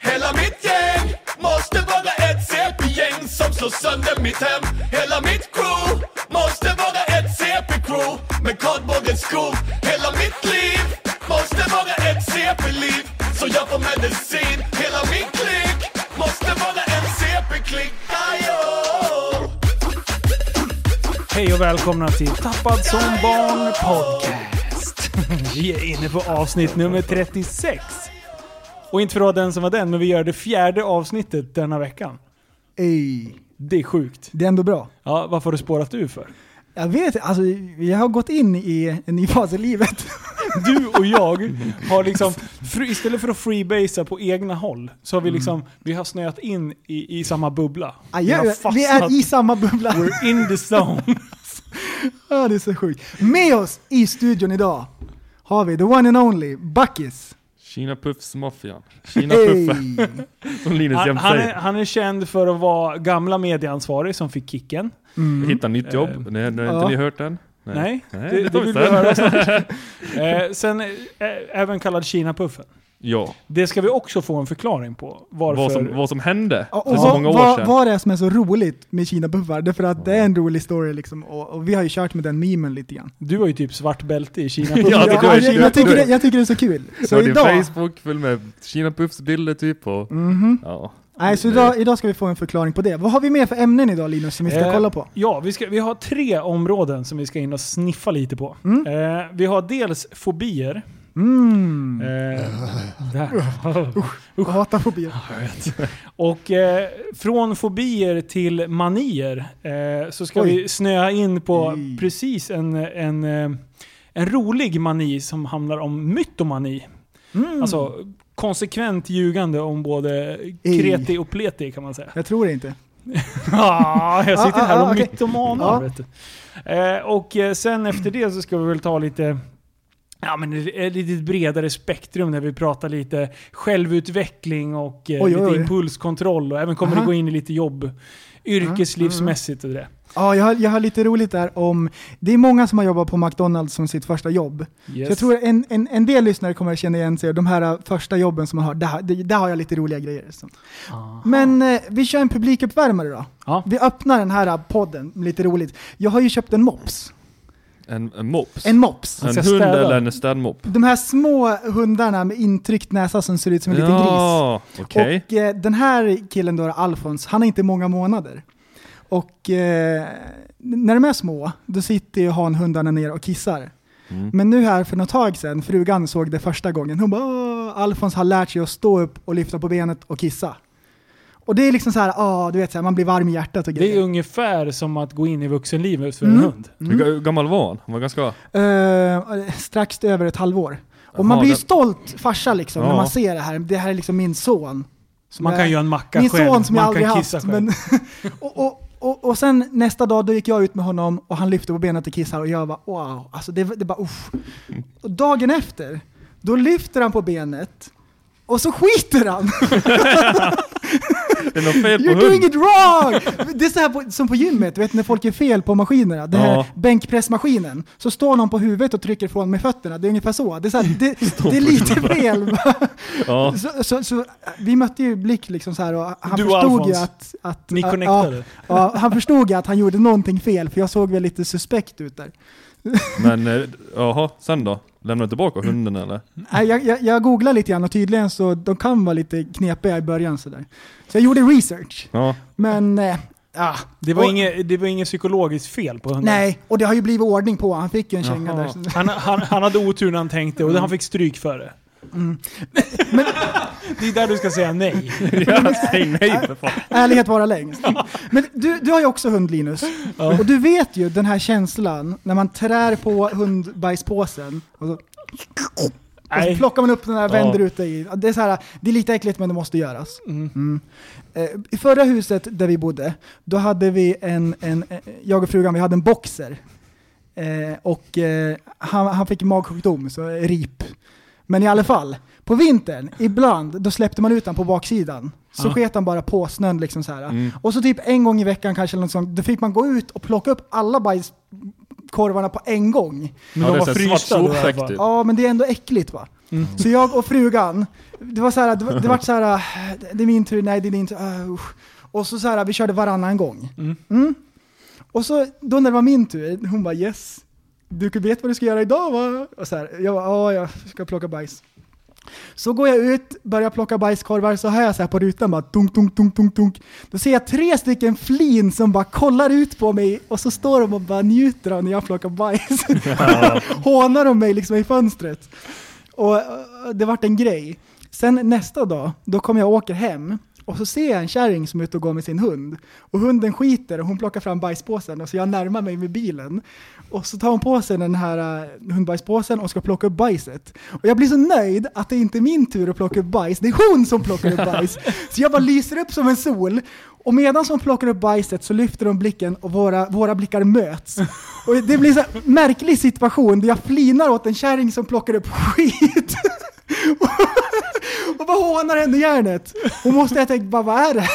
Hela mitt gäng måste vara ett CP-gäng som slår sönder mitt hem Hela mitt crew måste vara ett CP-crew med kardborrens skor Hela mitt liv måste vara ett CP-liv så jag får medicin Hela min klick måste vara en CP-klick Ajo! Hej och välkomna till Tappad som barn podcast. Vi är inne på avsnitt nummer 36. Och inte för att vara den som var den, men vi gör det fjärde avsnittet denna veckan. Ey, Det är sjukt. det är ändå bra. Ja, varför har du spårat ur för? Jag vet alltså jag har gått in i en ny fas i livet. Du och jag har liksom, fr- istället för att freebasea på egna håll, så har vi liksom, vi har snöat in i, i samma bubbla. Ja, vi har jag, vi är i samma bubbla. We're in the zone. Ja, det är så sjukt. Med oss i studion idag har vi the one and only Backis. Kina Puffs maffian. Kina Ey. Puffen, som Linus Han, jämt han, är, säger. han är känd för att vara gamla medieansvarig som fick kicken. Hitta nytt jobb. Nej, nej, har Eh, Ja. inte ni hört den? mm. Nej, Nej, det, det det tar vi vill vi sen. höra snart. Eh, sen, eh, även kallad Kinapuffen. Ja, Det ska vi också få en förklaring på. Varför. vad som, vad som hände Ja, för och så vad, många år vad, sedan. vad det är som är så roligt med Kina-buffar, det är för att det är en rolig story liksom, och, och vi har ju kört med den memen lite grann. Du har ju typ svart bälte i Kinapuffen. Ja, det går jag, ju- jag, tycker det, jag tycker det är så kul. Så så din idag, Mhm. Facebook full med Kina Puffs bilder typ och... Ja. nej, så idag, idag ska vi få en förklaring på det. Vad har vi med för ämnen idag Linus som vi ska Eh, kolla på? Ja, vi, ska, vi har tre områden som vi ska in och sniffa lite på. Mm. Eh, vi har dels fobier. Mm. Eh, där. Jag hatar fobier. Och eh, från fobier till manier eh, så ska Oj. vi snöa in på Ej. precis en, en, eh, en rolig mani som handlar om mytomani. Mm. Alltså konsekvent ljugande om både Ej. kreti och pleti kan man säga. Jag tror det inte. Ja, jag sitter Ah, ah, här ah, och okej. mytomanar. Ja. Vet du. Eh, och eh, sen efter det så ska vi väl ta lite Ja men ett lite bredare spektrum där vi pratar lite självutveckling och eh, Oj, lite oj, oj. impulskontroll och även kommer det Aha. Mm, gå in i lite jobb, yrkeslivsmässigt och det. Ja, jag har, jag har lite roligt där om, det är många som har jobbat på McDonalds som sitt första jobb. Yes. Så jag tror en, en, en del lyssnare kommer att känna igen sig och de här uh, första jobben som man har, där, har- det- där har jag lite roliga grejer. Så. Men eh, vi kör en publikuppvärmare då. Ah. Ja. Vi öppnar den här uh, podden lite roligt. Jag har ju köpt en mops. En, en mops. En mops. En ska hund städa. eller en städmopp. De här små hundarna med intryckt näsa som ser ut som en liten gris. Ja, okej. Och eh, den här killen då, Alfons, han är inte många månader. Och eh, när de är små, då sitter ju hanhundarna ner och kissar. Mm. Men nu här för något tag sedan, frugan såg det första gången, hon bara "Åh, Alfons har lärt sig att stå upp och lyfta på benet och kissa. Och det är liksom så här, ah, du vet, så här, man blir varm i hjärtat och Det är grejer. ungefär som att gå in i vuxenlivet för Mm. en hund. Hur ga- Hur gammal var han? Han var ganska... Eh, strax över ett halvår. Och man Jaha, blir ju den- stolt farsa liksom, när Ja. man ser det här. Det här är liksom min son. Så man Nej. kan göra en macka Min själv, son som man jag aldrig kan kissa haft. själv. Men, och, och, och, och sen nästa dag då gick jag ut med honom och han lyfte på benet och kissade och jag bara wow. Alltså det, det bara usch. Och dagen efter, då lyfter han på benet och så skiter han! Det är något fel på You're doing hund. it wrong! Det är så här på, som på gymmet, du vet när folk är fel på maskinerna. Den här Ja. bänkpressmaskinen. Så står någon på huvudet och trycker från med fötterna. Det är ungefär så. Det är, så här, det, det är lite fel. Ja. Så, så, så, vi mötte ju blick liksom så här och han Du och förstod ju Alfons. att... att Ni ja, connectade. Ja, ja, han förstod ju att han gjorde någonting fel för jag såg väl lite suspekt ut där. Men, eh, jaha, sen då? Lämnade du tillbaka hunden eller? Nej, Jag, jag, jag googlade lite grann och tydligen så de kan vara lite knepiga i början sådär. Så jag gjorde research. Ja. Men, eh, ja. Det, var Och- inget, det var inget psykologiskt fel på hunden. Nej, och det har ju blivit ordning på. Han fick ju en känga Jaha. där. så- Han, han, han hade otur när han tänkte och han fick stryk för det. Mm. det är där du ska säga nej. Ja, Säg nej för fan. Ärlighet vara längst. Men du, du har ju också hund Linus. Och du vet ju den här känslan när man trär på hundbajspåsen och så, och så nej. plockar man upp den här och vänder Ja. ut dig i. Ja, Det är, så här, det är lite äckligt men det måste göras. Mm. Eh, I förra huset där vi bodde, då hade vi en, en eh, jag och frugan, vi hade en boxer. Eh, och eh, han, han fick magsjukdom, så eh, rip. Men i alla fall, på vintern, ibland, då släppte man ut han på baksidan. Så Ja. sket han bara på snön liksom så här. Mm. Och så typ en gång i veckan kanske, eller något sånt, då fick man gå ut och plocka upp alla bajskorvarna på en gång. Men Ja, de det är var så här svart frysta då, sopsäck va? typ. Ja, men det är ändå äckligt va? Mm. Så jag och frugan, det var så här, det, var- det var så här, det är min tur, nej det är din tur, ah, usch. Och så så här, vi körde varannan gång. Mm. Mm. Och så då när det var min tur, hon bara yes, du vet vad du ska göra idag va? Och så här, jag bara, ja jag ska plocka bajs. Så går jag ut, börjar plocka bajskorvar, så hör jag så här på rutan bara dunk, dunk, dunk, dunk, dunk. Då ser jag tre stycken flin som bara kollar ut på mig och så står de och bara njuter av när jag plockar bajs. Hånar de mig liksom i fönstret. Och eh, det vart en grej. Sen nästa dag, då kom jag och åker hem och så ser jag en kärring som är ute och går med sin hund. Och hunden skiter och hon plockar fram bajspåsen och så jag närmar mig med bilen. Och så tar hon på sig den här eh, hundbajspåsen och ska plocka upp bajset. Och jag blir så nöjd att det inte är min tur att plocka upp bajs, det är hon som plockar upp bajs. Så jag bara lyser upp som en sol. Och medan hon plockar upp bajset så lyfter de blicken och våra, våra blickar möts. Och det blir en märklig situation där jag flinar åt en kärring som plockar upp skit. Och bara hånar henne i hjärnet. Hon måste ha tänkt bara vad är det?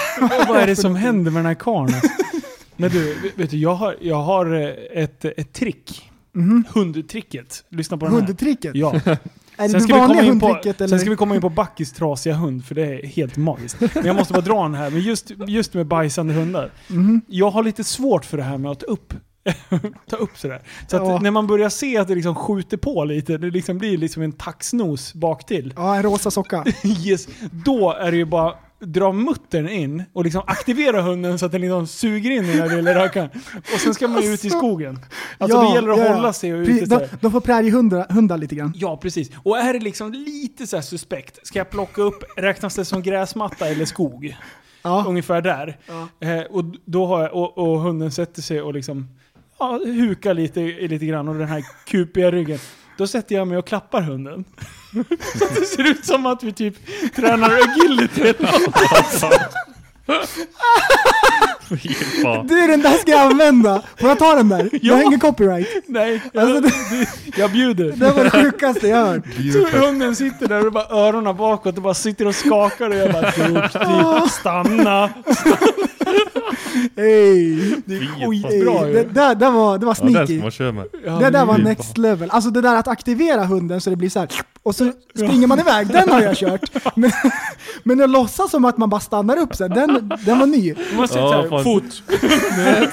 Vad är det som händer med den här karln? alltså? Men du, vet du, jag har, jag har eh, ett, ett trick. Mhm. Hundtricket. Lyssna på den här. Hundtricket? Ja. Är det Sen det ska, vi komma vanliga in på, hundtricket eller? sen ska vi komma in på Backis trasiga hund, för det är helt magiskt. Men jag måste bara dra den här, men just, just med bajsande hundar. Mhm. Jag har lite svårt för det här med att upp, ta upp sådär. Så att Ja. när man börjar se att det liksom skjuter på lite, det liksom blir liksom en taxnos bak till. Ja, en rosa socka. Alltså, Yes, då är det ju bara dra muttern in och liksom aktivera hunden så att den liksom suger in den där lilla rökaren. Och sen ska man ju ut i Alltså. skogen. Alltså det gäller att hålla sig och Pre- ute så de, här. de får präriehundar hundar lite grann. Ja, precis. Och är det liksom lite så här suspekt, ska jag plocka upp, räknas det som gräsmatta eller skog? Ja. Ungefär där. Ja. Eh, och, då har jag, och, och hunden sätter sig och liksom ja, hukar lite, lite grann och den här kupiga ryggen. Då sätter jag mig och klappar hunden. så att det ser ut som att vi typ tränar agility eller Fy fan. Du, den där ska jag använda! Får jag ta den där? Jag har ingen copyright. Nej, jag, Alltså, det, jag bjuder. det var det sjukaste jag hört. Så hunden sitter där och bara öronen bakåt och bara sitter och skakar och jag bara duktig, stanna. Hej! Det Fy är fan. skitbra det, ju. där, där var, det var Ja, den sneaky. ska man köra med. Ja, det där var fy fan. next level. Alltså det där att aktivera hunden så det blir så här och så springer man iväg, den har jag kört. Men, men att låtsas som att man bara stannar upp så här, den, den var ny. Man måste Ja, såhär, fan. fot.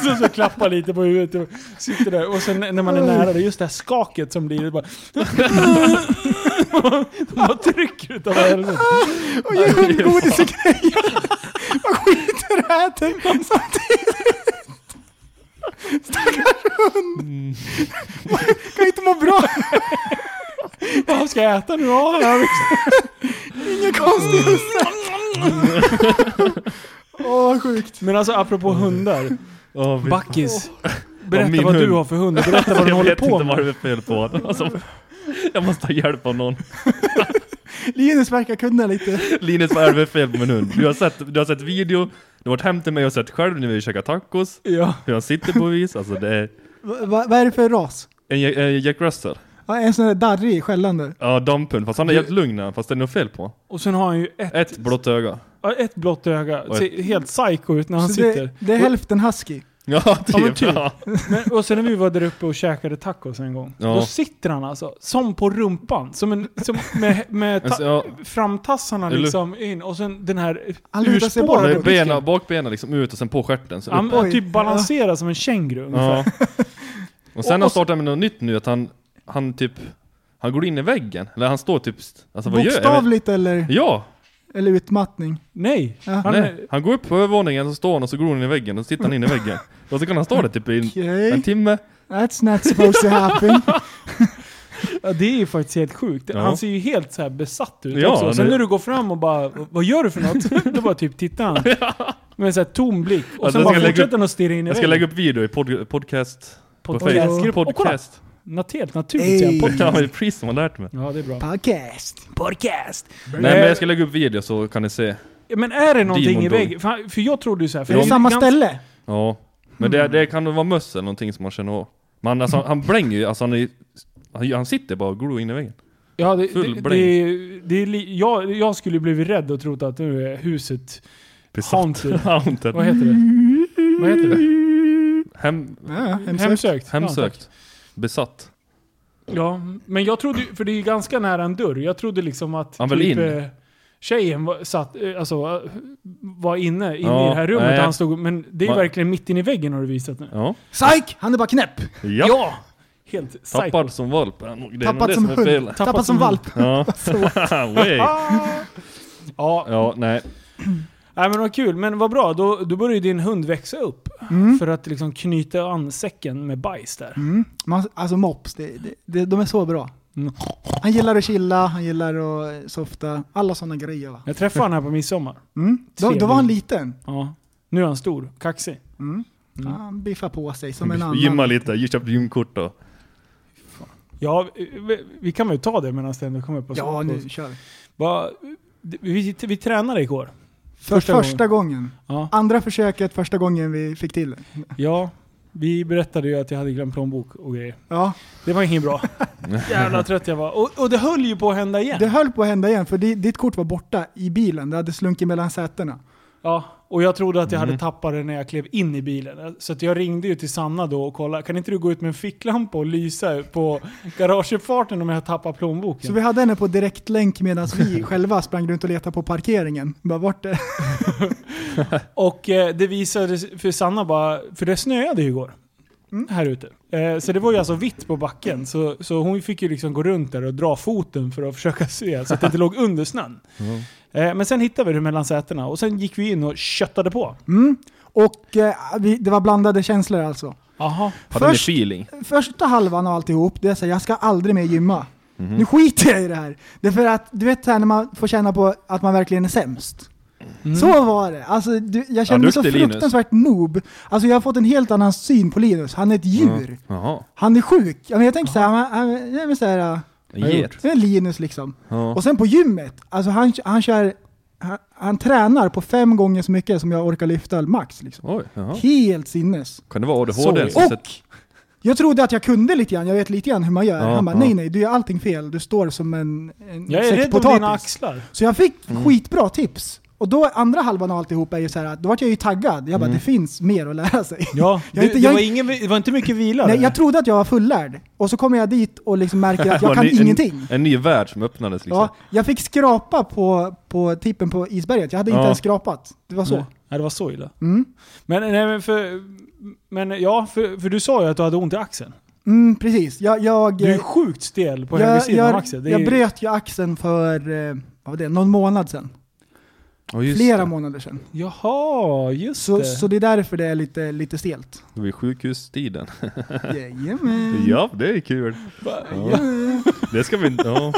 så, så klappa lite på huvudet och sitter där. Och sen när man är nära det, är just det här skaket som blir, det bara... De bara trycker utav helvete. Och ger hundgodis och grejer. Man skiter och äter samtidigt. Stackars hund. Man kan inte må bra. Vad ska jag äta nu? Ja, jag vet. Ingen konstig husse. Åh, sjukt. Men alltså apropå hundar. Ja, fy- Backis. Ja, Berätta min vad du hund. har för hund. Berätta vad den Jag håller vet på inte vad med. det är fel på honom. Alltså, jag måste ha hjälp av någon. Linus verkar kunna lite. Linus, vad är det för fel på min hund? Du har sett, du har sett video, du har varit hem till mig och sett själv när vi käkar tacos, Ja. hur han sitter på vis. Alltså det är Va, va, vad är det för ras? en, Ja- en Jack Russell. Ja, en sån där darrig, skällande. Ja, damphund. Fast han är helt lugn när han- fast det är något fel på Och sen har han ju ett, Ett blått öga. ja, ett blått öga. Och Ser helt psycho ut när han Så sitter. det, det är hälften husky. Ja, typ. Ja, men typ. Ja. Men, och sen när vi var där uppe och käkade tacos en gång. Ja. Då sitter han alltså som på rumpan. Som en, som med med ta, Alltså, ja. framtassarna Eller- liksom in. och sen den här Han lutar sig bara Med på urspårade... disken. bena, bakbenen liksom ut och sen på stjärten. Så upp. Han Oj. typ balanserar som en känguru ungefär. Ja. Och- Och sen har han och- startat med något nytt nu, att han, han typ, han går in i väggen. Eller han står typ, alltså vad gör jag? vet- Bokstavligt eller, Ja! eller utmattning. Nej! Ja. Han, Nej, han går upp på övervåningen, så står han och så går han in i väggen, och så sitter han in i väggen. Och så kan han stå där typ i en, Okej. en timme. That's not supposed to happen. Ja, det är ju faktiskt helt sjukt. Ja. Han ser ju helt så här besatt ut Ja, också. Och Sen det- när du går fram och bara “Vad gör du för något?” Då bara typ tittar han. Med en så här tom blick. Och Alltså, sen jag bara ska lägga upp- fortsätter han att stirra in i Jag ska lägga upp video i pod, podcast... På Podcast. Facebook. Och kolla! Podcast. Nat- Helt naturligt säger han. Ey. Ja, men Podcast. det är precis som han lärt mig. Ja, det är bra. Podcast. Podcast. Nej men jag ska lägga upp video så kan ni se. Men är det någonting i Demon Dog. väggen? För, för jag trodde ju så här, för Är det jag- samma jag- ställe? Ja. Men det, det kan nog vara möss eller någonting som man känner av. Men alltså, han blänger ju, alltså han är ju- han, han sitter bara och glor in i väggen. Ja, det, Full det, det, bläng. är- det är li, jag, jag skulle ju blivit rädd och trott att nu är huset haunted. Haunted. Vad heter det? Vad heter det? Hem, Ja, Hemsökt. hemsökt. Mm. Ja, tack. hemsökt. Besatt. Ja, men jag trodde ju- för det är ju ganska nära en dörr. Jag trodde liksom att Han väl in? eh, tjejen var, satt, eh, alltså, eh, var inne, inne Ja, i det här rummet. nej. Han stod, men det är ju Man- verkligen mitt in i väggen har du visat nu. Ja. Psyk! Han är bara knäpp! ja. Helt psycho. Tappad som valp. Det är nog det Tappad som som är hund, fel. tappad, som som valp. Ja. Så. Way. Ja, Ja, nej. Nej men vad kul, men vad bra. Då, då börjar ju din hund växa upp. För att liksom knyta an säcken med bajs där. Mm. Man, alltså mops, det, det, det, de är så bra. Mm. Han gillar att chilla, han gillar att softa, alla sådana grejer va. Jag träffade han här på midsommar. Mm. Då, då var han liten. Ja. Nu är han stor, kaxig. Mm. Mm. Han biffar på sig som en annan. Gymma lite, jag köpte gymkort då. Ja, vi, vi kan väl ta det medan det ändå kommer upp. och så- Ja, nu kör vi. Va, vi, vi tränade igår. För Första gången. första gången. Ja. Andra försöket, första gången vi fick till det. ja, vi berättade ju att jag hade glömt plånbok och grejer. Ja, Det var inget bra. Jävla trött jag var. Och, och det höll ju på att hända igen. det höll på att hända igen för di- ditt kort var borta i bilen, det hade slunkit mellan sätena. Ja, och jag trodde att jag hade tappat det när jag klev in i bilen. Så att jag ringde ju till Sanna då och kollade, kan inte du gå ut med en ficklampa och lysa på garageuppfarten om jag tappar plånboken? Så vi hade henne på direktlänk medan vi själva sprang runt och letade på parkeringen. Bara, vart är Och eh, det visade sig- för Sanna bara, för det snöade ju igår. Mm. Här ute. Eh, så det var ju alltså vitt på backen. Så, så hon fick ju liksom gå runt där och dra foten för att försöka se så att det inte låg under snön. Eh, men sen hittade vi det mellan sätena och sen gick vi in och köttade på. Mm. Och eh, vi, det var blandade känslor alltså. Aha. Hade ni Först- feeling? Första halvan av alltihop, det är såhär, jag ska aldrig mer gymma. Mhm. Nu skiter jag i det här. Det är för att, du vet såhär när man får känna på att man verkligen är sämst. Så var det. Alltså, du, jag känner Mm. Ja, mig så duktig, Linus. fruktansvärt noob. Alltså jag har fått en helt annan syn på Linus. Han är ett djur. Jaha. Han är sjuk. Ja, men Jag tänker såhär, han, han, jag är såhär, En get. det är Linus liksom. Ja. Och sen på gymmet, alltså han, han kör, han, han tränar på fem gånger så mycket som jag orkar lyfta max liksom. Oj, jaha. Helt sinnes. Kan det vara ADHD? Så- som och- sätter- Jag trodde att jag kunde lite grann, jag vet lite grann hur man gör. Ja, han bara, ja. nej nej, du gör allting fel, du står som en, en Jag är säck rädd om potatis." dina axlar. Så jag fick Mm. skitbra tips. Och då, andra halvan av alltihop är ju så här, att då vart jag ju taggad. Jag bara, Mm. det finns mer att lära sig. Ja, det, Jag är inte- det, jag var är- ingen, det var inte mycket vila Nej, där. jag trodde att jag var fullärd. Och så kommer jag dit och liksom märker att jag Var kan ni- en, ingenting. En ny värld som öppnades liksom. Ja, jag fick skrapa på, på tippen på isberget, jag hade inte Ja. ens skrapat. Det var så. Nej, nej, det var så illa. Mm. Men, nej, men, för, men ja, för, för du sa ju att du hade ont i axeln. Mm, precis. Jag, jag, Du är sjukt stel på jag, högersidan av jag, axeln. Det är jag ju- bröt ju axeln för, eh, vad var det, någon månad sedan. Ja, just Flera det. månader sedan. Jaha, just Så, det. så det är därför det är lite, lite stelt. Det var ju sjukhustiden. Jajamän. Ja, det är kul. Va- Ja. Det ska vi... Ja.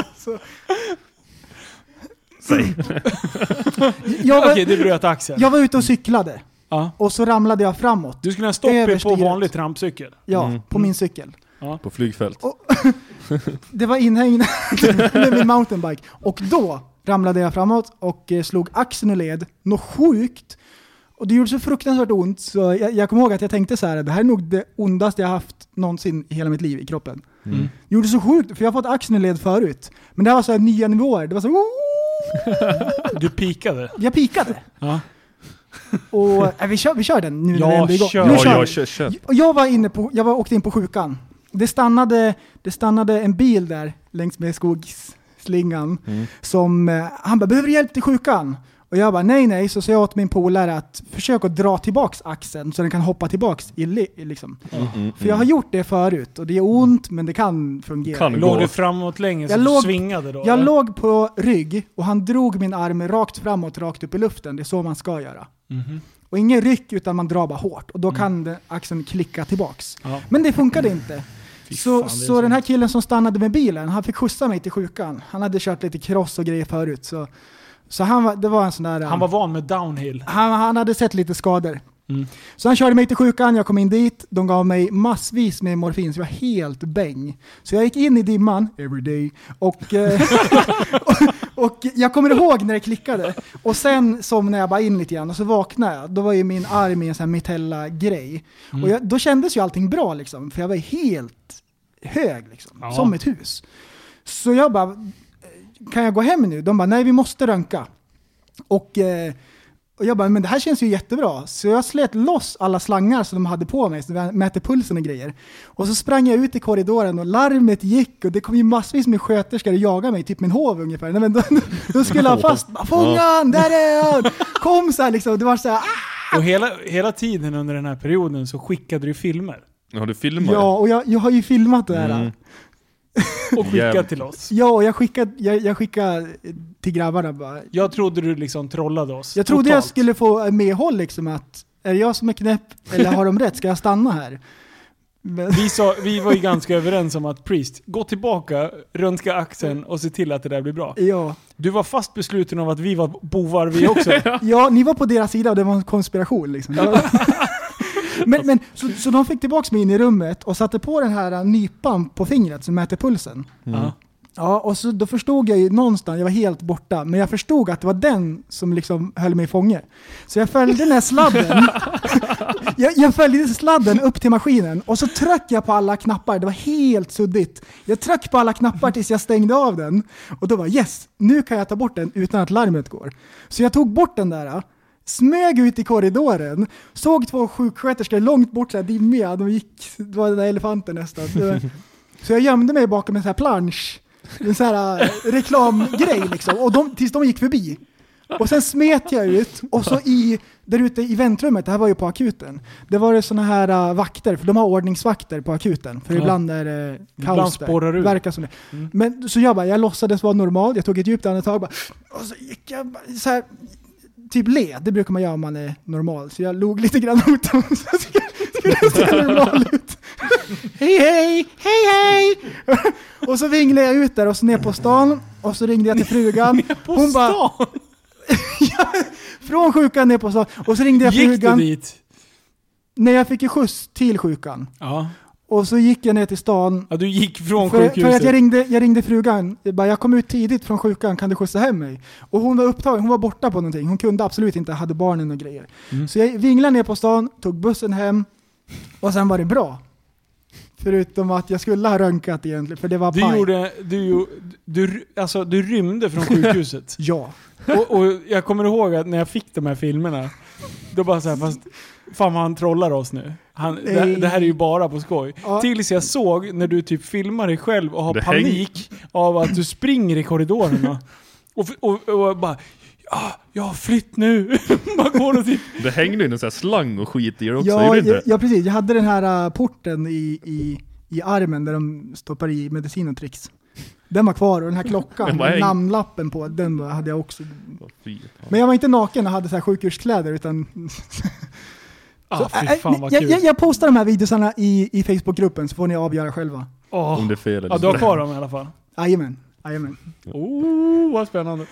Säg. Jag, Okej, var, du bröt axeln. jag var ute och cyklade Ja. och så ramlade jag framåt. Du skulle ha stopp er på Överstiget. vanlig trampcykel. Ja, Mm. på min cykel. På flygfält. Det var inhägnat med min mountainbike. Och då ramlade jag framåt och eh, slog axeln ur led. Något sjukt. Och det gjorde så fruktansvärt ont så jag, jag kommer ihåg att jag tänkte så här, det här är nog det ondaste jag haft någonsin i hela mitt liv i kroppen. Mm. Det gjorde så sjukt, för jag har fått axeln ur led förut. Men det här var så här nya nivåer. Det var så här, Du pikade. jag pikade. Ja. Och, äh, vi, kör, vi kör den nu när Ja, vi ändå är igång. kör. Nu Ja, vi. jag kör, kör. Och jag var inne på, jag var, åkte in på sjukan. Det stannade, det stannade en bil där längs med skogsslingan Mm. som, eh, han bara “behöver du hjälp till sjukan?” och jag bara “nej nej” så sa jag åt min polare att försök att dra tillbaks axeln så den kan hoppa tillbaks i, li- i liksom. Mm, För jag har gjort det förut och det är ont men det kan fungera. Kan Låg gå. du framåt länge så Jag du låg- svingade då? Jag eller? låg på rygg och han drog min arm rakt framåt, rakt upp i luften. Det är så man ska göra. Mhm. Mm. Och ingen ryck utan man drar bara hårt och då kan den- axeln klicka tillbaks. Ja. Men det funkade inte. Fy Så, fan, det är så den här killen som stannade med bilen, han fick skjutsa mig till sjukan. Han hade kört lite cross och grejer förut. Så, så han var, det var en sån där... Han var van med downhill. han, han hade sett lite skador. Mm. Så han körde mig till sjukan, jag kom in dit, de gav mig massvis med morfin så jag var helt bäng. Så jag gick in i dimman, every day, och, eh, och, och jag kommer ihåg när det klickade. Och sen somnade jag bara in lite grann och så vaknade jag. Då var ju min arm i en sån här mitella-grej. Mm. Och jag, då kändes ju allting bra liksom, för jag var helt hög liksom, Ja. som ett hus. Så jag bara, kan jag gå hem nu? De bara, nej vi måste röntga. Och eh, Och jag bara, men det här känns ju jättebra. Så jag slet loss alla slangar som de hade på mig, så de mäter pulsen och grejer. Och så sprang jag ut i korridoren och larmet gick och det kom ju massvis med sköterskor och jagade mig, typ min hov ungefär. Nej, men då, då skulle han fast, bara, fånga han, där är han! Kom så här liksom, det var så här, ah! Och hela, hela tiden under den här perioden så skickade du filmer. Ja, du filmar ju. Ja, och jag, jag har ju filmat det här. Mm. Och skickade Jävligt. till oss. Ja, och jag skickade, jag, jag skickade till grabbarna bara. Jag trodde du liksom trollade oss. Jag trodde jag totalt. skulle få medhåll liksom att, är det jag som är knäpp eller har de rätt? Ska jag stanna här? Men, Vi, sa, vi var ju ganska överens om att Priest, gå tillbaka, röntga axeln och se till att det där blir bra. ja. Du var fast besluten om att vi var bovar vi också. ja, ni var på deras sida och det var en konspiration liksom. Jag- men, men, så, så de fick tillbaka mig in i rummet och satte på den här äh, nypan på fingret som mäter pulsen. Ja. Ja, och så, då förstod jag ju någonstans, jag var helt borta, men jag förstod att det var den som liksom höll mig i fånge. Så jag följde den här sladden, jag, jag följde sladden upp till maskinen och så tryckte jag på alla knappar, det var helt suddigt. Jag tryckte på alla knappar tills jag stängde av den och då var yes, nu kan jag ta bort den utan att larmet går. Så jag tog bort den där, smög ut i korridoren, såg två sjuksköterskor långt bort så här dimmiga, de gick, det var den där elefanten nästan. Det var- Så jag gömde mig bakom en sån här plansch, en sån här eh, reklamgrej liksom, och de, tills de gick förbi. Och sen smet jag ut och så i, där ute i väntrummet, det här var ju på akuten, det var det såna här eh, vakter, för de har ordningsvakter på akuten, för Ja. ibland är det kaos Ibland spårar Mm. där. ur. Verkar som det. Men, så jag bara, jag låtsades vara normal, jag tog ett djupt andetag bara, och så gick jag bara, så här, typ le, det brukar man göra om man är normal. Så jag log lite grann mot dem, så jag skulle- skulle jag se normal ut. Hej hej, hej hej! Och så vinglade jag ut där och så ner på stan och så ringde jag till frugan. På Hon bara, stan! från sjukan ner på stan. Och så ringde jag Gick du frugan. dit? Nej, jag fick ju skjuts till sjukan. Ja. Och så gick jag ner till stan. ja, du gick från För, sjukhuset. för att jag ringde, jag ringde frugan, jag, bara, jag kom ut tidigt från sjukan, kan du skjutsa hem mig? Och hon var upptagen, hon var borta på någonting, hon kunde absolut inte, hade barnen och grejer. Mm. Så jag vinglade ner på stan, tog bussen hem och sen var det bra. Förutom att jag skulle ha röntgat egentligen, för det var du gjorde, du, gjo- du, alltså, du rymde från sjukhuset. Ja. och, och jag kommer ihåg att när jag fick de här filmerna, då bara såhär, fast fan vad han trollar oss nu. Han, det, Nej. det här är ju bara på skoj. Ja. Tills jag såg när du typ filmar dig själv och har Det häng- panik av att du springer i korridorerna. och, och, och bara, ja, ja flytt nu. Man går och typ, Det hängde ju en sån här slang och skit i det också, Ja, gjorde det ja, inte? ja, precis. Jag hade den här äh, porten i, i, i armen där de stoppar i medicin och tricks. Den var kvar och den här klockan, Den var häng- namnlappen på, den var- hade jag också. Åh, fy fan. Men jag var inte naken och hade så här sjukhuskläder utan... ah, Äh, fy fan äh, vad jag, kul. jag, jag postar de här videosarna i, i Facebookgruppen så får ni avgöra själva. Åh. Om det är fel eller Ja, du har inte. kvar dem i alla fall. Jajamän, jajamän. Oh, vad spännande.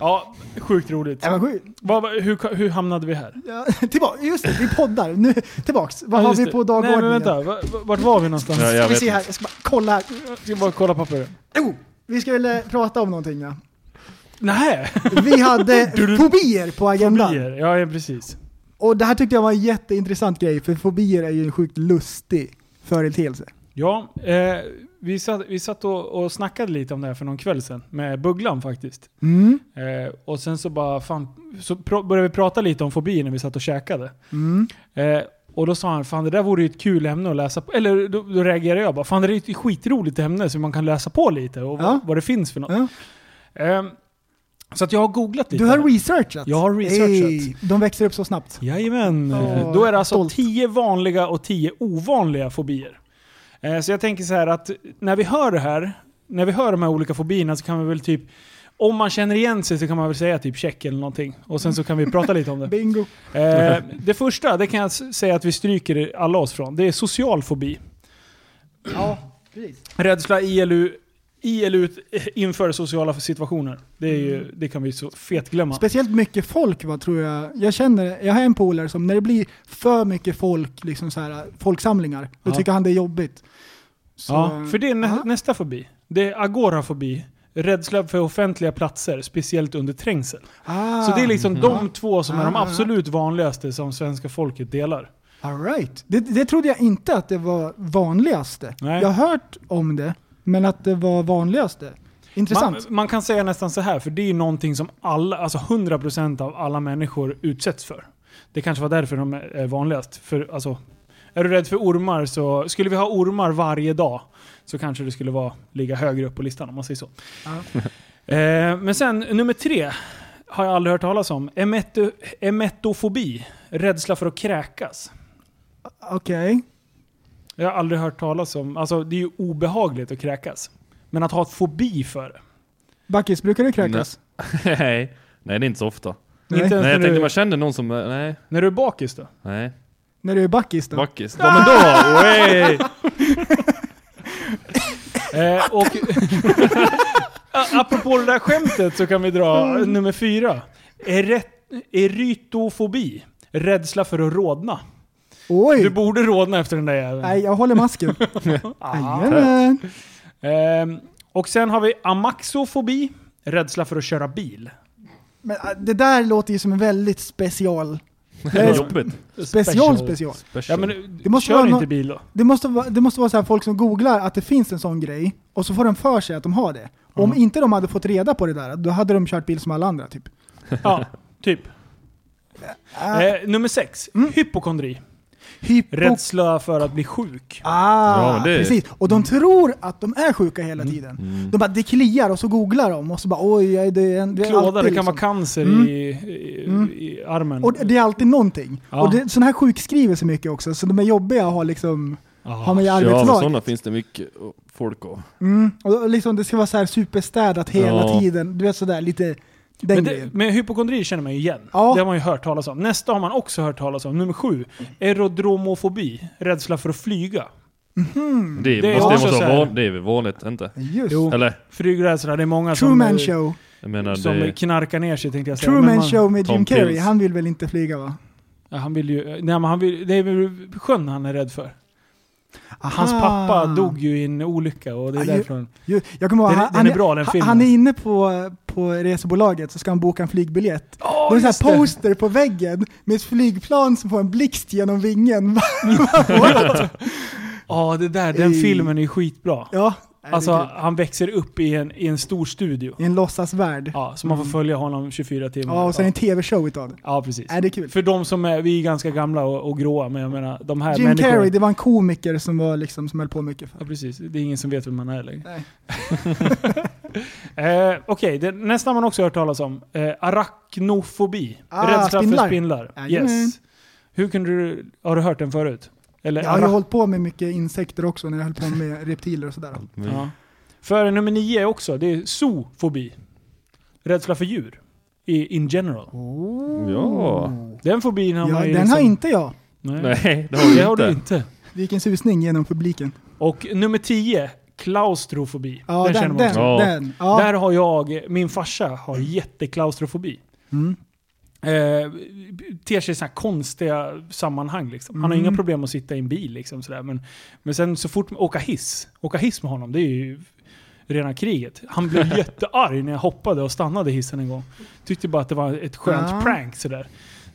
Ja, sjukt roligt. Jag var sjuk. Vad- vad- hur, hur hamnade vi här? Ja, tillbaka, just det, vi poddar. Nu, tillbaks. Vad Ja, har just vi det. på dagordningen? Nej, men vänta. Va- va- Vart var vi någonstans? Ja, jag Ska vi vet se här, inte. jag ska bara kolla här. Jag ska bara kolla pappret. Jo, vi skulle prata om någonting ja. Nej. Vi hade fobier på agendan. Fobier. Ja, ja, precis. Och det här tyckte jag var en jätteintressant grej, för fobier är ju en sjukt lustig företeelse. Ja, eh, vi satt, vi satt och, och snackade lite om det här för någon kväll sedan med Bugglan faktiskt. Mm. Eh, och sen så bara fan, så pr- började vi prata lite om fobier när vi satt och käkade. Mm. Eh, och då sa han, fan det där vore ju ett kul ämne att läsa på. Eller då, då reagerade jag bara, fan det där är ju ett skitroligt ämne så man kan läsa på lite och Ja. vad, vad det finns för något. Ehm, så att jag har googlat lite. Du har researchat? Jag har researchat. Ey, de växer upp så snabbt. Jajamän. Ja, Då är det alltså stolt. 10 vanliga och 10 ovanliga fobier. Eh, Så jag tänker så här att när vi hör det här, när vi hör de här olika fobierna så kan vi väl typ, om man känner igen sig så kan man väl säga typ check eller någonting. Och sen så kan vi prata lite om det. Bingo. Eh, Det första, det kan jag s- säga att vi stryker alla oss från, det är social fobi. Ja, precis. Rädsla ILU, ILU inför sociala situationer. Det, är Mm. ju, det kan vi så fetglömma. Speciellt mycket folk va, tror jag. Jag känner, jag har en polare som när det blir för mycket folk, liksom så här, folksamlingar, då Ja. tycker han det är jobbigt. Så, Ja, för det är nä ja. nästa fobi. Det är agorafobi. Rädsla för offentliga platser, speciellt under trängsel. Ah, Så det är liksom de två som är de Ah. absolut vanligaste som svenska folket delar. all right. det, det trodde jag inte att det var vanligaste. Nej. Jag har hört om det, men att det var vanligaste. Man, Intressant. man kan säga nästan så här, för det är ju någonting som alla, alltså 100% av alla människor utsätts för. Det kanske var därför de är vanligast. För alltså, är du rädd för ormar så, skulle vi ha ormar varje dag så kanske det skulle vara, ligga högre upp på listan om man säger så. Eh, men sen nummer tre har jag aldrig hört talas om. Emeto, emetofobi, rädsla för att kräkas. Okej. Jag har aldrig hört talas om, alltså det är ju obehagligt att kräkas. Men att ha fobi för det. Backis, brukar du kräkas? nej. nej, det är inte så ofta. Nej. Inte ens Nej, jag när, tänkte du, man kände någon som, eh, nej, när du är bakis då? nej. När du är backis då? Backis. Ja men då! Wey. Eh, och A- apropå det där skämtet så kan vi dra Mm. nummer fyra. Eret- Erytofobi. Rädsla för att rodna. Du Oj! borde rodna efter den där jäveln. Nej, jag håller masken. Ah. Jajamän. Ehm, och sen har vi amaxofobi. Rädsla för att köra bil. Men äh, det där låter ju som en väldigt special. Jobbigt. Special special. Ja, Special. men, Det måste kör vara inte nå- bil då. Det måste, vara, det måste vara så här folk som googlar att det finns en sån grej och så får de för sig att de har det. Om Mm. inte de hade fått reda på det där, då hade de kört bil som alla andra typ. Ja, typ. Ah, Mm. Eh, nummer sex. Hypokondri. hypo- Rädsla för att bli sjuk. Ah, Ja, men det- precis. Och Mm. de tror att de är sjuka hela tiden. De bara, det kliar och så googlar de och så bara oj, ja, det är, en, det är Klåda, det alltid kan vara liksom. cancer Mm. i, i, Mm. i armen. Och det- det är alltid någonting. Ja. Och det, sådana här sjukskriver så mycket också, så de är jobbiga att ha, liksom, Ja. ha med i Ja, men arbetslag. sådana finns det mycket och folk och. Mm. Och då liksom, det ska vara så här superstädat hela Ja. tiden. Du vet sådär lite den Men, det, grejen. men hypokondri känner man ju igen. Ja. Det har man ju hört talas om. Nästa har man också hört talas om. Nummer sju. Aerodromofobi. Rädsla för att flyga. Det, är- Mm. Det är måste, det, också måste så här- vara van, det är väl vanligt, inte? Just. Jo. Eller, Flygrädsla, det är många Truman som, eh, show. jag menar som det... knarkar ner sig tänkte jag säga. Men Truman man- show med Tom Jim Carrey. Cruise. Han vill väl inte flyga va? Ja, han vill ju, eh, nej, men han vill, det är väl sjön han är rädd för. Hans Aha. pappa dog ju i en olycka och det är Ah. Ja, ju- därifrån. Ju- Jag kommer ihåg, Den- han, den är bra, den han- filmen. han är inne på, på resebolaget så ska han boka en flygbiljett. Oh, Då är det så här poster på väggen med ett flygplan som får en blixt genom vingen. Ja, det där, den I- filmen är ju skitbra. ja, Alltså, alltså, han växer upp i en, i en stor studio. i en låtsasvärld. Ja, Ja, så man får följa honom 24 timmar. och sen en tv-show utav det. Ja, precis. Är det är kul? För de som är, vi är ganska gamla och, och gråa, men jag menar de här Jim människorna. Carrey, det var en komiker som, var liksom, som höll på mycket. För. Ja, precis. Det är ingen som vet vem man är längre. Nej. eh, Okej, det- nästa man också hört talas om. Eh, arachnofobi. Ah, Rädsla spindlar. för spindlar. Jajamän. Yes. Hur kunde du... Har du hört den förut? Eller Jag har ju arach- hållit på med mycket insekter också när jag höll på med reptiler och sådär. ja. För nummer nio också, det är zoofobi. Rädsla för djur. I, in general. Ja. Den fobin har Oh. Ja, man ju den liksom, har inte jag. Nej, Nej, det har det har du du inte. inte. Vilken susning genom publiken. Och nummer 10, klaustrofobi. Ja, den, den, känner man den. också. Ja. Ja. Där har jag, min farsa har jätteklaustrofobi. Mm. Eh, ter sig i sådana här konstiga sammanhang liksom. Han har Mm. inga problem att sitta i en bil liksom sådär. Men, men sen så fort, åka hiss. Åka hiss med honom, det är ju rena kriget. Han blev jättearg när jag hoppade och stannade i hissen en gång. Tyckte bara att det var ett skönt Ja. prank sådär.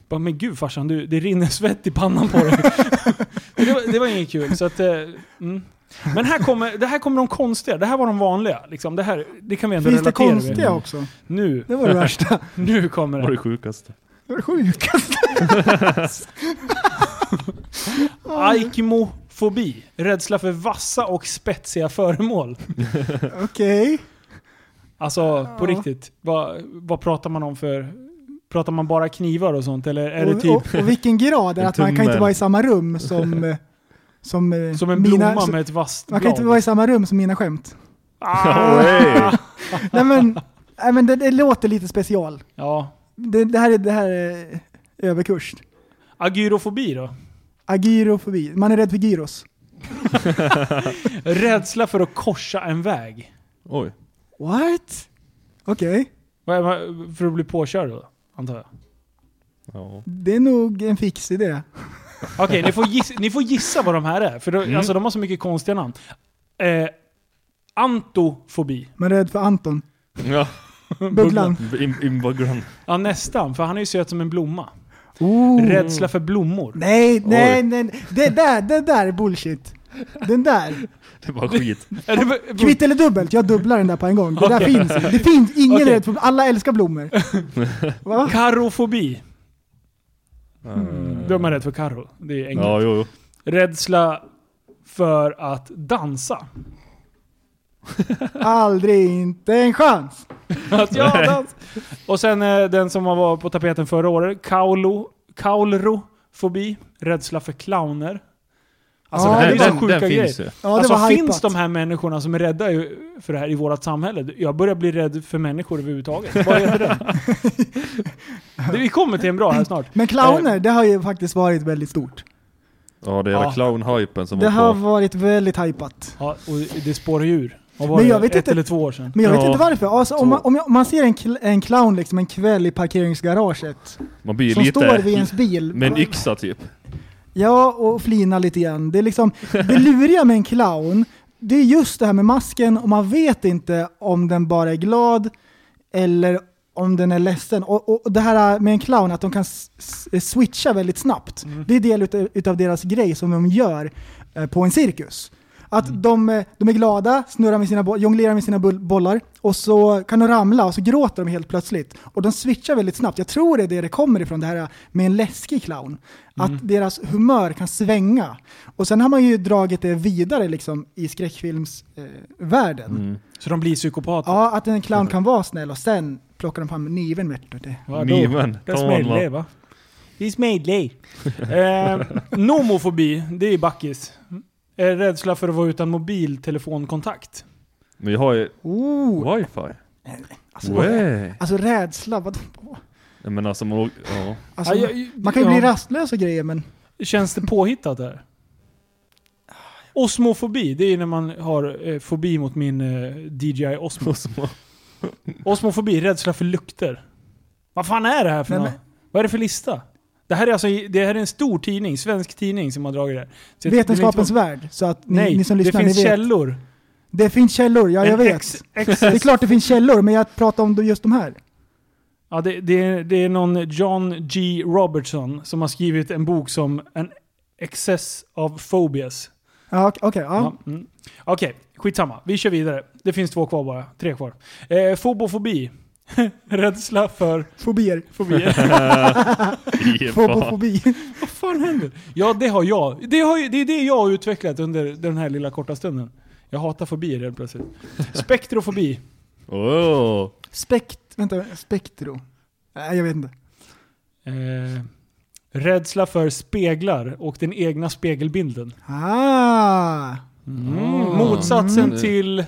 Bara, men gud farsan, du, det rinner svett i pannan på dig. Men det, var, det var inget kul. Så att, eh, mm. Men här kommer, det här kommer de konstiga. Det här var de vanliga. Liksom. Det, här, det kan vi Mm. ändå Finns det relatera konstiga också? vid. Nu, Det var det värsta. nu kommer Det var det. det sjukaste. Det var det sjukaste. Aikmofobi. Rädsla för vassa och spetsiga föremål. Okej. Alltså på Ja. riktigt. Vad, vad pratar man om för... Pratar man bara knivar och sånt? Eller är det Och, typ... och, och vilken grad är En att man kan tumme. inte vara i samma rum som... eh, Som, eh, som en blomma mina, som- med ett vasst blad. Man kan inte vara i samma rum som mina skämt. ah, Wey. nej men, nej, men det, det låter lite special. ja. Det, det här är, det här är överkurs. Agyrofobi då? Agyrofobi. Man är rädd för gyros. Rädsla för att korsa en väg. Oj. What? Okej. Vad är man- För att bli påkörd då, antar jag. Ja. Det är nog en fix idé. Okej, ni, får gissa, ni får gissa vad de här är. För de, Mm. alltså, de har så mycket konstiga namn. Eh, antofobi. Man är rädd för Anton. ja. Mm, Bubblan. In, inbaggrund. Ja, nästan. För han är ju söt som en blomma. Oh. Mm. Rädsla för blommor. Nej, nej, Oj. nej. Det där, det där är bullshit. Den där. Det är bara skit. Är det b- b- Kvitt eller dubbelt? Jag dubblar den där på en gång. Det där Okej. finns ju. Det finns ingen Okej. rätt för Alla älskar blommor. Va? Karofobi. Eh, Då är man rädd för karo. Det är enkelt. Ja, jo, jo. Rädsla för att dansa. Aldrig, inte en chans. Att jag dans. Och sen eh, den som var på tapeten förra året. Kaulo, kaulrofobi. Rädsla för clowner. Alltså Ja, det här är den, bara så den, sjuka den grejer. finns ju. Ja, det alltså var finns hypat. de här människorna som är rädda i- för det här i vårt samhälle? Jag börjar bli rädd för människor överhuvudtaget. Vad är det? Det- Vi kommer till en bra här snart. Men clowner, det har ju faktiskt varit väldigt stort. Ja, det är Ja. ja. clownhypen som Det har var på. varit väldigt hypat. Ja, och det spårar djur. Vad var Men det? jag vet Ett inte- eller två år sedan. Men jag vet Ja. inte varför. Alltså, om, man, om, jag, om man ser en, cl- en clown liksom en kväll i parkeringsgaraget Man blir som lite... står vid ens bil. Med en yxa typ. Ja, och flinar lite grann. Det, är liksom, det luriga med en clown, det är just det här med masken och man vet inte om den bara är glad eller om den är ledsen. Och, och och det här med en clown, att de kan s- s- switcha väldigt snabbt. Det är del utav, utav deras grej som de gör eh, på en cirkus. Att de, eh, de är glada, snurrar med sina bo- jonglerar med sina bull- bollar och så kan de ramla och så gråter de helt plötsligt. Och de switchar väldigt snabbt. Jag tror det är det det kommer ifrån, det här med en läskig clown. Att deras humör kan svänga. Och sen har man ju dragit det vidare liksom, i skräckfilmsvärlden. Eh, världen. Så de blir psykopater. Ja, att en clown kan vara snäll och sen plockar de fram niven. Vet du det. Vadå? Mimen. Det är Ta honom, smedley va? va? Det är smedley. eh, nomofobi, det är backis. Eh, Rädsla för att vara utan mobiltelefonkontakt. Men jag har ju Oh, wifi. alltså, Way. alltså rädsla, vadå? Nej, Men alltså, man, ja. Alltså, Ja, jag- man kan ju ja. bli rastlös och grejer men Känns det påhittat där? Osmofobi, det är när man har eh, fobi mot min eh, DJI Osmo. Osmofobi, rädsla för lukter. Vad fan är det här för Nej, något? Vad är det för lista? Det här är alltså i- det här är en stor tidning, svensk tidning som har dragit det här. Så jag- det är inte- vetenskapens värld. Så att ni, Nej, ni som lyssnar, det finns ni vet. källor. Det finns källor, ja En jag vet. ex- det är klart det finns källor, men jag pratar om just de här. Ja, det, det, är, det är någon John G. Robertson som har skrivit en bok som En excess of phobias. Ja, ok- okej. ja. Ja, mm. Okej, skitsamma. Vi kör vidare. Det finns två kvar bara. Tre kvar. Eh, fobofobi. Rädsla för Fobier. fobier. Fy fan. Fobofobi. Vad fan händer? Ja, det har jag. Det, har, ju- det är det jag har utvecklat under den här lilla korta stunden. Jag hatar fobier helt plötsligt. Spektrofobi. Åh. Spekt... Vänta, spektro. Nej, jag vet inte. Eh, rädsla för speglar och den egna spegelbilden. Ah! Mm. Motsatsen Mm. till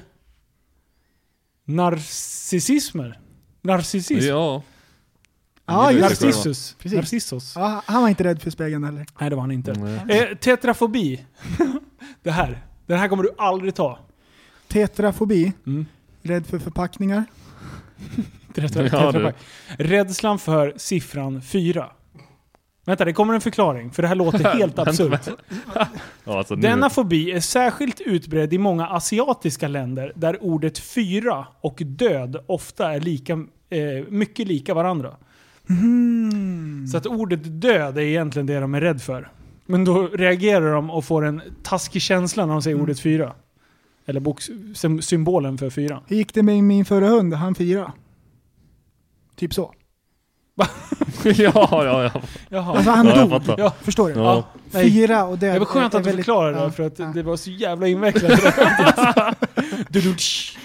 narcissismer. Narcissism. Ja. Ja, Det är just det. precis. Narcissus. Precis. Narcissus. Ah, Ja, han var inte rädd för spegeln heller. Nej, det var han inte. Nej. Eh, tetrafobi. det här. Den här kommer du aldrig ta. Tetrafobi. Mm. Rädd för förpackningar. Tetra, Ja, tetrapack. Rädslan för siffran 4. Vänta, det kommer en förklaring, för det här låter helt absurt. Ja, alltså, nu- Denna fobi är särskilt utbredd i många asiatiska länder där ordet fyra och död ofta är lika, eh, mycket lika varandra. Så att ordet död är egentligen det de är rädd för. Men då reagerar de och får en taskig känsla när de säger ordet fyra. Eller box- sym- symbolen för fyra. Hur gick det med min förra hund? Han fyra. Typ så. ja, ja, ja. Jaha. Alltså han Ja, jag dog. fattar. Ja. Förstår du? Ja. Nej. Fyra och död. Det var skönt är- att du är väldigt- förklarade det, ja, för att ja. det var så jävla invecklat. det där skämtet. Du, du, tsch.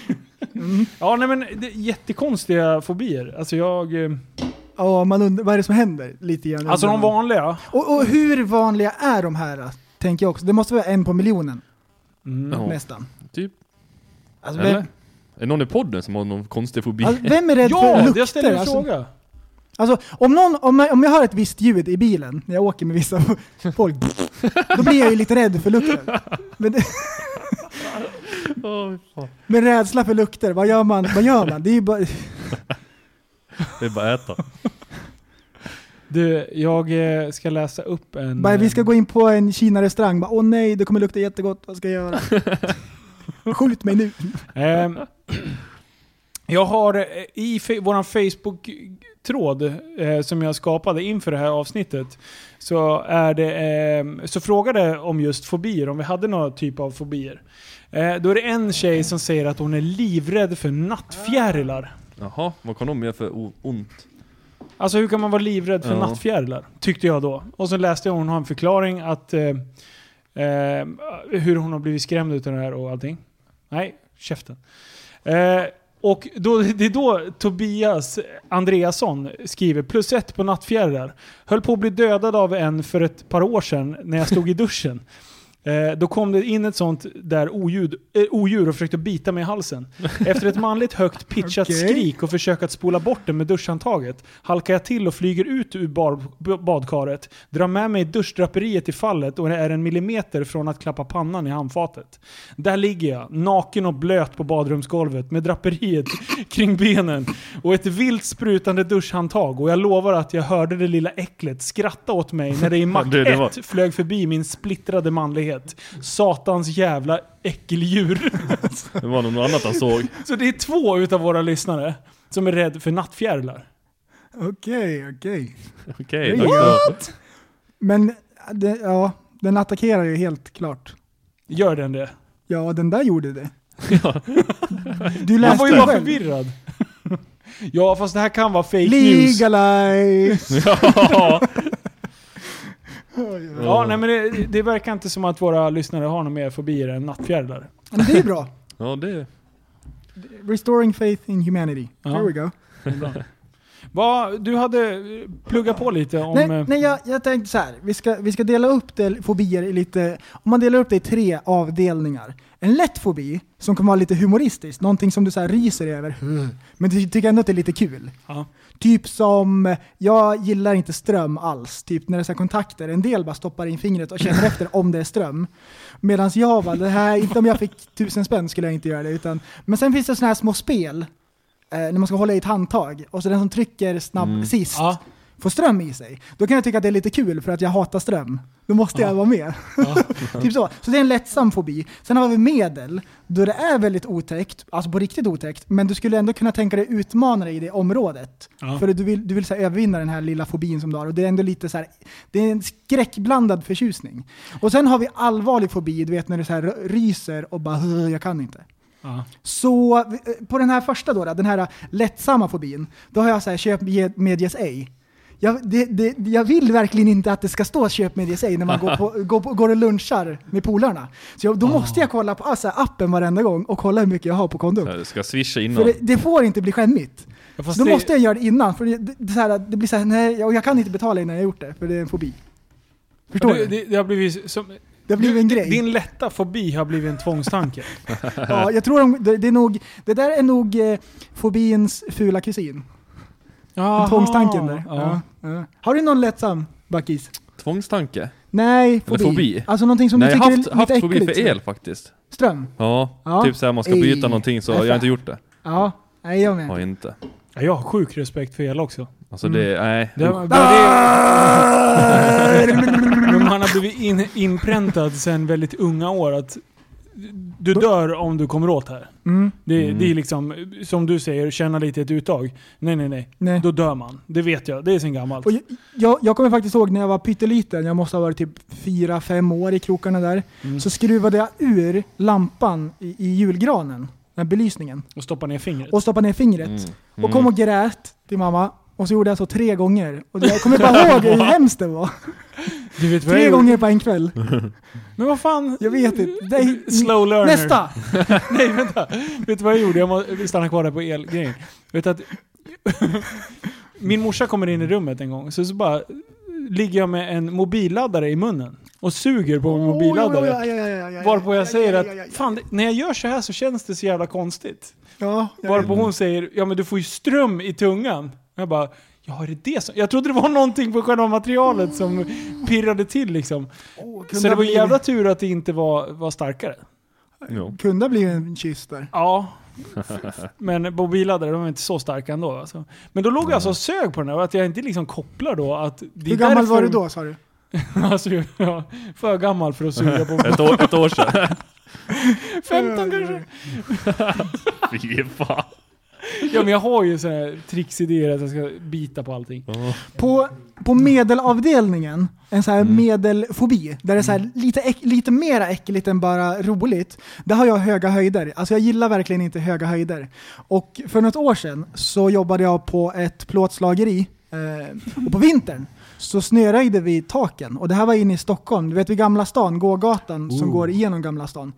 Mm. ja, nej men det är jättekonstiga fobier. Alltså jag... eh, Ja, man undrar, vad är det som händer? Lite grann. Alltså de undrar man. vanliga. Och, och hur vanliga är de här? Tänker jag också. Det måste vara en på miljonen ja. nästan. Typ. Alltså, Eller? Mm, vem, Är det någon i podden som har någon konstig fobi? alltså, vem är rädd för Ja, lukter? jag ställer en alltså, fråga. Alltså, om, någon, om, jag, om jag hör ett visst ljud i bilen när jag åker med vissa folk, då blir jag ju lite rädd för lukter. Men, det- Åh, fan. men rädsla för lukter, vad gör man? Vad gör man? Det är ju bara, Det är bara att äta. Du, jag eh, ska läsa upp en... bara, vi ska gå in på en Kina-restaurang, bara, åh nej, det kommer lukta jättegott, vad ska jag göra? Skjut mig nu. Ehm, Jag har eh, i fe- vår Facebook-tråd eh, som jag skapade inför det här avsnittet så, är det, eh, så frågade om just fobier, om vi hade någon typ av fobier. Eh, då är det en tjej som säger att hon är livrädd för nattfjärilar. Jaha, vad kan de göra för o- ont? Alltså hur kan man vara livrädd för Ja. nattfjärilar? Tyckte jag då. Och så läste jag hon har en förklaring att eh, eh, hur hon har blivit skrämd utav det här och allting. Nej, käften. Eh, och då, det är då Tobias Andreasson skriver plus ett på nattfjärilar. Höll på att bli dödad av en för ett par år sedan när jag stod i duschen. Eh, då kom det in ett sånt där oljud, eh, odjur och försökte bita mig i halsen. Efter ett manligt högt pitchat Okej. skrik och försök att spola bort det med duschhandtaget halkar jag till och flyger ut ur bar, b- badkaret, drar med mig duschdraperiet i fallet och är en millimeter från att klappa pannan i handfatet. Där ligger jag, naken och blöt på badrumsgolvet med draperiet kring benen och ett vilt sprutande duschhandtag och jag lovar att jag hörde det lilla äcklet skratta åt mig när det i Mach Du, det var- 1 flög förbi min splittrade manlighet. Satans jävla äckeldjur. Det var nog något annat han såg. Så det är två utav våra lyssnare som är rädd för nattfjärilar. Okej, okej. Okej, Wait, tack så. Men, det, ja, den attackerar ju helt klart. Gör den det? Ja, den där gjorde det. Du Man får ju läste vara själv. förvirrad. Ja, fast det här kan vara fake news. Legalize! Ja. Ja, nej, men det, det verkar inte som att våra lyssnare har några mer fobier än nattfjärilar. Men det är bra. ja, det... Restoring faith in humanity. Ja. Here we go. Det är bra. Vad- du hade eh, pluggat på lite om... nej, eh, nej jag, jag tänkte så här. Vi ska, vi ska dela upp det, fobier i lite, om man delar upp det i tre avdelningar. En lätt fobi, som kan vara lite humoristisk, någonting som du så här ryser över, men du tycker ändå att det är lite kul. Ja. Typ som, jag gillar inte ström alls, typ när det är så här kontakter, en del bara stoppar in fingret och känner efter om det är ström. Medan jag bara, det här, inte om jag fick tusen spänn skulle jag inte göra det. Utan, men sen finns det sådana här små spel, eh, när man ska hålla i ett handtag, och så den som trycker snabb, sist Mm. Ja. får ström i sig. Då kan jag tycka att det är lite kul för att jag hatar ström. Då måste jag vara med. typ så. Så det är en lättsam fobi. Sen har vi medel, då det är väldigt otäckt, alltså på riktigt otäckt, men du skulle ändå kunna tänka dig utmana dig i det området. Ja. För du vill, du vill så här, övervinna den här lilla fobin som du har. Och det är ändå lite så här, det är en skräckblandad förtjusning. Och sen har vi allvarlig fobi, du vet när du så här r- ryser och bara "Ugh, jag kan inte. Ja. Så eh, på den här första då, då, den här lättsamma fobin, då har jag så här köp ge- medges ej. Jag, det, det, jag vill verkligen inte att det ska stå köp medges ej när man går, på, går, på, går och lunchar med polarna. Så Ah. jag, då måste jag kolla på alltså, appen varenda gång och kolla hur mycket jag har på kontot. Jag ska swisha För innan. det, det får inte bli skämmigt. Ja, fast Då det- måste jag göra det innan, för det, det, det, så här, det blir så här, nej, och jag kan inte betala innan jag gjort det, för det är en fobi. Förstår du, du? det, det har blivit som... Det har blivit en grej. Din lätta fobi har blivit en tvångstanke. Ja, jag tror de, det, det är nog, det där är nog eh, fobiens fula kusin. Jaha. Tvångstanken där. Ja. Ja, ja. Har du någon lättsam backis? Tvångstanke? Nej, fobi. fobi? Alltså någonting som Nej, jag du har tycker haft, är lite haft fobi äckligt. för el faktiskt. Ström? Ja, Ja. typ såhär man ska Ej. byta någonting så Nej, jag har fan. inte gjort det. Ja, nej jag med. Har jag inte. Ja, Jag har sjuk respekt för el också. Alltså Mm. det, nej. Det, men det, Ah! men man har blivit in, inpräntad sen väldigt unga år att du dör om du kommer åt här. Mm. Det, Mm. det är liksom, som du säger, känna lite ett uttag. Nej, nej, nej. Nej. Då dör man. Det vet jag. Det är sen gammalt. Och jag, jag, jag kommer faktiskt ihåg när jag var pytteliten, jag måste ha varit typ fyra fem år i krokarna där. Mm. Så skruvade jag ur lampan i, i julgranen, den här belysningen, Och stoppa ner fingret. och stoppade ner fingret. Mm. Och kom och grät till mamma. Och så gjorde jag så tre gånger. Och jag kommer bara ihåg hur hemskt det var. du vet vad jag Tre gjorde? gånger på en kväll. Men vad fan? Jag vet inte. Det är- Slow learner. Nästa! Nej, vänta. Vet du vad jag gjorde? Jag må- stannar kvar där på elgrejen. Vet du att... Min morsa kommer in i rummet en gång, så, så bara ligger jag med en mobilladdare i munnen och suger på min mobilladdare. Oj, oj, oj, oj, oj, oj, oj. Varpå jag säger Ja, ja, ja, ja, att fan, det- när jag gör så här så känns det så jävla konstigt. Ja, jag vet. Varpå hon säger, ja men du får ju ström i tungan. Och jag bara, ja är det det som... Jag trodde det var någonting på själva materialet som pirrade till liksom. Åh, kunde Så det ha var ju blivit- jävla tur att det inte var, var starkare. Mm. Jo. Kunde ha blivit en kyss där. Ja. Men mobilladdare, de är inte så starka ändå. Alltså. Men då låg jag alltså och sög på den här och att jag inte liksom kopplar då att... Det är Hur gammal därför- var du då sa du? alltså, ja, för gammal för att suga på Ett år, ett år sedan. 15 kanske. Fy fan. Ja men jag har ju sådana här trixidéer att jag ska bita på allting. På, på medelavdelningen, en så här medelfobi, där det är så här lite, äck, lite mera äckligt än bara roligt. Där har jag höga höjder. Alltså jag gillar verkligen inte höga höjder. Och för något år sedan så jobbade jag på ett plåtslageri eh, och på vintern så snöröjde vi taken. Och det här var inne i Stockholm, du vet vid Gamla stan, gågatan som går igenom Gamla stan.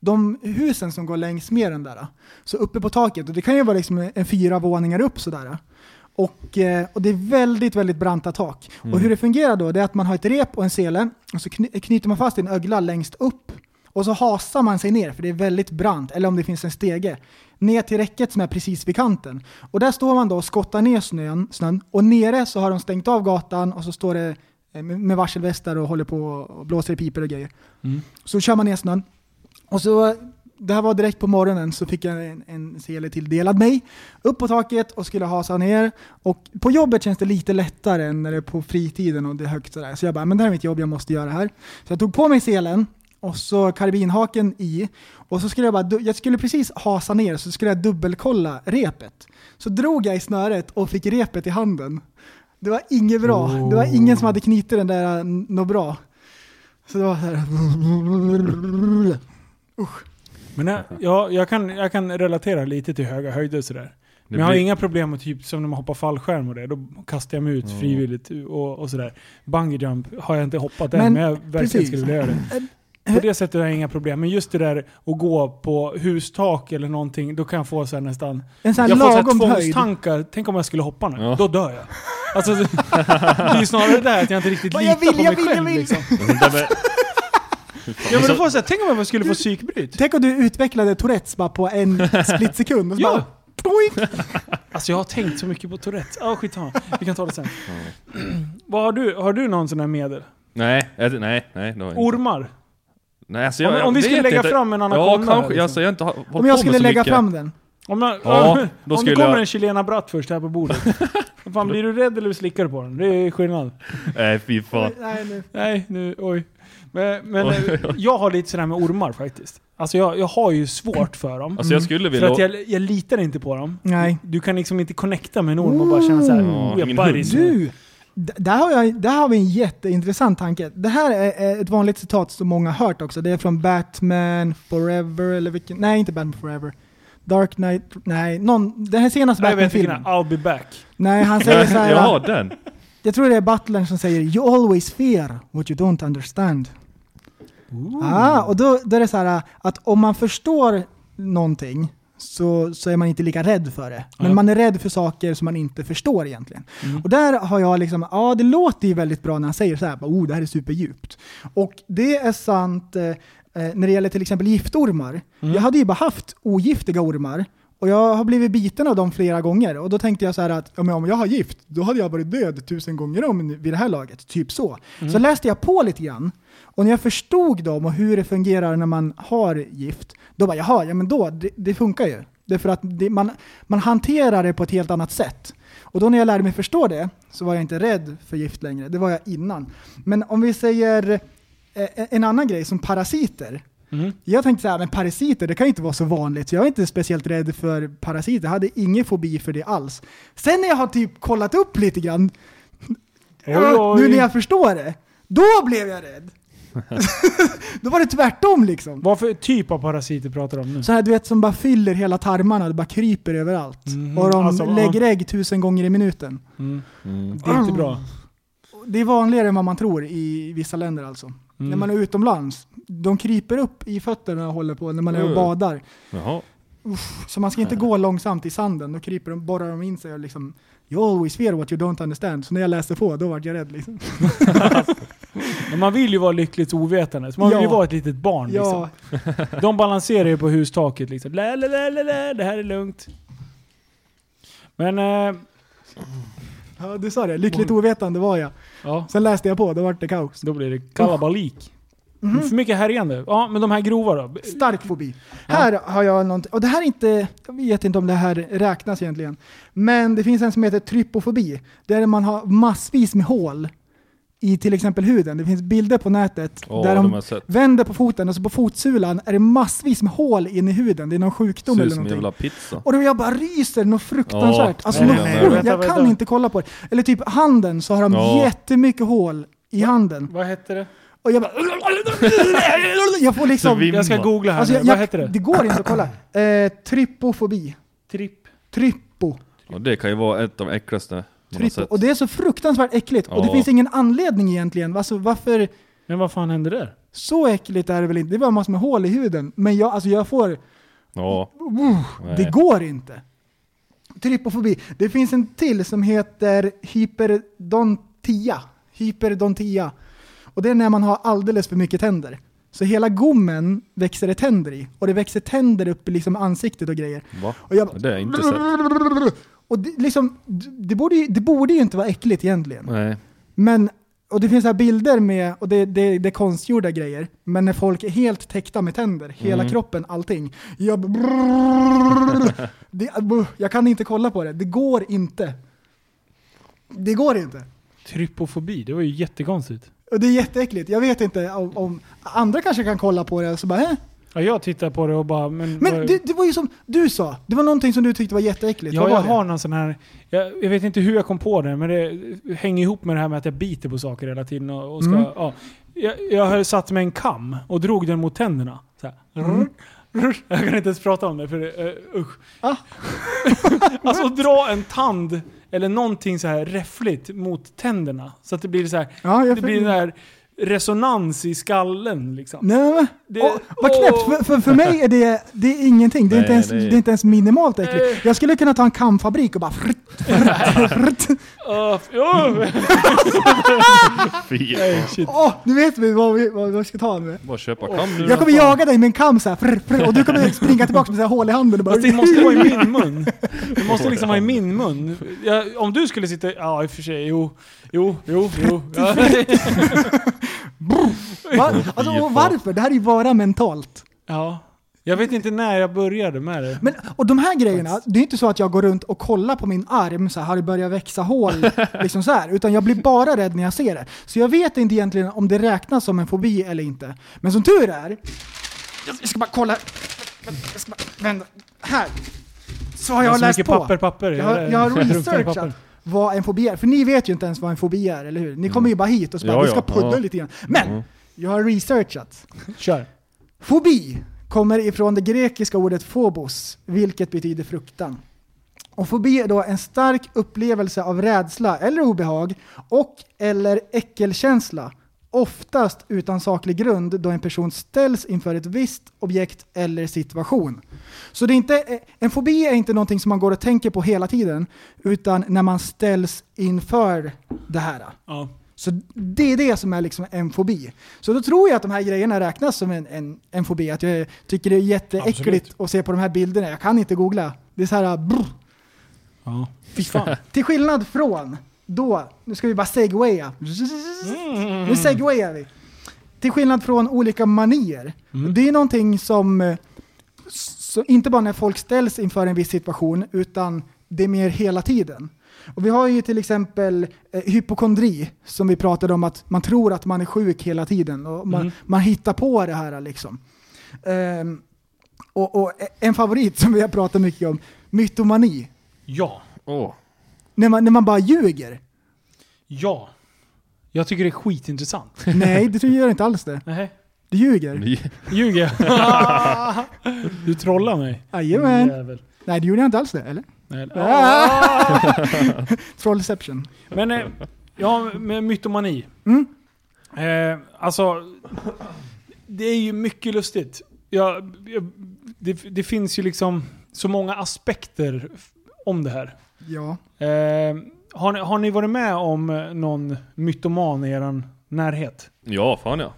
De husen som går längs med den där, så uppe på taket, och det kan ju vara liksom en fyra våningar upp sådär. Och, eh, och det är väldigt, väldigt branta tak. Och hur det fungerar då, det är att man har ett rep och en sele och så kny- knyter man fast en ögla längst upp och så hasar man sig ner, för det är väldigt brant, eller om det finns en stege, ner till räcket som är precis vid kanten. Och där står man då och skottar ner snön, snön och nere så har de stängt av gatan och så står det eh, med med varselvästar och håller på och blåser i pipor och grejer. Så kör man ner snön. Och så, det här var direkt på morgonen, så fick jag en, en sele tilldelad mig. Upp på taket och skulle hasa ner. Och på jobbet känns det lite lättare än när det är på fritiden och det är högt sådär. Så jag bara, men det här är mitt jobb, jag måste göra det här. Så jag tog på mig selen och så karbinhaken i. Och så skulle jag bara, du- jag skulle precis hasa ner så skulle jag dubbelkolla repet. Så drog jag i snöret och fick repet i handen. Det var inget bra. Det var ingen som hade knutit den där n- något bra. Så det var så här. Men jag, ja, jag, kan, jag kan relatera lite till höga höjder sådär. Men jag har blir- inga problem med typ som när man hoppar fallskärm och det, då kastar jag mig ut Mm. frivilligt och, och sådär. Bungee jump har jag inte hoppat än, men, Men jag verkligen precis. Äh, skulle vilja göra det. På det sättet har jag inga problem, men just det där att gå på hustak eller någonting, då kan jag få så här nästan... En sån här jag får så här lagom höjd. tvångstankar, tänk om jag skulle hoppa nu, Ja. då dör jag. Alltså, det är ju snarare det där att jag inte riktigt Vad litar jag vill, på mig jag vill, jag själv. vill. Liksom. Ja, men då får jag så här, tänk om jag skulle få psykbryt. Tänk om du utvecklade Tourettes bara på en split sekund. Och så Ja. bara, boink. Alltså jag har tänkt så mycket på Tourettes. Ja, skitsamma. Vi kan ta det sen. Mm. Vad har du? Har du någon sån här medel? Nej, jag- nej, nej. Det har jag inte. Ormar? Nej, alltså Om- om vi vet skulle lägga inte. fram en Ja, anakonda här, kanske. liksom. Alltså, jag har inte hållit Om jag på med skulle så lägga mycket. fram den. Om, jag, Ja, då om det skulle kommer jag- en Chilena Bratt först här på bordet. Vad Fan, blir du rädd eller slickar du på den? Det är skillnad. Nej, fy fan. Nej, nu. Nej, nu, oj. Men, men Oj, eh, jag har lite sådär med ormar faktiskt. Alltså jag, jag har ju svårt för dem. Alltså jag skulle för vilja... att jag, jag litar inte på dem. Nej. Du kan liksom inte connecta med en orm och bara känna såhär, Ooh. oh, jag Ingen bajs. Du, d- där har, jag, där har vi en jätteintressant tanke. Det här är är ett vanligt citat som många har hört också. Det är från Batman Forever, eller vilken? Nej, inte Batman Forever. Dark Knight, nej, någon, den här senaste Jag vet vilken, Batman-filmen. I'll be back. Nej, han säger så här. Ja, den. Jag tror det är butlern som säger “You always fear what you don't understand”. Ah, och då, då är det så här att om man förstår någonting så, så är man inte lika rädd för det. Men Ja. man är rädd för saker som man inte förstår egentligen. Mm. Och där har jag liksom, ja det låter ju väldigt bra när han säger så här, bara, oh det här är superdjupt. Och det är sant eh, eh, när det gäller till exempel giftormar. Jag hade ju bara haft ogiftiga ormar och jag har blivit biten av dem flera gånger. Och då tänkte jag så här att ja, men om jag har gift, då hade jag varit död tusen gånger om nu- vid det här laget. Typ så. Så läste jag på lite grann. Och när jag förstod dem och hur det fungerar när man har gift, då bara jaha, ja men då, det, det funkar ju. Det är för att det, man, man hanterar det på ett helt annat sätt. Och då när jag lärde mig förstå det så var jag inte rädd för gift längre. Det var jag innan. Men om vi säger eh, en annan grej som parasiter. Mm. Jag tänkte så här, men parasiter det kan ju inte vara så vanligt. Så jag är inte speciellt rädd för parasiter. Jag hade ingen fobi för det alls. Sen när jag har typ kollat upp lite grann, Oj, oj. Ah. nu när jag förstår det, då blev jag rädd. då var det tvärtom liksom. Vad för typ av parasiter pratar du om nu? Så här du vet som bara fyller hela tarmarna, det bara kryper överallt. Mhm. Och de Alltså, ja. lägger ägg tusen gånger i minuten. Mm. Mm. Det är inte bra. Det är vanligare än vad man tror i vissa länder alltså. När man är utomlands, de kryper upp i fötterna och håller på när man är och Mm. badar. Jaha. Så man ska inte gå långsamt i sanden, då kryper de, borrar de in sig och liksom You always fear what you don't understand. Så när jag läste på, då vart jag rädd liksom. Men man vill ju vara lyckligt ovetande. Så man vill ju Ja. vara ett litet barn. Liksom. Ja, De balanserar ju på hustaket liksom. Lä, lä, lä, lä, lä, det här är lugnt. Men, eh, ja, du sa det. Lyckligt ovetande var jag. ja. Sen läste jag på, då vart det kaos. Då blir det kalabalik. Mm-hmm. För mycket härjande. Ja, men de här grova då? Stark fobi. Här har jag någonting, och det här är inte, jag vet inte om det här räknas egentligen. Men det finns en som heter trypofobi. Där man har massvis med hål i till exempel huden. Det finns bilder på nätet Åh, där de har de jag sett. vänder på foten och så på fotsulan är det massvis med hål in i huden. Det är någon sjukdom Ser ut eller som en någonting. jävla pizza. Och då jag bara ryser något fruktansvärt. Ja, alltså, nej, något nej, sjukt. nej. jag Vänta, kan vänta. inte kolla på det. Eller typ handen så har de Ja. jättemycket hål i handen. Vad hette det? Och jag bara... Jag får Så liksom... vi- Jag ska googla här Alltså, nu. jag, Vad jag, hette det? det går inte att kolla. Eh, trypofobi. Tripp. Tryppo. Ja, det kan ju vara ett av de äckligaste man har Tryppo. sett. Och det är så fruktansvärt äckligt. Och det Ja. finns ingen anledning egentligen. Alltså, varför... Men vad fan hände där? Så äckligt är det väl inte? Det är bara massor med hål i huden. Men jag, alltså jag får... Ja. Nej. Det går inte. Trypofobi. Det finns en till som heter hyperdontia. Hyperdontia. Och det är när man har alldeles för mycket tänder. Så hela gommen växer det tänder i. Och det växer tänder upp i liksom ansiktet och grejer. Va? Och jag bara- Det har jag inte sett. Och det, liksom, det, borde ju, det borde ju inte vara äckligt egentligen. Nej. Men, och det finns så här bilder med, och det, det, det är konstgjorda grejer, men när folk är helt täckta med tänder, hela kroppen, allting. Jag, det, jag kan inte kolla på det, det går inte. Det går inte. Trypofobi, det var ju jättekonstigt. Och det är jätteäckligt, jag vet inte om, om andra kanske kan kolla på det och så bara "Hä?" Ja, jag tittar på det och bara... Men, Men vad- det, det var ju som du sa, det var någonting som du tyckte var jätteäckligt. Ja, Vad var jag det? har någon sån här... Jag, jag vet inte hur jag kom på det, men det hänger ihop med det här med att jag biter på saker hela tiden och, och ska... Mm. Ja. Jag, jag har satt med en kam och drog den mot tänderna. Så här. Mm. Jag kan inte ens prata om det, för det, eh, usch. Ah. alltså att dra en tand eller någonting så här räffligt mot tänderna. Så att det blir så här... Ja, jag Det blir den här resonans i skallen liksom. Nej, Det- det, vad knäppt! För, för, för mig är det, det är ingenting. Det är, Nej, inte ens, det det är- är... inte ens minimalt äckligt. Jag skulle kunna ta en kamfabrik och bara frutt, frutt, frutt. Öh, öh. Fy. Shit. Åh, nu vet vi vad vi, vad vi ska ta nu. Bara köpa kam nu Jag då. kommer jaga dig med en kam såhär, frr, frr, och du kommer springa tillbaka med så här hål i handen och bara... Fast det måste vara i min mun. Det måste liksom vara i min mun. Jag, om du skulle sitta... Ja, i och för sig. Jo, jo, jo. jo. Ja. Va? Alltså, och varför? Det här är ju bara mentalt. ja. Jag vet inte när jag började med det. Men, och de här grejerna, det är inte så att jag går runt och kollar på min arm så här, har det börjat växa hål? liksom så här, utan jag blir bara rädd när jag ser det. Så jag vet inte egentligen om det räknas som en fobi eller inte. Men som tur är... Jag ska bara kolla. Jag ska bara vända. Här. Så har Det är jag så läst mycket på. papper, papper. Jag har, Jag är jag har drunknad i papper. researchat vad en fobi är. För ni vet ju inte ens vad en fobi är, eller hur? Ni kommer Mm. ju bara hit och så bara, Ja, vi ska ja. pudda Ja. lite grann. Men! Jag har researchat. Kör. Fobi kommer ifrån det grekiska ordet phobos, vilket betyder fruktan. Och fobi är då en stark upplevelse av rädsla eller obehag och eller äckelkänsla, oftast utan saklig grund då en person ställs inför ett visst objekt eller situation. Så det är inte, en fobi är inte någonting som man går och tänker på hela tiden, utan när man ställs inför det här. Ja. Så det är det som är liksom en fobi. Så då tror jag att de här grejerna räknas som en, en, en fobi. Att jag tycker det är jätteäckligt Absolut. att se på de här bilderna. Jag kan inte googla. Det är så här brr. ja. Fy fan. Till skillnad från då, nu ska vi bara segwaya. Nu segwayar vi. Till skillnad från olika manier. Det är någonting som, eh, så inte bara när folk ställs inför en viss situation, utan det är mer hela tiden. Och vi har ju till exempel eh, hypokondri, som vi pratade om att man tror att man är sjuk hela tiden. Och man, Mm. man hittar på det här liksom. Ehm, och, och en favorit som vi har pratat mycket om, mytomani. Ja. Åh. När man, när man bara ljuger. Ja. Jag tycker det är skitintressant. Nej, det gör inte alls det. Nej. Du ljuger. Ni- Ljuger jag? Du trollar mig. Jajamän. Jävel. Nej, det gjorde jag inte alls det, eller? Nej. Ah! Trollception. Men, eh, ja, med mytomani. Mm. Eh, alltså, det är ju mycket lustigt. Jag, jag, det, det finns ju liksom så många aspekter f- om det här. Ja. Eh, har, ni, har ni varit med om eh, någon mytoman i er närhet? Ja, fan ja.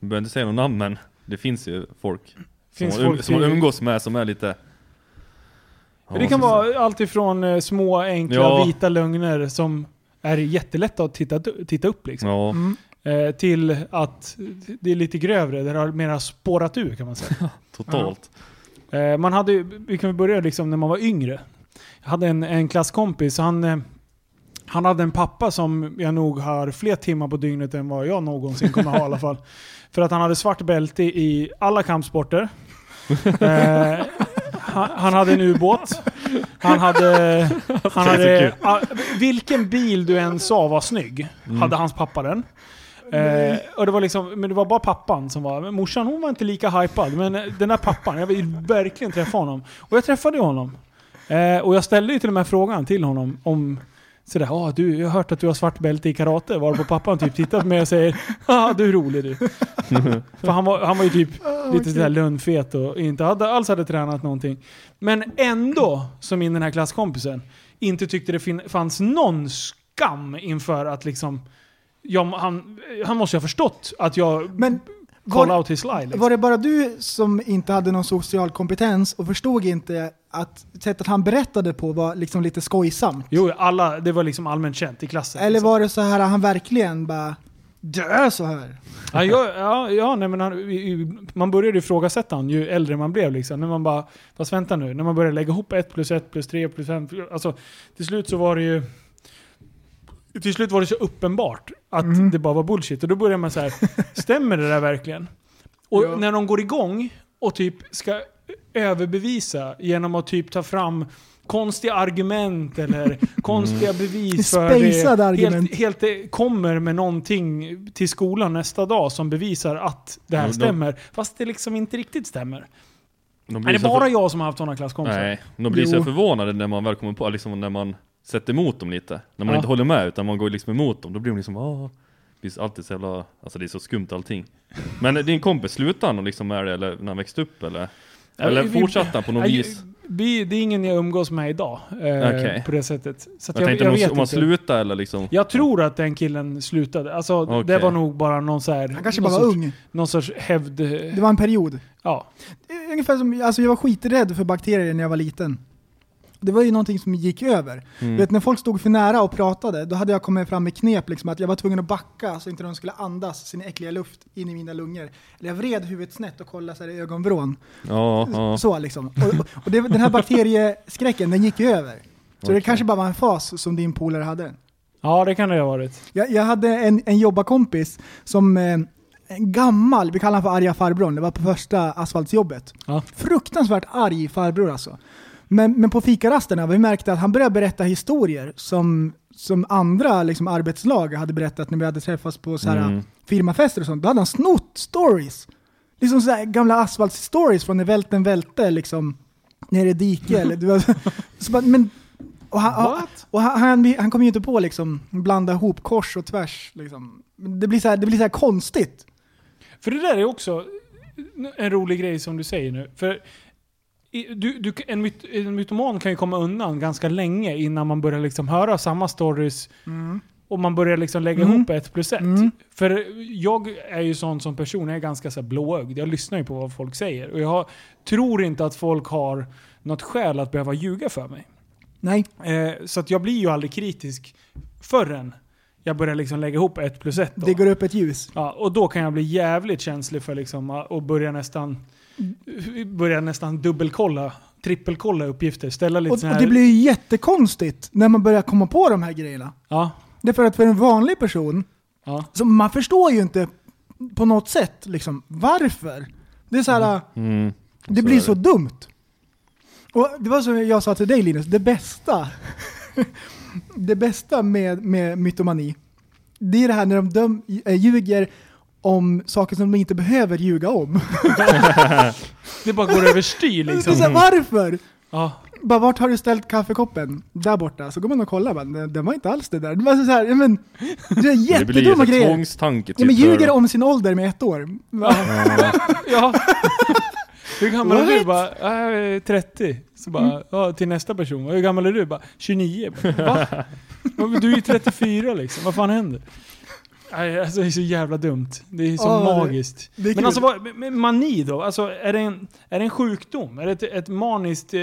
Vi behöver inte säga något namn men det finns ju folk. Finns som, man- folk som man till- umgås med som är lite... Ja, det kan vara allt ifrån eh, små enkla Ja. vita lögner som är jättelätta att titta, titta upp liksom. Ja. Mm. Eh, till att det är lite grövre, där det har mera spårat ur kan man säga. Totalt. Eh, Man hade, ju- vi kan väl börja liksom när man var yngre. Jag hade en, en klasskompis, han, eh, Han hade en pappa som jag nog har fler timmar på dygnet än vad jag någonsin kommer ha i alla fall. För att han hade svart bälte i alla kampsporter. Eh, han, han hade en ubåt. Han hade... Han hade ah, vilken bil du än sa var snygg, hade hans pappa den. Eh, och det var liksom, men det var bara pappan som var... men Morsan hon var inte lika hypad, men eh, den där pappan, jag vill verkligen träffa honom. Och jag träffade ju honom. Eh, och jag ställde ju till och med frågan till honom om Sådär, ah, du, jag har hört att du har svart bälte i karate, varpå pappan typ tittar på mig och säger ah, du är rolig du. För han var, han var ju typ Ah, lite sådär lönnfet och inte hade, alls hade tränat någonting. Men ändå, som in den här klasskompisen, inte tyckte det fin- fanns någon skam inför att liksom, ja, han, han måste ju ha förstått att jag Men call var, out his lie. Liksom. var det bara du som inte hade någon social kompetens och förstod inte att sättet han berättade på var liksom lite skojsamt? Jo, alla, det var liksom allmänt känt i klassen. Eller liksom. var det så här att han verkligen bara dö så här? Ja, jag, ja, ja nej, men han, i- i- man började ifrågasätta honom ju äldre man blev. Liksom. När man bara, fast vänta nu, när man började lägga ihop 1 plus 1 plus 3 plus 5. Alltså, till slut så var det ju... Till slut var det så uppenbart att Mm. det bara var bullshit. Och då började man så här, stämmer det där verkligen? Och Ja. när de går igång och typ ska överbevisa genom att typ ta fram konstiga argument eller konstiga bevis för Spejsade det. Mm. argument. Helt, helt eh, kommer med någonting till skolan nästa dag som bevisar att det här Ja, de- stämmer. Fast det liksom inte riktigt stämmer. De Är det så bara för- jag som har haft sådana klasskompisar? Nej, de blir så Jo. förvånade när man väl kommer på, liksom när man sätter emot dem lite. När man Ja. inte håller med utan man går liksom emot dem, då blir de liksom ah, det är alltid så jävla, alltså det är så skumt allting. Men din kompis, slutade han och liksom med det eller när han växte upp eller? Ja, Eller vi- fortsatte han på något Nej, vis? Vi, det är ingen jag umgås med idag. Eh, Okej. På det sättet. Så att jag, Jag jag, tänkte om vet man- om man inte. slutade eller liksom jag tror att den killen slutade. Alltså, det Okej. var nog bara någon så här, Han kanske någon bara var sorts, ung. Någon sorts hävd... eh, Det var en period. Ja. Ungefär som, alltså jag var skiträdd för bakterier när jag var liten. Det var ju någonting som gick över. Mm. Vet, när folk stod för nära och pratade, då hade jag kommit fram med knep liksom, att jag var tvungen att backa så inte de skulle andas sin äckliga luft in i mina lungor. Eller jag vred huvudet snett och kollade så här i ögonvrån. Ja, ja. Så liksom. Och, och- och det, den här bakterieskräcken, den gick ju över. Så det Okej. kanske bara var en fas som din polare hade. ja, det kan det ha varit. Jag, jag hade en, en jobbarkompis som eh, en gammal, vi kallar honom för arga farbrorn, det var på första asfaltsjobbet. Ja. Fruktansvärt arg farbror alltså. Men, men på fikarasterna, vi märkte att han började berätta historier som, som andra liksom, arbetslag hade berättat när vi hade träffats på så här, Mm. firmafester och sånt. Då hade han snott stories. Liksom så här, gamla asfaltsstories från när välten välte liksom, nere i diket. eller, du vet. så bara, men, och han, What? och han, han, han kommer ju inte på liksom blanda ihop kors och tvärs. Liksom. Men Det, blir så här, det blir så här konstigt. För det där är också en rolig grej som du säger nu. För i- du, du, en, myt, en mytoman kan ju komma undan ganska länge innan man börjar liksom höra samma stories och man börjar liksom lägga Mm. ihop ett plus ett. Mm. För jag är ju sån som person, jag är ganska så här blåögd. Jag lyssnar ju på vad folk säger. Och jag har, tror inte att folk har något skäl att behöva ljuga för mig. Nej. Eh, så att jag blir ju aldrig kritisk förrän jag börjar liksom lägga ihop ett plus ett. då. Det går upp ett ljus. Ja, och då kan jag bli jävligt känslig för liksom, och börja nästan, börja nästan dubbelkolla, trippelkolla uppgifter. Ställa lite Och, sån här, och det blir ju jättekonstigt när man börjar komma på de här grejerna. Ja, Därför att för en vanlig person, ja. så man förstår ju inte på något sätt liksom, varför. Det är så här, Mm. det Så blir är så dumt. Och det var som jag sa till dig Linus, det bästa, det bästa med, med mytomani, det är det här när de döm, äh, ljuger om saker som de inte behöver ljuga om. Det bara går överstyr Det är så liksom. här, varför? Ja. Bara, vart har du ställt kaffekoppen? Där borta. Så går man och kollar, bara, "Nej, den var inte alls det där. Det var så här, ja, men, det är Det blir ju jättedumma så här grejer. tvångstanke typ. Ja, men för- ljuger om sin ålder med ett år. ja. Hur gammal är du? What? Mm. Bara, "Ja, jag är 30. Så bara, ja, till nästa person. Hur gammal är du? Bara, 29. Bara, Va? Ja, men Du är ju 34 liksom. Vad fan händer? Nej, Alltså, det är så jävla dumt. Det är så Ja, det- magiskt. det är men kul. alltså vad, men- men mani då? Alltså, är, det en, är det en sjukdom? Är det ett, ett maniskt... eh,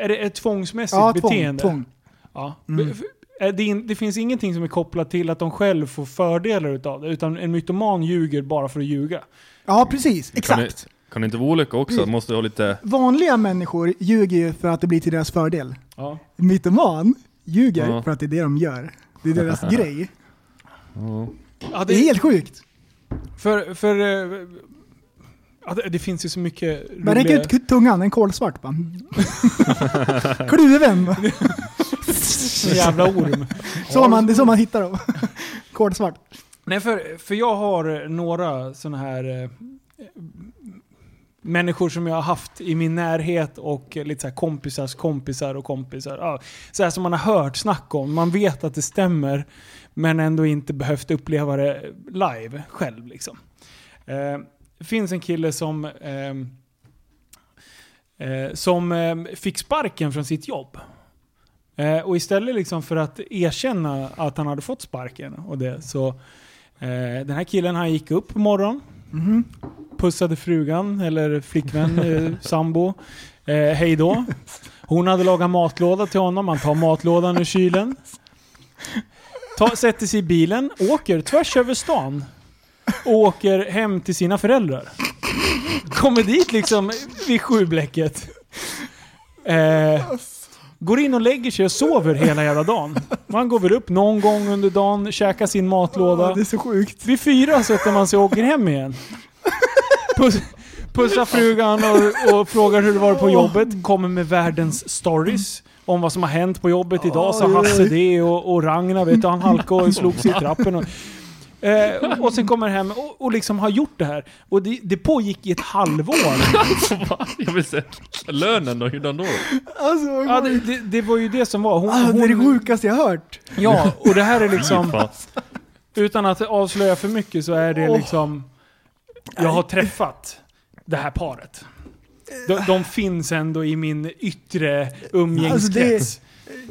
Är det ett tvångsmässigt Ja, tvång. beteende? tvång. Ja. Mm. Be- f- är Det, in, det finns ingenting som är kopplat till att de själv får fördelar utav det, utan en mytoman ljuger bara för att ljuga. Ja, precis. Kan Exakt. det, kan det inte vara olika också? Mm. Måste ha lite... Vanliga människor ljuger ju för att det blir till deras fördel. Ja. Mytoman ljuger Ja. för att det är det de gör. Det är deras grej. Ja. Ja, Det är helt sjukt. För, för... eh, Ja, det, det finns ju så mycket Man räcker roliga... ut tungan, en kolsvart bara. Kluven! jävla orm. Så man, det är så man hittar dem. Kolsvart. Nej, för, för jag har eh, några sådana här eh, människor som jag har haft i min närhet och eh, lite så här kompisars kompisar och kompisar. Ja, så här som man har hört snack om. Man vet att det stämmer men ändå inte behövt uppleva det live själv. Liksom. Eh, det finns en kille som ehm, eh, som eh, fick sparken från sitt jobb. Eh, och istället liksom för att erkänna att han hade fått sparken och det så eh, den här killen han gick upp på morgonen, pussade frugan eller flickvän, eh, sambo. Eh, hej då. Hon hade lagat matlåda till honom, han tar matlådan ur kylen. Ta, sätter sig i bilen, åker tvärs över stan och åker hem till sina föräldrar. Kommer dit liksom vid sjublecket. Eh, Går in och lägger sig och sover hela jävla dagen. Man går väl upp någon gång under dagen, käkar sin matlåda. Åh, Det är så sjukt. Vid fyra sätter man sig och åker hem igen. Puss, pussar frugan och, och frågar hur det var på jobbet. Kommer med världens stories om vad som har hänt på jobbet idag. Så Hasse det och, och Ragnar vet du, han halkade och slog sig i trappen. Och, eh, och sen kommer hem och, och liksom har gjort det här. Och det, det pågick i ett halvår. Va? Jag vill se lönen då, hurdan då? Alltså, vad Ja, sjukt. det, det, det var ju det som var. Hon, Ah, det är det hon, sjukaste jag har hört. ja, och det här är liksom... Fan. Utan att avslöja för mycket så är det Åh. liksom... Jag har träffat det här paret. De, de finns ändå i min yttre Alltså, det- umgängeskrets.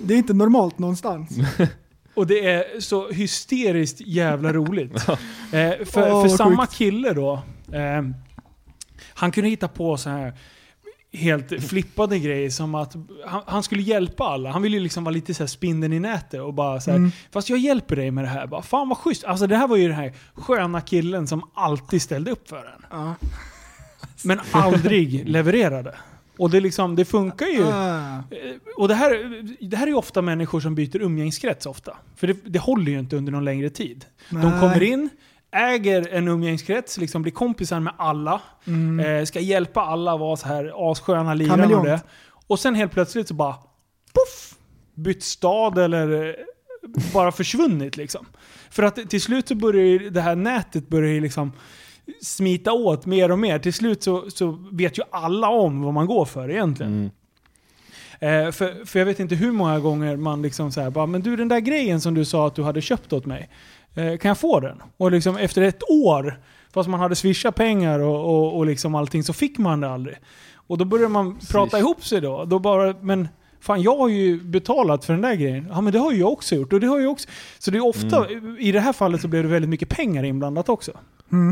Det är inte normalt någonstans. Och det är så hysteriskt jävla roligt. eh, för Åh, för vad samma sjukt. kille då, eh, han kunde hitta på så här helt flippade grejer som att han, han skulle hjälpa alla. Han ville ju liksom vara lite så här spindeln i nätet och bara så här, Mm. fast jag hjälper dig med det här. Bara, Fan vad schysst. Alltså det här var ju den här sköna killen som alltid ställde upp för en. Ja. Men aldrig levererade. Och det, liksom, det funkar ju. Ah. Eh, Och det här, det här är ju ofta människor som byter umgängeskrets ofta. För det, det håller ju inte under någon längre tid. De Nej. kommer in, äger en umgängeskrets, liksom blir kompisar med alla. Eh, ska hjälpa alla vara så här assköna lirare och Mm. Kameleont. det. Och sen helt plötsligt så bara poff! Bytt stad eller eh, bara försvunnit liksom. För att till slut så börjar ju det här nätet börjar ju liksom smita åt mer och mer. Till slut så, så vet ju alla om vad man går för egentligen. Eh, för, för jag vet inte hur många gånger man liksom så här, bara, men du den där grejen som du sa att du hade köpt åt mig, eh, kan jag få den? Och liksom efter ett år, fast man hade swishat pengar och, och, och liksom allting, så fick man det aldrig. Och då började man prata ihop sig då. Då bara, men fan jag har ju betalat för den där grejen. Ja men det har ju jag också gjort. Och det har jag också. Så det är ofta, Mm. i det här fallet så blev det väldigt mycket pengar inblandat också.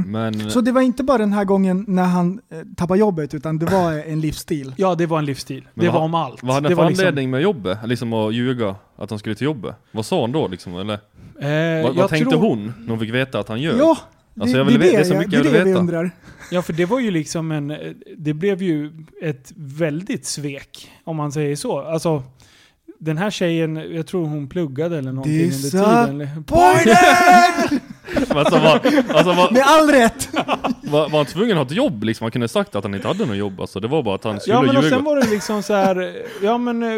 Men... Så det var inte bara den här gången när han eh, tappade jobbet, utan det var eh, en livsstil. Ja det var en livsstil. Men det vad var ha- om allt. Vad det hade han för var liksom- anledning med jobbet? Liksom att ljuga att han skulle till jobbet? Vad sa hon då liksom? Eller? Eh, Vad, jag vad tänkte tror- hon när hon fick veta att han ljög? Ja, Alltså, jag vill ve- det är så mycket jag det vill vi veta. undrar. Ja, för det var ju liksom en... Det blev ju ett väldigt svek, om man säger så. Alltså, den här tjejen, jag tror hon pluggade eller någonting Dissa under tiden. Pointen! Alltså, var, alltså, var, Med all rätt! var, var han tvungen att ha ett jobb liksom? Han kunde ha sagt att han inte hade något jobb alltså. Det var bara att han skulle Ja, men och ljuga. sen var det liksom så här, ja men eh,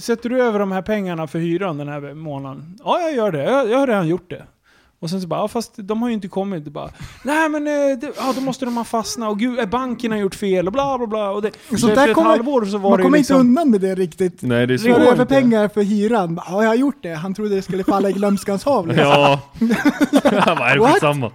sätter du över de här pengarna för hyran den här månaden? Ja, jag gör det. Jag, jag har redan gjort det. Och sen så bara, ja, fast de har ju inte kommit. Det Bara, Nej men eh, det, ja, då måste de ha fastnat och gud, eh, banken har gjort fel och bla bla bla. Och det, så, där efter ett kommer- halvår så var Man det kommer ju inte liksom, undan med det riktigt. Nej det är Det Drar går svårt. över inte. pengar för hyran. Bara, Ja, jag har gjort det. Han trodde det skulle falla i glömskans hav. liksom. Ja. Vad är det What? skitsamma?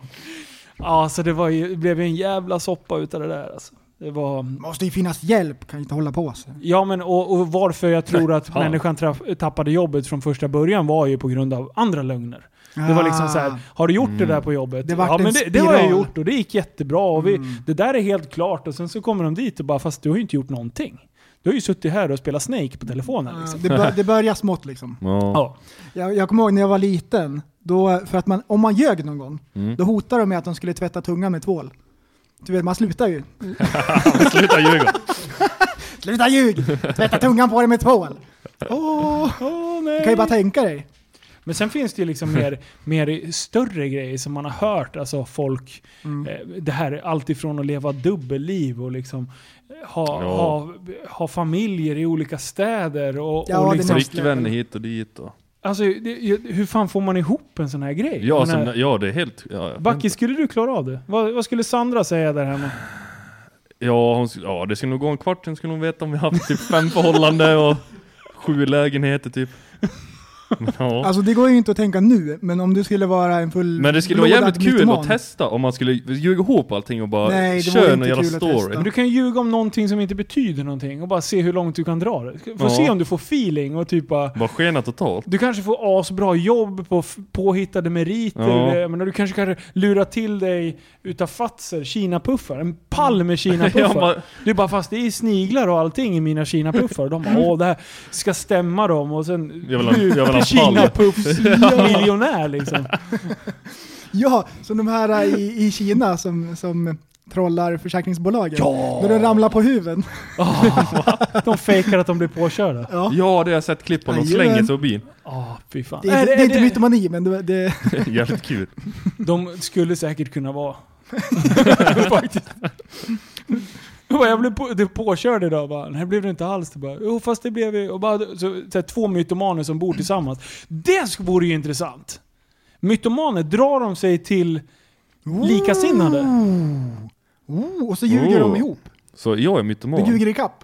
Ja, så det, var ju, det blev ju en jävla soppa utav det där alltså. Det var... Måste ju finnas hjälp, kan ju inte hålla på så. liksom. Ja, men och, och varför jag tror att fan. människan traff- tappade jobbet från första början var ju på grund av andra lögner. Det var liksom så här, har du gjort det där på jobbet? Ah. Mm. Det vart ja, en men det, det har jag spiral. Mm. gjort och det gick jättebra och vi, det där är helt klart. Och sen så kommer de dit och bara, fast du har ju inte gjort någonting. Du har ju suttit här och spelat Snake på telefonen Ja, liksom. Det, bör, det börjar smått liksom. Ja. Ja. Jag, jag kommer ihåg när jag var liten, då, för att man, om man ljög någon gång, Mm. då hotade de med att de skulle tvätta tungan med tvål. Du vet, man slutar ju. Sluta ljuga. Sluta ljug! Tvätta tungan på dig med tvål! Åh, Åh, du nej. kan ju bara tänka dig. Men sen finns det ju liksom mer, mer större grejer som man har hört. Alltså folk, Mm. eh, det här alltifrån att leva dubbelliv och liksom eh, ha, Ja. ha, ha familjer i olika städer. Och, Ja, och det liksom, måste- Flickvänner hit och dit och... alltså, det, hur fan får man ihop en sån här grej? Ja, Jag menar, som, ja det är helt... Ja, ja. Backe, skulle du klara av det? Vad, vad skulle Sandra säga där hemma? Ja, hon, skulle- ja, det skulle nog gå en kvart, sen skulle hon veta om vi haft typ fem förhållanden och sju lägenheter typ. Men, ja. Alltså det går ju inte att tänka nu, men om du skulle vara en full Men det skulle vara blodad jävligt kul mytoman. att testa om man skulle ljuga ihop allting och bara Nej, det vore köra en inte jävla kul att story. testa. Men du kan ju ljuga om någonting som inte betyder någonting och bara se hur långt du kan dra det. Få Ja. se om du får feeling och typ bara... Bara skena totalt. Du kanske får asbra jobb på f- påhittade meriter. Ja. Ja. Men du kanske kan lura till dig utav Fatser, kinapuffar. En pall med Ja, kinapuffar. bara, Du bara fast det är sniglar och allting i mina kinapuffar. Och de bara åh det här ska stämma dem och sen... jag vill ha, jag vill ha en pall. Kinapuffs-miljonär liksom. Ja, som de här eh, i, i Kina som, som trollar försäkringsbolagen. När de ramlar på huven. Ah, de fejkar att de blir påkörda. Ja. Ja, det har jag sett klipp på. De slänger Jajamän. sig och bin. Ah, fy fan. Det är, inte, Nej, det är inte mytomani, men det, det, Jävligt kul. De skulle säkert kunna vara. Faktiskt. Jag bara, Jag blev på, det påkörd idag bara, nej det blev det inte alls. Det bara, jo fast det blev ju. Och bara, så, så här, två mytomaner som bor tillsammans. Det sk- vore ju intressant. Mytomaner, drar de sig till likasinnade? oh, och så ljuger de Oh. ihop. Så jag är mytoman. De ljuger i kapp.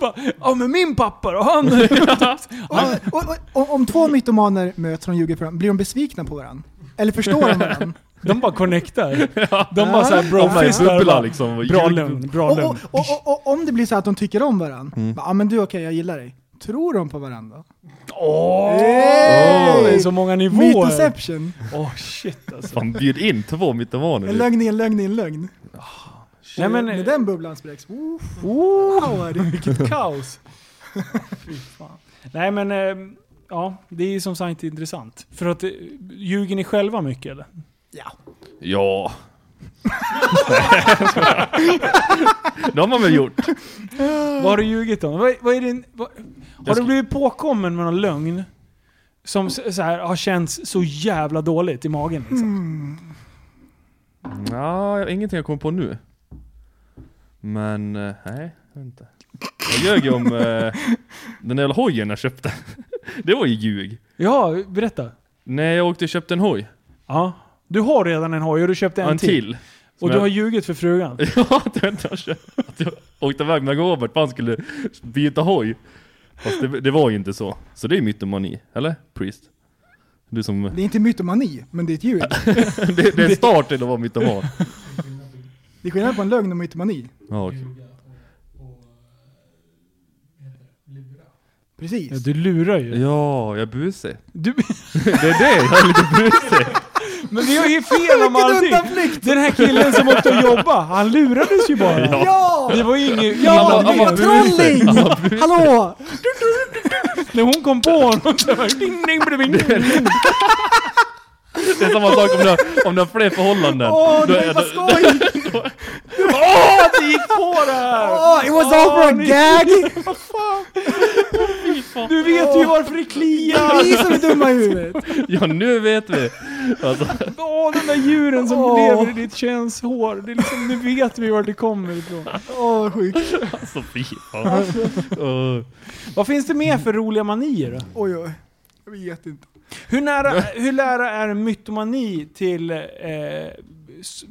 Bara, Ja men min pappa då, han... Och, och, och, och, om två mytomaner möts som ljuger för varandra, blir de besvikna på varandra? Eller förstår de varandra? De bara connectar. De bara såhär De är i brofistar. och bubbla bara, liksom. Bra lugn, bra Och, och, lugn. och, och, och om det blir så att de tycker om varandra, ja men du okej, jag gillar dig. Tror de på varandra? Åh! Hey! Det är så många nivåer. Mytoception. Åh shit alltså. Fan, bjud in två mytomaner. En lögn i en lögn i en lögn. Nej, men- När den bubblan spräcks, oh, wow. Vilket kaos! Fy fan. Nej men, eh, ja, det är ju som sagt intressant. För att, eh, ljuger ni själva mycket eller? Ja. Ja. det har man väl gjort? Vad har du ljugit om? Vad, vad är din, vad, har ska- du blivit påkommen med någon lögn? Som s- så här, har känts så jävla dåligt i magen liksom. Mm. Ja, ingenting jag kommer på nu. Men, eh, nej, jag vet inte. Jag ljög ju om eh, den där jävla hojen jag köpte. det var ju ljug. Ja, berätta. Nej, jag åkte och köpte en hoj. Ja. Du har redan en hoj och du köpte en, En till. till. Och Som du jag- har ljugit för frugan. Ja, att jag inte har köpt. Att jag åkte iväg med Robert för han skulle byta hoj. Fast det, det var ju inte så. Så det är ju mytomani, eller? Priest. Du som... Det är inte mytomani, men det är ett ljug. Det, det är starten att vara mytoman. Det är skillnad på en lögn och mytomani. Ja, okej. Precis. Ja, du lurar ju. ja, jag är busig. Du, Det är det, jag är lite busig. men vi har ju fel om allting. undanflykt! Den här killen som åkte och jobbade, han lurades ju bara. Ja! Det var ju inget... Ja, Han det var- blir han en var trolling! Hallå! När hon kom på honom så var det ding, ding, bling, ding, ding. Det är samma sak om du har, om du har fler förhållanden. Åh, det Då var är- ju bara skoj! Åh, det gick på det här! Åh, it was all for a ni- gag! Du vet ju varför det kliar! Ni som är dumma i huvudet! ja, nu vet vi. Alltså, Åh, de där djuren som Åh. lever i ditt könshår. Det är liksom, nu vet vi var det kommer ifrån. Åh, vad sjukt. alltså fy fan. Alltså. Åh. Vad finns det mer för roliga manier då? Oj, oj. Jag vet inte. Hur nära, hur nära är en mytomani till... Eh, s-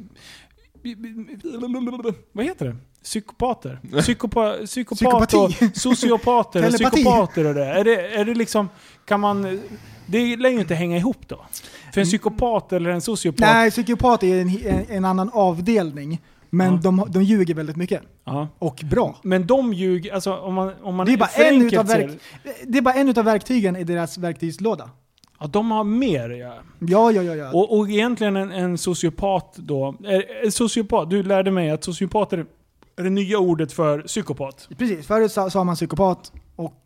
vad heter det? Psykopater? Psykopa, psykopat och Psykopati. sociopater och Telepati. psykopater och det. Är det, är det liksom... Kan man... Det lär ju inte hänga ihop då. För en psykopat eller en sociopat... Mm. Nej, psykopat är en, en, en annan avdelning. Men Ja. de, de ljuger väldigt mycket. Ja. Och bra. Men de ljuger... Alltså om man, om man Det är, bara en förenkelt utav ser verk, det är bara en utav verktygen i deras verktygslåda. Ja, de har mer ja. Ja, ja, ja, ja. Och, och egentligen en, en sociopat då... är- är sociopat, du lärde mig att sociopater är det nya ordet för psykopat. Precis, förut sa, sa man psykopat och,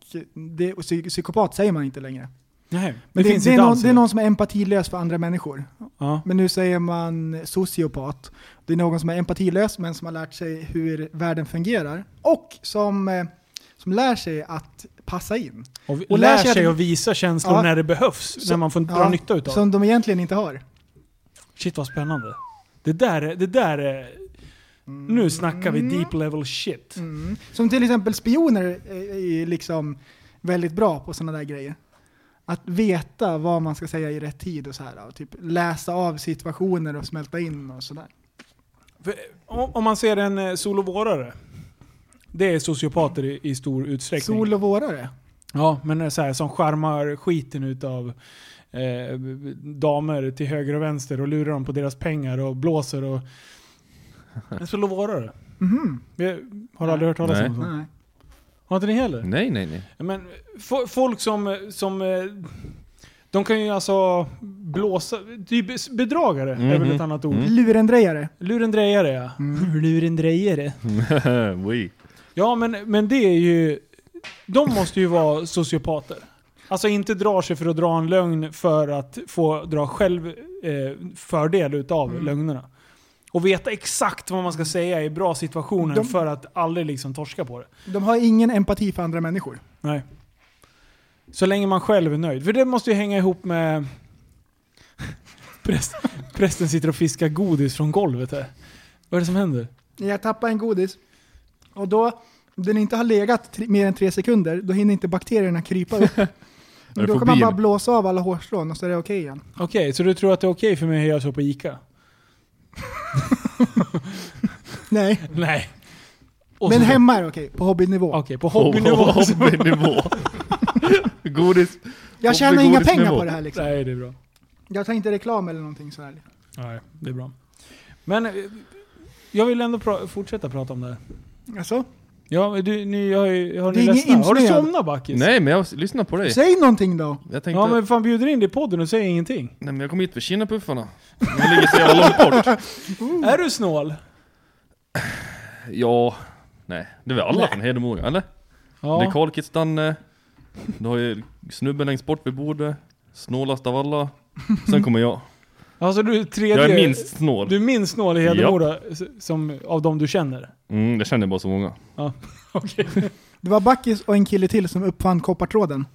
det, och psy- psykopat säger man inte längre. Nej, det, Men det, finns det, är inte någon, alls. det är någon som är empatilös för andra människor. ja. Men nu säger man sociopat. Det är någon som är empatilös men som har lärt sig hur världen fungerar och som, eh, som lär sig att passa in. Och, lär Och lär sig sig att visa känslor Ja. när det behövs, Så- när man får bra ja, nytta utav det. Som de egentligen inte har. Shit vad spännande. Det där, är- det där är... Nu snackar vi deep level shit. Mm. Som till exempel spioner är är liksom väldigt bra på sådana där grejer. Att veta vad man ska säga i rätt tid och så här. Och typ läsa av situationer och smälta in och sådär. För, Om om man ser en eh, solovårare. Det är sociopater i, i stor utsträckning. Sol och vårare. Ja, men det är så här, som charmar skiten utav eh, damer till höger och vänster och lurar dem på deras pengar och blåser och... En solovårare. Mhm. Vi har aldrig hört talas Nej. Mm. om det. Nej. Har inte ni heller? Nej, nej, nej. Ja, Men fo- folk som, som... eh, De kan ju alltså blåsa... Typ bedragare är väl Mhm. ett annat ord. Mm. Lurendrejare. Lurendrejare ja. Lurendrejare. oui. Ja men, men det är ju... De måste ju vara sociopater. Alltså inte dra sig för att dra en lögn för att få dra själv eh, fördel utav lögnerna. Och veta exakt vad man ska säga i bra situationer De- för att aldrig liksom torska på det. De har ingen empati för andra människor. Nej. Så länge man själv är nöjd. För det måste ju hänga ihop med... Präst, prästen sitter och fiskar godis från golvet här. Vad är det som händer? Jag tappar en godis och då den inte har legat tre, mer än tre sekunder, då hinner inte bakterierna krypa upp. det Men då kan man fobin? bara blåsa av alla hårstrån och så är det okej igen. Okej, så du tror att det är okej för mig att göra så på ICA? Nej, Nej. Och men så- hemma är det okej, på hobbynivå. Okej, på hobbynivå. så- Hobbynivå. Godis. Jag tjänar inga Hobbygodisknivå. pengar på det här liksom. Nej, det är bra. Jag tar inte reklam eller någonting sådär. Nej, det är bra. Men eh, jag vill ändå pra- fortsätta prata om det här. Alltså, Ja, du, ni har ju... Har Det ni är ingen ledsnat? Har du insnöad. somnat Backis? Nej, men jag lyssnar på dig. säg någonting då! Jag tänkte, Ja men fan bjuder in dig i podden och säger ingenting. nej men jag kom hit för kinnapuffarna. De ligger så jävla långt bort. Mm. Är du snål? Ja, nej. Det är väl alla från Hedemora, eller? Ja. Det är Karl Kitz Danne. Du har ju snubben längst bort vid bordet. Snålast av alla. Sen kommer jag. Alltså du är tredje... Jag är minst snål. Du är minst snål i Hedemora s- som, av de du känner? Mm, det känner jag bara så många. Okej. Det var Backis och en kille till som uppfann koppartråden.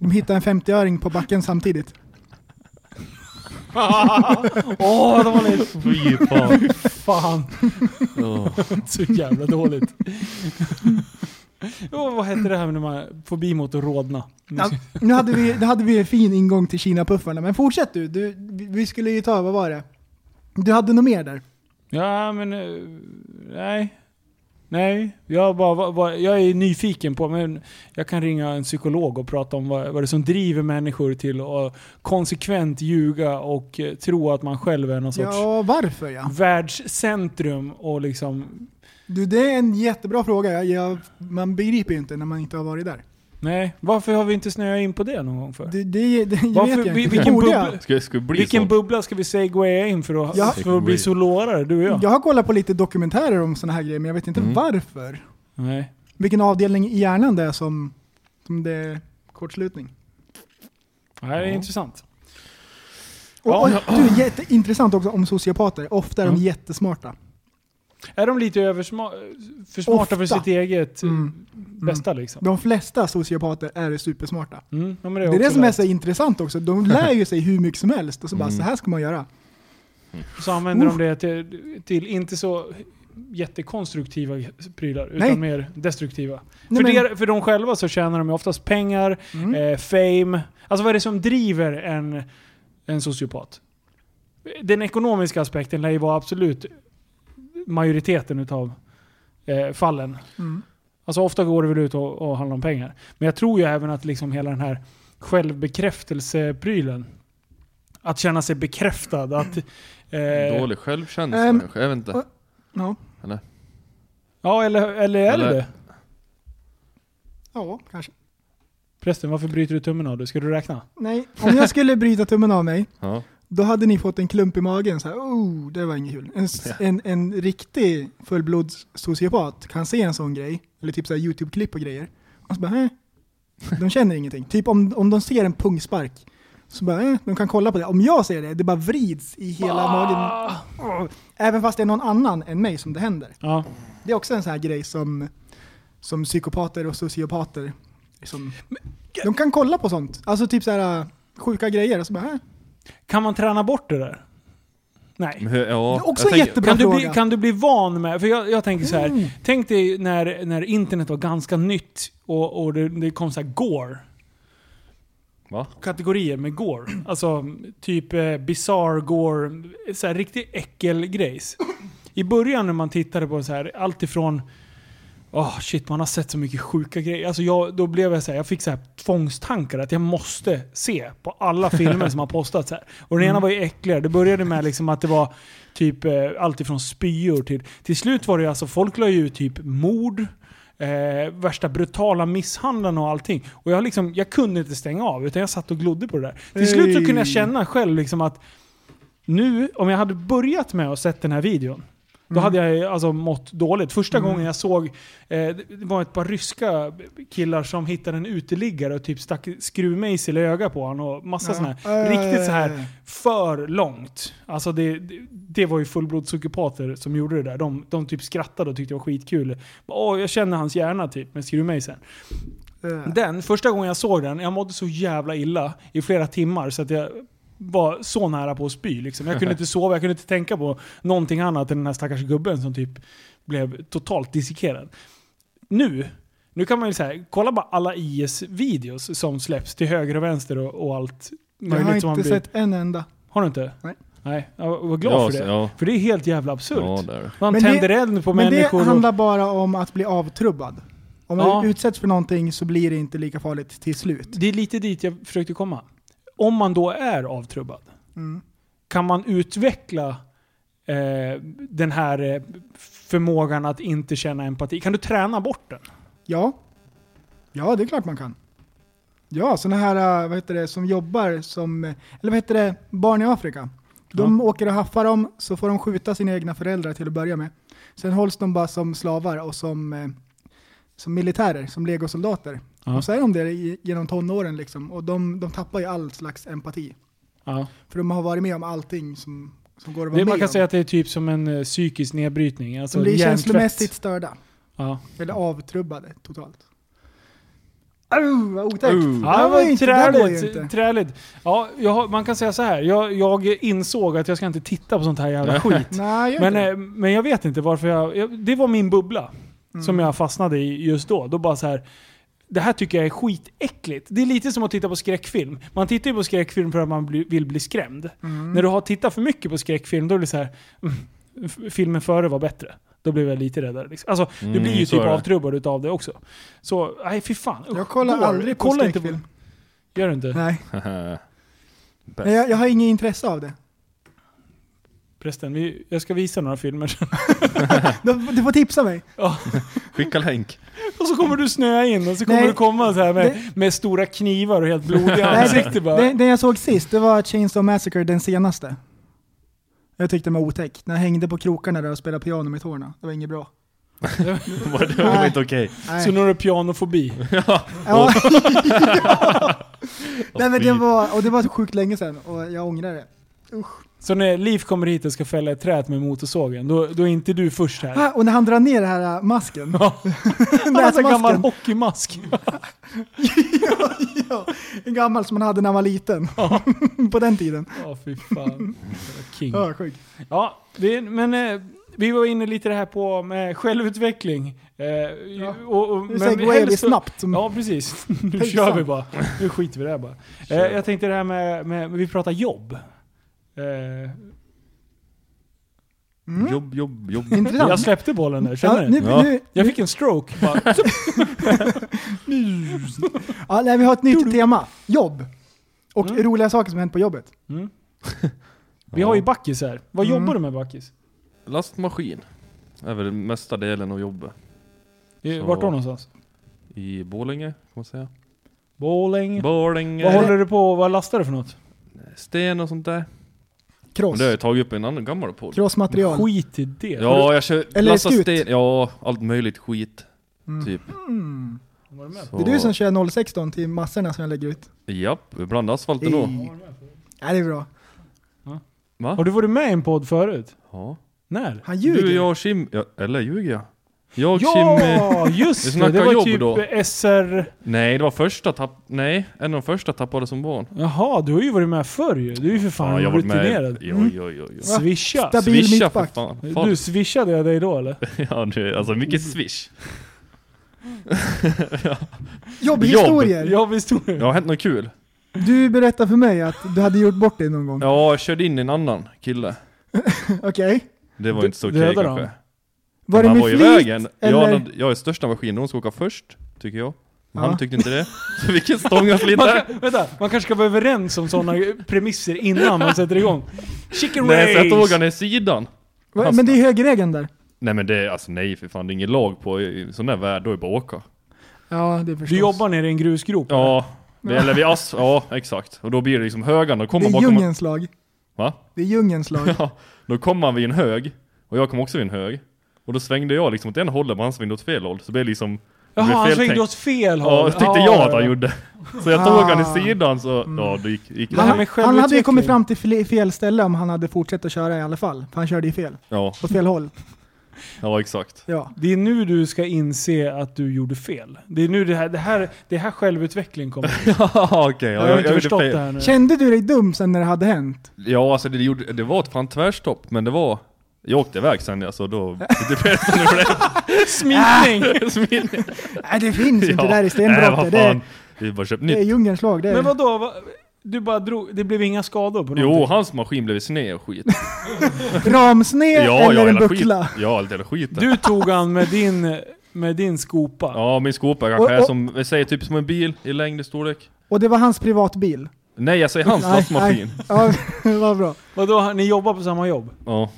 De hittade en 50-öring på backen samtidigt. Åh, de var lite... Fy fan. Fan, Åh. så jävla dåligt. Åh, vad hette det här när man... Fobi mot att rodna. Ja, nu, hade vi, nu hade vi en fin ingång till Kina-puffarna, men fortsätt du. du. vi- Vi skulle ju ta, vad var det? Du hade något mer där? Ja, men... eh, Nej. Nej, jag, bara, vad- vad- jag är nyfiken på, men jag kan ringa en psykolog och prata om vad, vad det är som driver människor till att konsekvent ljuga och eh, tro att man själv är någon sorts Ja, varför ja? världscentrum och liksom Du, det är en jättebra fråga. Jag, jag, man begriper ju inte när man inte har varit där. Nej, varför har vi inte snöat in på det någon gång för? Det, det, det, det Varför- vet jag vi- inte. vilken Borde jag? bubbla- Ska, ska det bli Vilken så? bubbla ska vi segwaya in för att, Ja. för att bli solårare, du och jag? Jag har kollat på lite dokumentärer om sådana här grejer, men jag vet inte Mm. varför. Nej. Vilken avdelning i hjärnan det är som, som det är kortslutning. Det här är Ja. intressant. Och, Ja. och, du, jätteintressant också om sociopater. Ofta är de Mm. jättesmarta. Är de lite översma- för smarta Ofta. för sitt eget eh, Mm. bästa liksom? De flesta sociopater är supersmarta. Mm. Ja, men Det är det också som är lätt. så intressant också. De lär ju sig hur mycket som helst och så bara Mm. så här ska man göra. Så använder de det till, till inte så jättekonstruktiva prylar, utan Nej. mer destruktiva. Nej, för, men- der, för de själva så tjänar de ju oftast pengar, Mm. eh, fame. Alltså vad är det som driver en, en sociopat? Den ekonomiska aspekten lär ju vara absolut majoriteten utav eh, fallen. Mm. Alltså ofta går det väl ut och, och handlar om pengar. Men jag tror ju även att liksom hela den här självbekräftelseprylen. Att känna sig bekräftad. Att, eh, Dålig självkänsla Ehm, kanske, jag vet inte. och- Ja. ja, eller, eller är det Eller- det? ja, kanske. Förresten, varför bryter du tummen av dig? Ska du räkna? Nej, om jag skulle bryta tummen av mig, Ja. då hade ni fått en klump i magen. Så här, oh, det var inget kul. En, s- en, en riktig fullblodssociopat kan se en sån grej, eller typ så här YouTube-klipp och grejer, och så bara eh, De känner ingenting. Typ om, om de ser en pungspark, så bara eh, de kan kolla på det. Om jag ser det, det bara vrids i hela Ah. magen. Åh. Även fast det är någon annan än mig som det händer. Ja. Det är också en sån här grej som, som psykopater och sociopater. Som, de kan kolla på sånt. Alltså typ så här äh, sjuka grejer. Och så bara, äh. Kan man träna bort det där? Nej. Men hur- Ja, Det är också jag tänker- jättebra. Kan du, bli, fråga. kan du bli van med, för jag, jag tänker så här. Mm. tänk dig när, när internet var ganska nytt och, och det, det kom så här gore. Va? kategorier med gore. Alltså typ eh, bizarre gore, så här riktig äckelgrejs. I början när man tittade på så här, allt ifrån Åh shit, man har sett så mycket sjuka grejer. Alltså jag, då blev jag så här, jag fick så här tvångstankar att jag måste se på alla filmer som har postats här. Och den ena var ju äckligare. Det började med liksom att det var typ eh, allt ifrån spyor till... Till slut var det ju alltså, folk la ju ut typ mord, eh, värsta brutala misshandlande och allting. Och jag, liksom, jag kunde inte stänga av, utan jag satt och glodde på det där. Till slut så Hey. kunde jag känna själv liksom att nu, om jag hade börjat med att sett den här videon, då hade jag ju alltså mått dåligt. Första gången jag såg, eh, det det var ett par ryska killar som hittade en uteliggare och typ stack skruvmejsel i ögat på honom och massa sådana här. Äh. Riktigt så här för långt. Alltså det, det, det var ju fullblodspsykopater som gjorde det där. De, de typ skrattade och tyckte det var skitkul. Åh, jag känner hans hjärna typ med skruvmejseln. Äh. Den, första gången jag såg den, jag mådde så jävla illa i flera timmar så att jag var så nära på att spy. Liksom. Jag kunde inte sova, jag kunde inte tänka på någonting annat än den här stackars gubben som typ blev totalt dissekerad. Nu, nu kan man ju säga, kolla bara alla IS-videos som släpps till höger och vänster och, och allt Jag har möjligt som man inte blir. sett en enda. Har du inte? Nej. Nej, jag var glad Ja, för så- det. ja. För det är helt jävla absurt. Ja, där. är det. Man Men det- tänder eld på Men det människor. och- handlar bara om att bli avtrubbad. Om man Ja. utsätts för någonting så blir det inte lika farligt till slut. Det är lite dit jag försökte komma. Om man då är avtrubbad, Mm. kan man utveckla eh, den här eh, förmågan att inte känna empati? Kan du träna bort den? Ja. Ja, det är klart man kan. Ja, sådana här, äh, vad heter det, som jobbar som, eller vad heter det, barn i Afrika. De åker och haffar dem, så får de skjuta sina egna föräldrar till att börja med. Sen hålls de bara som slavar och som, eh, som militärer, som legosoldater. Ja. Och så är de det i- genom tonåren liksom, och de, de tappar ju all slags empati. För de har varit med om allting som, som går att vara Det, med man kan om. säga att det är typ som en eh, psykisk nedbrytning. Alltså de blir hjärntvätt. känslomässigt störda. Ja. Eller avtrubbade totalt. Au, vad otäckt! Uh. Det här Ja, var ju men inte- det här var ju träligt. inte. träligt. Ja, jag, har- man kan säga så här. Jag, jag insåg att jag ska inte titta på sånt här jävla skit. Nej, jag Men, inte. eh, men jag vet inte varför jag, jag... Det var min bubbla Mm. som jag fastnade i just då. Då bara så här. Det här tycker jag är skitäckligt. Det är lite som att titta på skräckfilm. Man tittar ju på skräckfilm för att man blir- vill bli skrämd. Mm. När du har tittat för mycket på skräckfilm, då blir det så här. "Mm, f- Filmen före var bättre. Då blev jag lite räddare. Liksom. Alltså, du Mm, blir ju så typ är det. avtrubbad utav det också. Så, nej fy fan. Usch, jag kollar går. aldrig på Kolla inte skräckfilm. Gör du inte? Nej, Bäst. Nej jag, jag har inget intresse av det. Förresten, vi, jag ska visa några filmer sen. Du, du får tipsa mig. Ja. Skicka länk. Och så kommer du snöa in och så kommer Nej. du komma så här med, med stora knivar och helt blodig ansikte bara. Den, den jag såg sist, det var Chainsaw Massacre, den senaste. Jag tyckte den var otäck. När jag hängde på krokarna där och spelade piano med tårna. Det var inget bra. Var det var inte okej. Nej. Så nu har du pianofobi. Ja. Nej, men det fy. var, och det var så sjukt länge sedan och jag ångrar det. Så när Liv kommer hit och ska fälla ett träd med motorsågen, då, då är inte du först här. Ah, och när han drar ner den här äh, masken. Ja. Han har en sån Näsmasken. gammal hockeymask. ja, en gammal som man hade när man var liten. på den tiden. Ja, fy fan. King. Ja, sjukt. Ja, det, men eh, vi var inne lite det här på med självutveckling. Eh, och, och, Nu men segwayar helst vi så- snabbt. Som, Ja, precis. Nu Hejsan. kör vi bara. Nu skiter vi i det här bara. Eh, jag tänkte det här med, med vi pratar jobb. Eh, Mm. Jobb, jobb, jobb. Intressant. jag släppte bollen där, Ja, känner du? nu, Ja. nu, Jag fick en stroke. Bara. ja, nej, vi har ett nytt tema. Jobb. Och Mm. roliga saker som hänt på jobbet. Mm. Vi har ju backis här. Vad Mm. jobbar du med backis? Lastmaskin. Är väl den mesta delen av jobbet. I- Så- Vart då någonstans? I Borlänge, kan man säga. Mm. Bowling. Borlänge. Vad håller du på Vad lastar du för något? Sten och sånt där. Men Cross. det har jag tagit upp i en annan gammal podd. Crossmaterial. Skit i det. Ja, jag kör... Eller lastar skut. sten. Ja, allt möjligt skit. Mm. Typ. Mm. Var du med? Så. Det är du som kör 016 till massorna som jag lägger ut. Japp, ibland asfalten då. Ey. Ja, det är bra. Va? Har du varit med i en podd förut? Ja. När? Han Du, ljuger. jag och Kim... Ja, eller ljuger jag? Jag och Jimmy... Ja, Vi just det! snackar Det var jobb typ då. SR... Nej, det var första tapp... Nej, en av de första tappade som barn. Jaha, du har ju varit med förr ju. Du är ju för fan jag har varit rutinerad. med... Jo, jo, jo. jo. Swisha. Stabil Swisha för mittback. fan. fan. Du, swishade jag dig då eller? Ja, du, alltså mycket swish. Jobbhistorier! Ja, visst tog Det har hänt något kul. Du berättade för mig att du hade gjort bort dig någon gång. Ja, jag körde in i en annan kille. Okej. Det var D- inte så okej dödade kanske. han? Var det han med var i flit? vägen. eller? Jag, hade, jag är största maskinen, hon ska åka först, tycker jag. Men Ja. Han tyckte inte det. Så vi kan stånga oss Man, lite. ska- vänta, man kanske ska vara överens om sådana premisser innan man sätter igång. Chicken Nej, så jag tog race! han i sidan. Va, Men det är högerregeln där. Nej men det, alltså nej för fan, det är ingen lag på i i sån där värld, då är det bara att åka. Ja, det förstås. Du jobbar nere i en grusgrop? Ja, vi, eller vi ass, ja exakt. Och då blir det liksom högarna, då Det kommer man är bakom... djungelns lag. Va? Det är djungelns lag. Ja, då kom han vid en hög, och jag kom också vid en hög. Och då svängde jag liksom åt en hållet, men han svängde åt fel håll. Så det blev liksom... det Jaha, blev han fel svängde tänkt. åt fel håll. Ja, det tyckte jag att han gjorde. Så jag tog Ah. han i sidan så, ja då gick, gick Det här med Han det. hade ju självutveckling. kommit fram till fel- fel ställe om han hade fortsatt att köra i alla fall. För han körde ju fel. Ja, Åt fel håll. ja exakt. Ja. Det är nu du ska inse att du gjorde fel. Det är nu det här, det här, det här självutveckling kommer. Ja okej, Jag har inte förstått det här nu. Kände du dig dum sen när det hade hänt? Ja alltså det, gjorde, det var ett fan tvärstopp, men det var... Jag åkte iväg sen alltså, då... Det blev som det blev. Ah! Smitning! Smitning. Nej, det finns inte där i Nej, vad stenbrottet. fan. Det, Vi bara köpt det är nytt. djungelns lag. Det är. Men det. vadå? va- Du bara drog, det blev inga skador på någonting? Jo, hans maskin blev sned och skit. Ramsne Ja, ja, eller en hela skit. buckla? Ja, hela skiten. Du tog han med din, med din skopa. Ja, min skopa kanske Och- är och- som, vi säger typ som en bil i längd och storlek. Och det var hans privatbil? Nej, jag säger hans Nej, lastmaskin. nej. Ja, vad bra. Vadå, ni jobbar på samma jobb? Ja.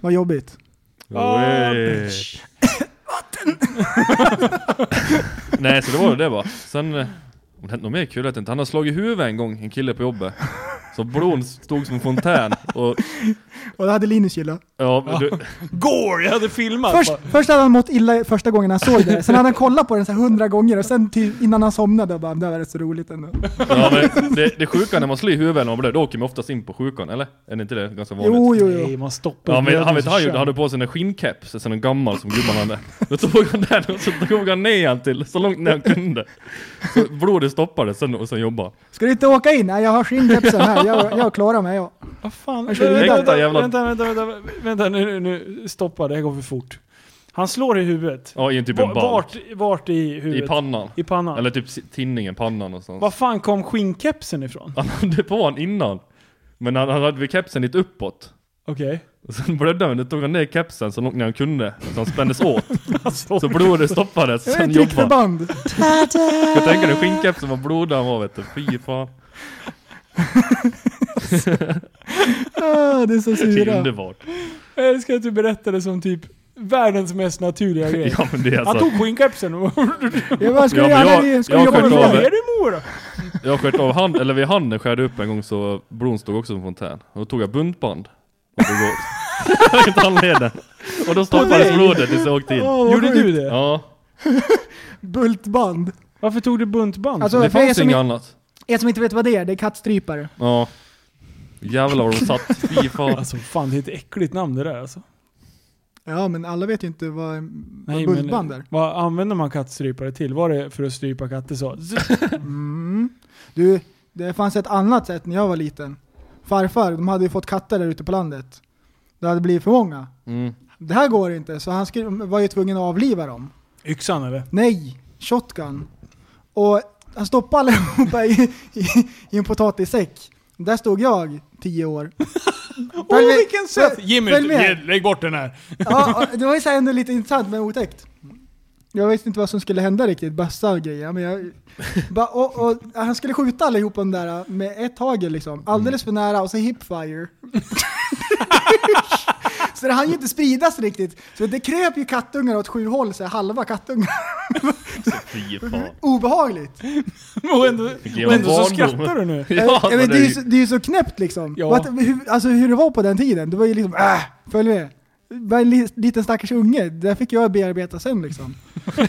Vad jobbigt. Ah, Oj. Nej, så det var det bara. Sen, eh, om det hänt något mer kul vet jag inte. Han har slagit huvudet en gång, en kille på jobbet. Så blod stod som en fontän. Och, Och det hade Linus gillat. ja, men du, Går! Jag hade filmat! Först, bara. först hade han mått illa första gången han såg det, sen hade han kollat på den så här hundra gånger och sen till, innan han somnade och bara det här var rätt så roligt ändå. ja, men det, det sjuka när man slår i huvudet eller vad det är, då åker man oftast in på sjukan, eller? Är det inte det ganska vanligt? Jo, jo, Nej, jo. man stoppar Ja men han vet blödningen så han gjorde, han kör. hade på sig en skinnkeps, en sån där gammal som gubbarna hade. Då tog han den och så tog han ner han till, så långt ner han kunde. Så blodet stoppade sen, och sen jobbade Ska du inte åka in? Nej, jag har skinnkepsen här. Jag, jag klarar mig. Jag. Vad fan? kör Vänta, vidare. vänta, Jävla- vänta, vänta, vänta, vänta nu, nu, nu, stoppa, det här går för fort. Han slår i huvudet. Ja i en typ Va- en ball. Vart, vart i I huvudet? pannan. I pannan? Eller typ si- tinningen, pannan och sånt. Var fan kom skinnkepsen ifrån? Han hade på han innan. Men han, han hade väl kepsen lite uppåt. Okej. Och sen blödde han, då tog han ner kepsen så långt ner han kunde. Så han spändes åt. Alltså, Så blodet stoppades, Det är sen ett jobbade han. trickförband. Jag tänker dig skinnkepsen vad blodig han var vet du. Fy fan. Ah, det är så Det är sura. underbart. jag älskar att du berättade som typ världens mest naturliga grej. Ja men det är Han alltså. tog skinnkepsen och... Jag bara, ska Ja, du göra men jag- det? Ska jag du har jobba med skönt av det? det. Är det mora? Jag sköt av hand, eller vid handen skär jag upp en gång så bron stod också som fontän. Och då tog jag buntband och drog åt. Runt handleden. Och då stoppades dig? blodet tills jag åkte in. Åh, Ah, vad Gjorde sjukt. du det? Ja, Bultband. Varför tog du buntband? Alltså, det för er fanns som, inget i- annat. er som inte vet vad det är, det är kattstrypare. Ja. Jävlar vad de satt. Fy fan. alltså fan, det är ett äckligt namn det där alltså. Ja, men alla vet ju inte vad Nej, bultband men, är. vad använder man kattstrypare till? Var det för att strypa katter så? Z- Mm. Du, det fanns ett annat sätt när jag var liten. Farfar, de hade ju fått katter där ute på landet. Det hade blivit för många. Mm. Det här går inte, så han skulle, var ju tvungen att avliva dem. Yxan eller? Nej, shotgun. Och han stoppade allihopa i, i, i en potatissäck. Där stod jag, tio år. Åh Följ med- vilken söt! Jimmy, följ med. ge- lägg bort den här! Ja, det var ju så här ändå lite intressant men otäckt. Jag visste inte vad som skulle hända riktigt, bössa och grejer. Men jag, ba, och, och, han skulle skjuta allihop de där äh, med ett hagel liksom, alldeles för nära och så hipfire. så det hann ju inte spridas riktigt. Så det kröp ju kattungar åt sju håll, så här, halva kattungar. Fy fan. Obehagligt! Och ändå, och ändå så barndom. skrattar du nu. Ja, Ja, alltså, men det, är ju ju- så, det är ju så knäppt liksom. Ja. Och Att, hur, alltså hur det var på den tiden, det var ju liksom äh, följ med. Bara en li- liten stackars unge, det där fick jag bearbeta sen liksom.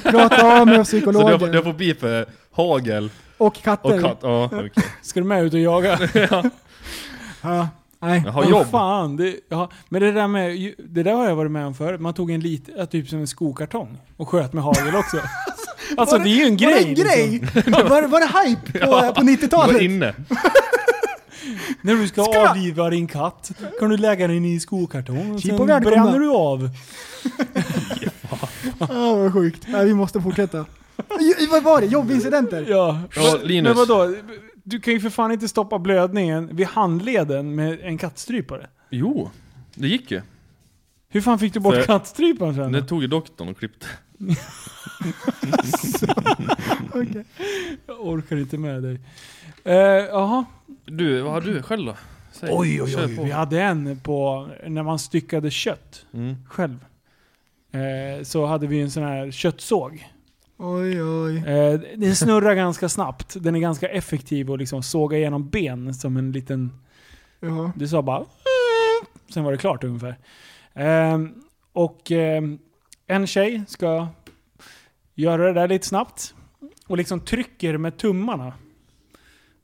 Prata av mig och så psykologer det har- det får bli för hagel och katter. och katt. Ja, okej. Ska du med ut och jaga? Ja. Nej. Jag har Vad jobb. fan, det, ja. Men det där med, ju- det där har jag varit med om förut. Man tog en lit, ja, typ som en skokartong och sköt med hagel också. alltså Var det, är ju en grej. Var det en liksom. grej? Var, var det hype på, på Du var 90-talet? inne. När du ska, Ska- avliva din katt kan du lägga den i en skokartong och Chip sen och välkomna. bränner du av. Ja, Ah, vad sjukt. Nej, vi måste fortsätta. Ju- Vad var det? Jobbincidenter? Ja. Ja, Men- Linus. Men vadå? Du kan ju för fan inte stoppa blödningen vid handleden med en kattstrypare. Jo, det gick ju. Hur fan fick du bort För- kattstryparen sen? Det tog ju doktorn och klippte. Okej. Jag orkar inte med dig. Eh, Jaha. Du, vad har du själv då? Säg. oj, oj, Kör oj. på. Vi hade en på när man styckade kött Mm. själv. Eh, så hade vi en sån här köttsåg. Oj, oj. Eh, den snurrar ganska snabbt. Den är ganska effektiv och liksom såga igenom ben som en liten Jaha. Det sa bara... "Mm." Sen var det klart ungefär. Ehm, och ehm, en tjej ska göra det där lite snabbt. Och liksom trycker med tummarna.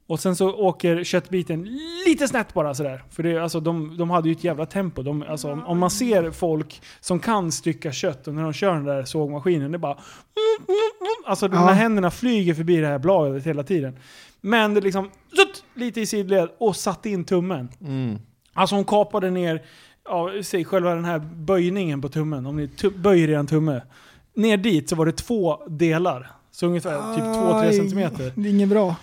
Och sen så åker köttbiten lite snett bara sådär. För det, är- alltså, de, de hade ju ett jävla tempo. De, alltså, om, om man ser folk som kan stycka kött och när de kör den där sågmaskinen, det är bara... Alltså de Ja. här händerna flyger förbi det här bladet hela tiden. Men det liksom... zutt, Lite i sidled och satte in tummen. Mm. Alltså hon kapade ner, ja, säg själva den här böjningen på tummen, om ni tu- böjer er en tumme. Ner dit så var det två delar. Så ungefär typ 2-3 Aj, centimeter. Det är inget bra.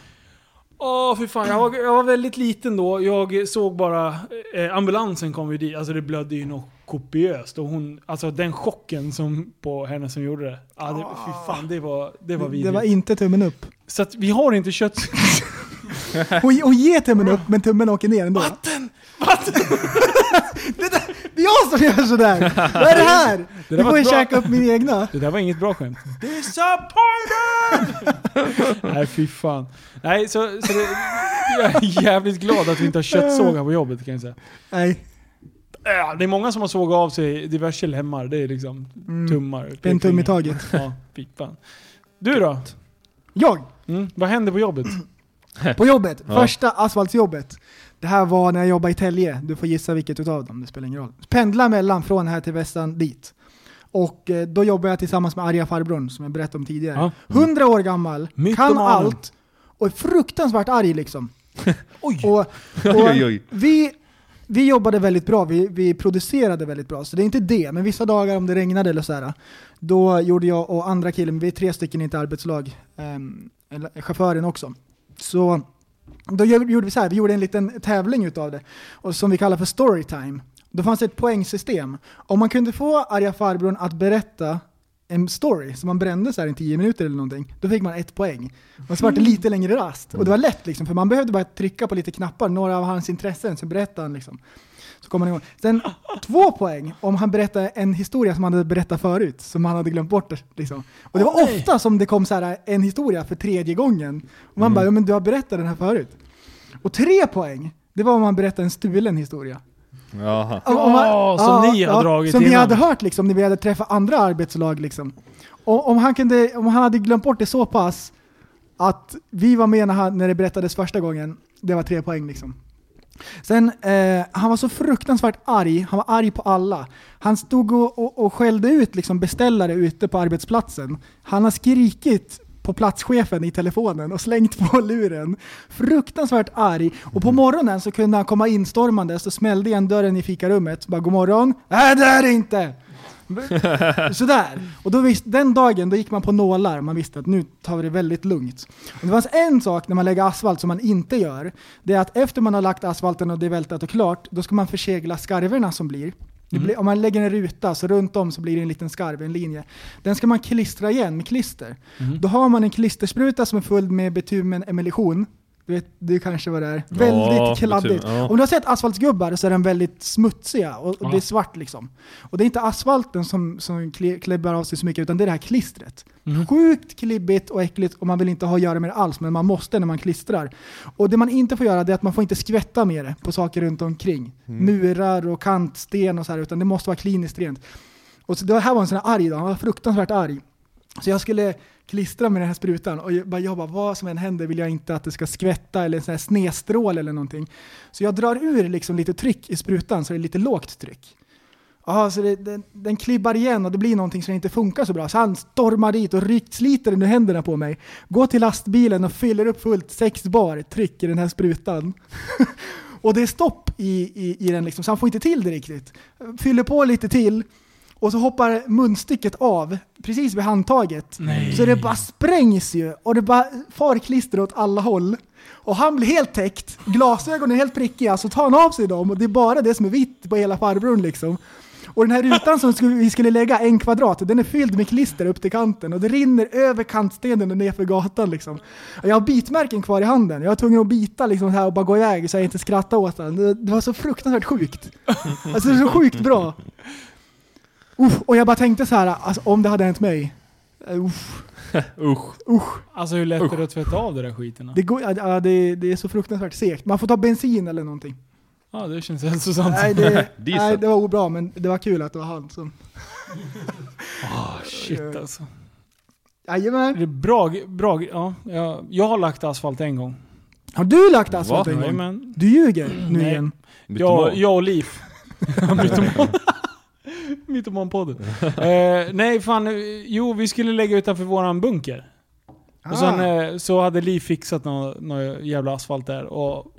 Åh fy fan, jag var, jag var väldigt liten då. Jag såg bara, eh, ambulansen kom ju dit, alltså det blödde ju något kopiöst. Och hon, alltså den chocken som, på henne som gjorde det. Ja, det fy fan, det var, det var Ah. Det vidrigt. var inte tummen upp. Så att vi har inte kött... Hon, hon ger tummen upp men tummen åker ner ändå. Vatten! Vatten! det, där, det är jag som gör sådär! Vad är det här? där Du var får ju bra. käka upp min egna. Det där var inget bra skämt. Disappointed! Nej fy fan. Nej så, så det, jag är jävligt glad att vi inte har köttsågar på jobbet kan jag säga. Nej, Äh, Det är många som har sågat av sig diverse lemmar. Det är liksom tummar. en tum i taget. Ja, fy fan. Du då? Jag, Mm, vad händer på jobbet? på jobbet. Ja. Första asfaltsjobbet. Det här var när jag jobbade i Tälje. Du får gissa vilket utav dem, det spelar ingen roll. Pendla mellan från här till västan dit. Och eh, då jobbade jag tillsammans med arga farbrorn som jag berättade om tidigare. Ja. 100 år gammal, kan Mytomanen. allt och är fruktansvärt arg liksom. Och, och Oj, oj. Vi, vi jobbade väldigt bra, vi, vi producerade väldigt bra, så det är inte det. Men vissa dagar om det regnade eller så här, då gjorde jag och andra killen, vi är tre stycken i ett arbetslag, ehm, eller chauffören också. Så då gör- gjorde vi så här, vi gjorde en liten tävling utav det, och som vi kallar för storytime. Då fanns det ett poängsystem. Om man kunde få arga farbrorn att berätta en story som man brände så här i 10 minuter eller någonting, då fick man ett poäng. Och så var det lite längre rast. Och det var lätt liksom, för man behövde bara trycka på lite knappar, några av hans intressen, så berättade han liksom. Så kom han igång. Sen två poäng om han berättade en historia som han hade berättat förut, som han hade glömt bort. Liksom. Och det var Oj. ofta som det kom så här eh, en historia för tredje gången. Och Mm. man bara, ja, men du har berättat den här förut. Och tre poäng, det var om man berättade en stulen historia. Jaha. Om- om man- Ja, som ni har dragit Som vi innan. hade hört liksom, när vi hade träffat andra arbetslag. Liksom. Och, om, han kunde, om han hade glömt bort det så pass att vi var med när, han, när det berättades första gången, det var tre poäng liksom. Sen, eh, han var så fruktansvärt arg, han var arg på alla. Han stod och, och, och skällde ut liksom beställare ute på arbetsplatsen. Han har skrikit på platschefen i telefonen och slängt på luren. Fruktansvärt arg. Och på morgonen så kunde han komma instormande, så smällde igen dörren i fikarummet. Bara god morgon. Nej det är det inte! Sådär. Och då visst, den dagen då gick man på nålar, man visste att nu tar vi det väldigt lugnt. Och det fanns en sak när man lägger asfalt som man inte gör. Det är att efter man har lagt asfalten och det är vältat och klart, då ska man försegla skarverna som blir. Det Mm. blir om man lägger en ruta så runt om så blir det en liten skarv, en linje. Den ska man klistra igen med klister. Mm. Då har man en klisterspruta som är full med bitumen emulsion. Du vet, du kanske var där. Väldigt kladdigt. bitumen, ja. Om du har sett asfaltsgubbar så är de väldigt smutsiga och, och det är svart liksom. Och det är inte asfalten som, som kli- klibbar av sig så mycket utan det är det här klistret. Sjukt klibbigt och äckligt och man vill inte ha att göra med det alls men man måste när man klistrar. Och det man inte får göra det är att man får inte skvätta med det på saker runt omkring. Murar och kantsten och så här utan det måste vara kliniskt rent. Och så, det här var en sån här arg dag, han var fruktansvärt arg. Så jag skulle klistra med den här sprutan och jag bara, jag bara vad som än händer vill jag inte att det ska skvätta eller en sån här snedstrål eller någonting. Så jag drar ur liksom lite tryck i sprutan så det är lite lågt tryck. Ja, så det, den, den klibbar igen och det blir någonting som inte funkar så bra. Så han stormar dit och ryckt sliter den ur händerna på mig. Går till lastbilen och fyller upp fullt sex bar tryck i den här sprutan. och det är stopp i, i, i den liksom, så han får inte till det riktigt. Fyller på lite till och så hoppar munstycket av precis vid handtaget. Nej. Så det bara sprängs ju och det bara far klister åt alla håll. Och han blir helt täckt, glasögonen är helt prickiga, så tar han av sig dem och det är bara det som är vitt på hela farbrorn liksom. Och den här rutan som skulle, vi skulle lägga, en kvadrat, den är fylld med klister upp till kanten och det rinner över kantstenen och nerför gatan liksom. Och jag har bitmärken kvar i handen, jag var tvungen att bita liksom så här och bara gå iväg så jag inte skrattar åt den. Det, det var så fruktansvärt sjukt. Alltså det är så sjukt bra. Uff, och jag bara tänkte så här, alltså, om det hade hänt mig. Uh, uff, Usch. usch. Alltså hur lätt är det att tvätta av den där skiten? då? Det, går, ja, ja, det, det är så fruktansvärt segt. Man får ta bensin eller någonting. Ja, det känns hälsosamt. Nej det, Diesel. nej, det var obra men det var kul att det var han som... Ah, shit alltså. Jajamän. Det är bra, bra, ja, jag, jag har lagt asfalt en gång. Har du lagt asfalt Va? en gång? Jajamän. Du ljuger nu Nej. igen. Jag, jag och Liv. Mytoman. Mytomanpodden. Eh, nej fan, eh, jo vi skulle lägga utanför våran bunker. Och sen ah, eh, så hade Li fixat någon, någon jävla asfalt där. Och,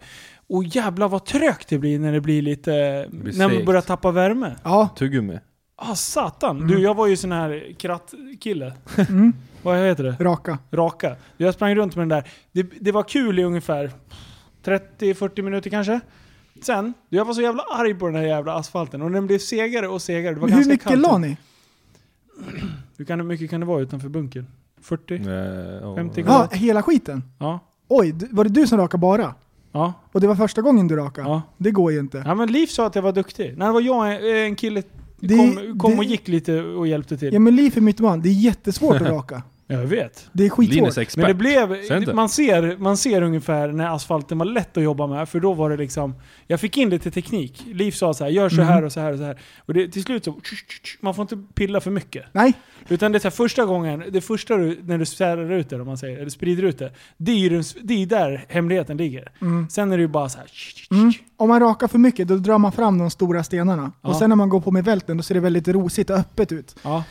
och jävla vad trögt det blir när det blir lite... blir när man segt. börjar tappa värme. ja, Tuggummi. Ah satan. Du, jag var ju sån här krattkille. Mm. vad heter det? raka. Raka. Jag sprang runt med den där. Det, det var kul i ungefär 30-40 minuter kanske. Sen, jag var så jävla arg på den här jävla asfalten och den blev segare och segare. Det var Hur ganska mycket kallt. la ni? Hur kan- hur mycket kan det vara utanför bunkern? 40? Eh, ja. 50 gram. Ja, Ah, hela skiten? Ja. Oj, d- var det du som rakade bara? Ja. Och det var första gången du rakade? Ja. Det går ju inte. Ja men Liv sa att jag var duktig. Nej det var jag, eh, en kille Det- kom, kom det- och gick lite och hjälpte till. Ja men liv är mitt man, det är jättesvårt att raka. Jag vet. Det är skitsvårt. Linus expert. Men det blev, Ser inte? man ser, man ser ungefär när asfalten var lätt att jobba med, för då var det liksom, jag fick in lite teknik. Liv sa så här, gör så här och så här och så här. Och det, till slut så, man får inte pilla för mycket. Nej, Utan det är så här, första gången, det första du, när du särar ut det, om man säger, eller sprider ut det, det är ju den, det är där hemligheten ligger. Sen är det ju bara så här, Mm. Om man rakar för mycket då drar man fram de stora stenarna. Ja. Och sen när man går på med välten då ser det väldigt rosigt och öppet ut. ja.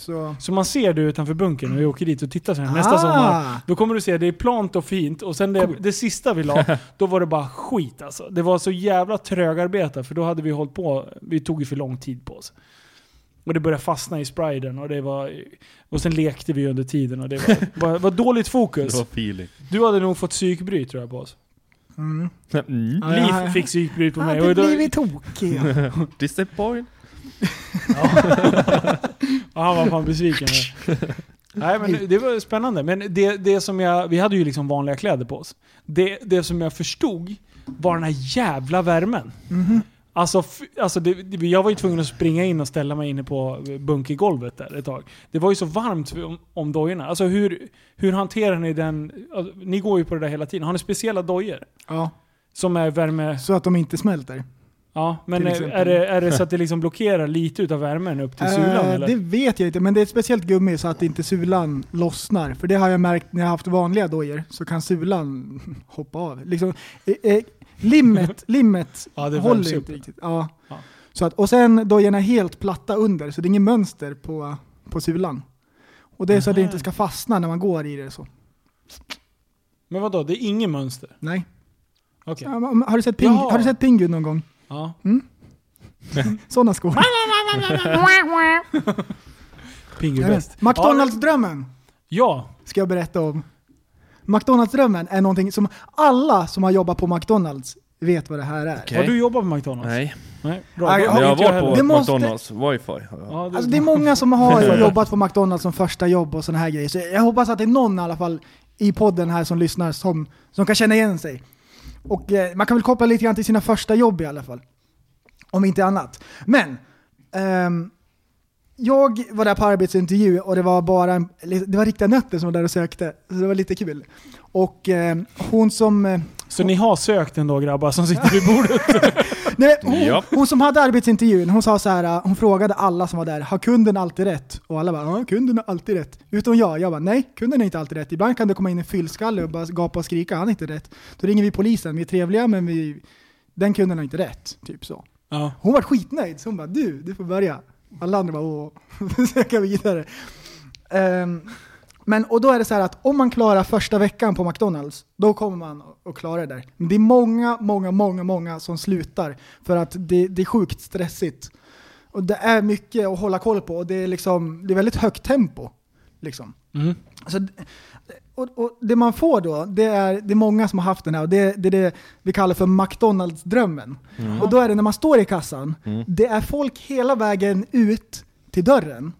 Så, Så man ser det utanför bunkern och vi åker dit och tittar sen Ah. nästa sommar. Då kommer du se, det är plant och fint och sen det, det sista vi la, då var det bara skit alltså. Det var så jävla trögarbete för då hade vi hållit på, vi tog ju för lång tid på oss. Och det började fastna i spriden och det var... Och sen lekte vi under tiden och det var, var, var dåligt Det var fokus. feeling. Du hade nog fått psykbryt tror jag på oss. mm. Mm. Ja, jag- Liv fick psykbryt på Jag mig. hade Och då, blivit tokig. Disappoint. Ja, han var fan besviken. här. Nej men det var spännande. Men det, det som jag, vi hade ju liksom vanliga kläder på oss. Det, det som jag förstod var den här jävla värmen. Mhm. Alltså, f- alltså det, det, jag var ju tvungen att springa in och ställa mig inne på bunkergolvet där ett tag. Det var ju så varmt om, om dojorna. Alltså hur, hur hanterar ni den? Alltså, ni går ju på det där hela tiden. Har ni speciella dojor? Ja, Som är värme... så att de inte smälter. Ja, men Till är, exempel. är, det, är det så att det liksom blockerar lite utav värmen upp till sulan Eh, eller? det vet jag inte, men det är ett speciellt gummi så att inte sulan lossnar. För det har jag märkt när jag har haft vanliga dojor, så kan sulan hoppa av. Liksom, eh, eh, limmet limmet Ja, det värms håller upp. inte riktigt. Ja. Ja. Så att, och sen dojorna är helt platta under, så det är inget mönster på, på sulan. Och det är så att det inte ska fastna när man går i det så. Men vadå, det är inget mönster? Nej. Okej. Ja, Mm. men Har du sett, ping, Jaha. har du sett Pingu någon gång? Ja. Sådana skor. Pingu Jajamän. bäst. McDonalds-drömmen Ja. ska jag berätta om. McDonalds-drömmen är någonting som alla som har jobbat på McDonalds vet vad det här är. Okej. Har du jobbat på McDonalds? Nej. Nej. Bra. Nej, Då jag Men vet jag har varit heller. på Det måste- McDonalds wifi. Ja. Ja, det, Alltså det är många som har jobbat på McDonalds som första jobb och sådana här grejer. Så jag hoppas att det är någon i alla fall i podden här som lyssnar som, som kan känna igen sig. Och eh, man kan väl koppla lite grann till sina första jobb i alla fall. Om inte annat. Men, ehm, jag var där på arbetsintervju och det var bara en, eller det var riktiga nötter som var där och sökte. Så det var lite kul. Och eh, hon som, eh, Så ni har sökt ändå grabbar som sitter vid bordet? Nej, hon, Japp. hon som hade arbetsintervjun, hon sa så här, hon frågade alla som var där, har kunden alltid rätt? Och alla bara, ja kunden har alltid rätt. Utom jag, jag bara, nej kunden är inte alltid rätt. Ibland kan det komma in en fyllskalle och bara gapa och skrika, han är inte rätt. Då ringer vi polisen, vi är trevliga men vi, den kunden har inte rätt. Typ så. Ja. Hon var skitnöjd, så hon bara, du, du får börja. Alla andra bara, åh, söka vidare. Ehm, men, och då är det så här att om man klarar första veckan på McDonalds, då kommer man att klara det där. Men det är många, många, många, många som slutar för att det, det är sjukt stressigt. Och det är mycket att hålla koll på och det är, liksom, det är väldigt högt tempo. Liksom. Mm. Så, och, och det man får då, det är, det är många som har haft den här och det, det är det vi kallar för McDonalds-drömmen. Och då är det när man står i kassan, det är folk hela vägen ut till dörren.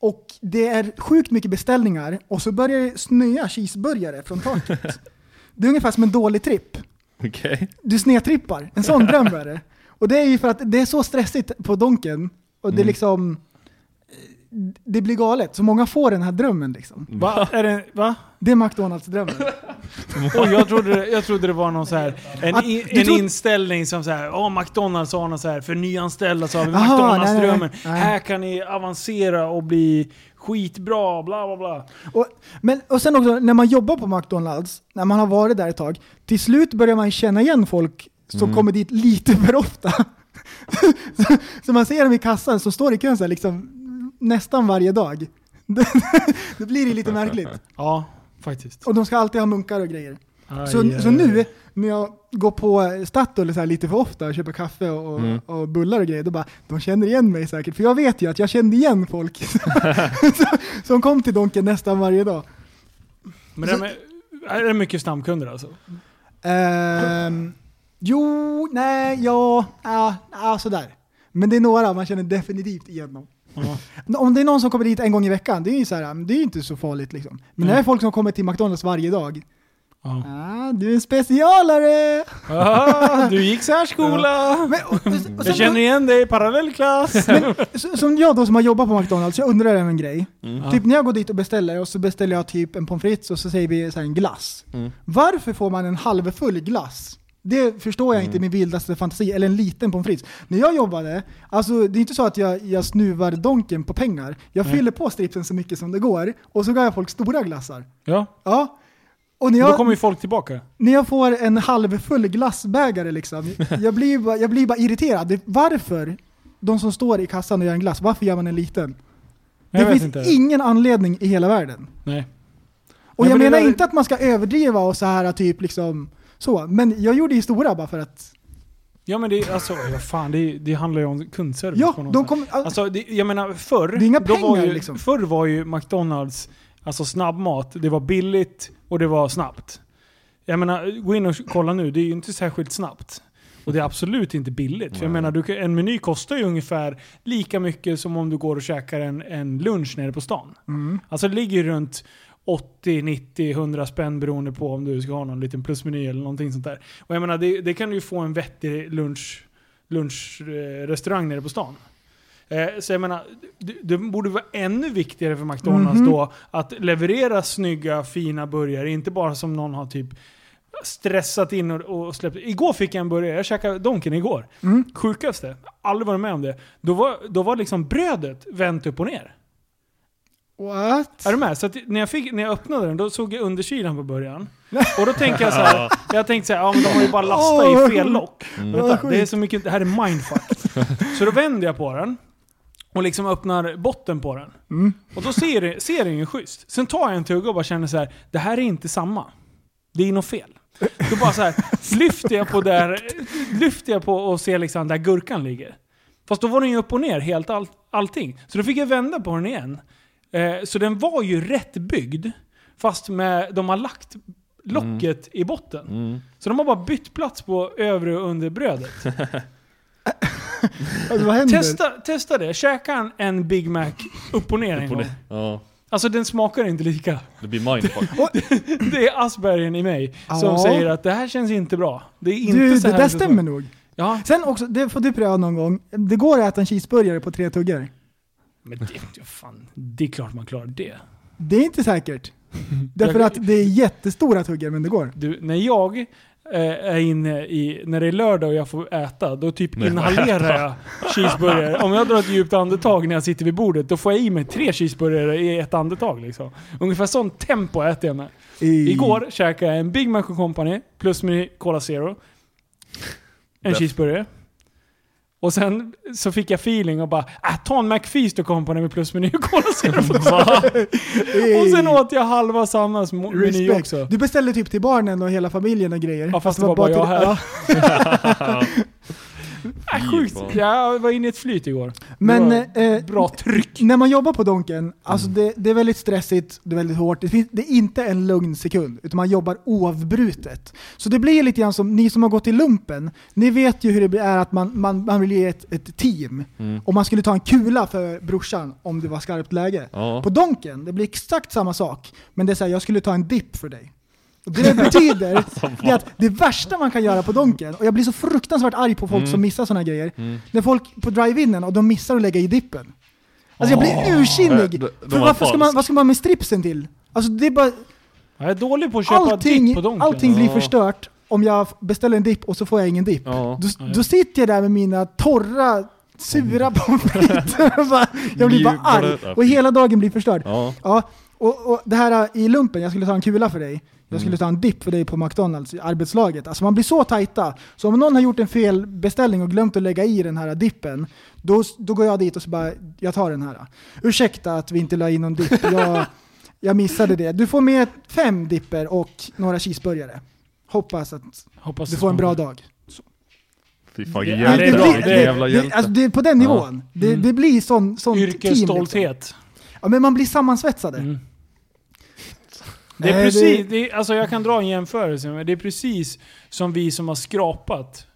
Och det är sjukt mycket beställningar och så börjar det snöa cheeseburgare från taket. Det är ungefär som en dålig tripp. Okej. Du snedtrippar, en sån dröm är det. Och det är ju för att det är så stressigt på Donken. Och det är liksom, det blir galet. Så många får den här drömmen liksom. Va? Är det, va? Det är McDonalds-drömmen. Oj, jag, trodde, det- jag trodde det var någon så här, en, Att- i- du en trodde- inställning som så här, åh McDonalds har något så här, för nyanställda så har vi Aha, McDonalds-drömmen. nej, nej, nej. Här kan ni avancera och bli skitbra, bla bla bla. Och, men, och sen också när man jobbar på McDonalds, när man har varit där ett tag, till slut börjar man känna igen folk som kommer dit lite för ofta. så, så man ser dem i kassan som står i kön så här, liksom, nästan varje dag. Då blir det lite märkligt. Ja, faktiskt. Och de ska alltid ha munkar och grejer. Så, så nu när jag går på Statoil så här lite för ofta och köper kaffe och, Mm. och bullar och grejer, då bara, de känner igen mig säkert. För jag vet ju att jag kände igen folk som- som kom till Donken nästan varje dag. Men det är, med, är det mycket stamkunder alltså? Ehm, jo, nej, ja, ja, ja, sådär. Men det är några man känner definitivt igen dem. Ja. Om det är någon som kommer dit en gång i veckan, det är ju så här, det är ju inte så farligt liksom. Men när det är folk som kommer till McDonalds varje dag. Ja. Ah, du är en specialare! Ah, du gick särskola! Men, och, och, och sen- Jag känner igen dig, parallellklass! Så- Som jag då som har jobbat på McDonalds, jag undrar över en grej. Mm. Typ när jag går dit och beställer och så beställer jag typ en pommes frites och så säger vi så här en glass. Mm. Varför får man en halvfull glass? Det förstår jag Mm. inte i min vildaste fantasi, eller en liten pommes frites. När jag jobbade, alltså det är inte så att jag, jag snuvar donken på pengar. Jag fyller på stripsen så mycket som det går och så gav jag folk stora glassar. Ja, Ja. Och när då jag, kommer ju folk tillbaka. när jag får en halvfull glassbägare liksom, jag blir ju bara, jag blir bara irriterad. Det- Varför? De som står i kassan och gör en glass, varför gör man en liten? Jag det vet finns inte. ingen anledning i hela världen. Nej. Och Nej, men jag det menar där- inte att man ska överdriva och så här typ liksom så, men jag gjorde ju stora bara för att... Ja men det, är- alltså, ja, fan, det, det handlar ju om kundservice. Ja, på något de sätt. kom, alltså, Alltså, det, jag menar förr, Det är inga då var pengar, ju, liksom. förr var ju McDonalds alltså snabbmat, det var billigt och det var snabbt. Jag menar, gå in och kolla nu, det är ju inte särskilt snabbt. Och det är absolut inte billigt. För jag menar, du, kan- en meny kostar ju ungefär lika mycket som om du går och käkar en, en lunch nere på stan. Mm. Alltså det ligger ju runt 80, 90, 100 spänn beroende på om du ska ha någon liten plusmeny eller någonting sånt där. Och jag menar, det, det kan du ju få en vettig lunch, lunchrestaurang nere på stan. Eh, så jag menar, det, det borde vara ännu viktigare för McDonalds då att leverera snygga, fina burgare. Inte bara som någon har typ stressat in och, och släppt. Igår fick jag en burgare, jag käkade Donken igår. Mm. Sjukaste, aldrig varit med om det. Då var, då var liksom brödet vänt upp och ner. what? Är du med? Så att när, jag fick, när jag öppnade den, då såg jag undersidan på början. Och då tänker jag så här, jag tänkte så här, ja men de har ju bara lastat i fel lock. Vänta, det är så mycket, det här är mindfuck. Så då vänder jag på den och liksom öppnar botten på den. Och då ser, det- ser den ju schysst. Sen tar jag en tugga och bara känner så här, det här är inte samma. Det är något fel. Då bara så här, lyfter jag på där, lyfter jag på och ser liksom där gurkan ligger. Fast då var den ju upp och ner, helt all, allting. Så då fick jag vända på den igen. Eh, så den var ju rätt byggd, fast med, de har lagt locket i botten. Mm. Så de har bara bytt plats på övre och under brödet. Alltså, vad händer? Testa, testa det, käka en, en Big Mac upp och ner en gång. Ja, Alltså den smakar inte lika. det blir mindfuck. Det är Aspergen i mig som Ja. säger att det här känns inte bra. Det är inte Du, så det här där det ska stämmer smaka. nog. Ja, Sen också, det får du pröva någon gång, det går att äta en cheeseburgare på tre tuggar. men det, fan, det är klart man klarar det. Det är inte säkert. Därför Jag- att det är jättestora tuggar, men det går. Du, när jag eh, är inne i, när det är lördag och jag får äta, då typ Nej, inhalerar jag cheeseburgare. Om jag drar ett djupt andetag när jag sitter vid bordet, då får jag i mig tre cheeseburgare i ett andetag liksom. Ungefär sånt tempo äter jag med. I- Igår käkade jag en Big Mac och Company plus med Cola Zero. En Bäst. cheeseburgare. Och sen så fick jag feeling och bara äh, ta en McFeast och Company med plusmeny och Cola Zero. Va? och sen åt jag halva samma sm- meny Respect. också. Du beställde typ till barnen och hela familjen och grejer. Alltså, Ja fast det var bara jag här. Äh, sjukt. Fy fan. Jag var inne i ett flyt igår. Men Det eh, eh, Bra Mm. tryck. när man jobbar på Donken, alltså det, det är väldigt stressigt, det är väldigt hårt, det, finns, det är inte en lugn sekund, utan man jobbar oavbrutet. Så det blir lite grann som, ni som har gått i lumpen, ni vet ju hur det är att man, man, man vill ge ett, ett team. Mm. Och man skulle ta en kula för brorsan om det var skarpt läge. Ja. På Donken, det blir exakt samma sak, men det är såhär, jag skulle ta en dipp för dig. Och det det betyder, Alltså, det är att det värsta man kan göra på Donken, och jag blir så fruktansvärt arg på folk Mm. som missar sådana grejer, när folk på drive-inen och de missar att lägga i dippen. Alltså jag blir Eh, ursinnig! de- de För var varför ska man, falsk. vad ska man med stripsen till? Alltså det är bara, Jag är dålig på att köpa dipp allting, på Donken. allting blir Ja. förstört om jag f- beställer en dipp och så får jag ingen dipp. Ja. Då, då sitter jag där med mina torra, sura pommes frites. och bara- jag blir bara arg. Mm. Mjukblöta. Och hela dagen blir förstörd. Ja. Ja, och, och det här äh, i lumpen, jag skulle ta en kula för dig. Jag Mm. skulle ta en dipp för dig på McDonalds, i arbetslaget. Alltså man blir så tajta. Så om någon har gjort en felbeställning och glömt att lägga i den här dippen, då, då går jag dit och så bara, jag tar den här. Ursäkta att vi inte la in någon dipp, jag, jag missade det. Du får med fem dipper och några cheeseburgare. Hoppas att alltså. Hoppas du det får en bra smakar. dag. Fy fan, Det vilken är jävla, bra, vilken det är- jävla det, hjälte. alltså det är på den Ja. nivån. Det, det Mm. blir sån, liksom. sån Yrkesstolthet. Ja, men man blir sammansvetsade. Mm. Det är Nej, precis, det- det är, alltså jag kan dra en jämförelse, men det är precis som vi som har skrapat.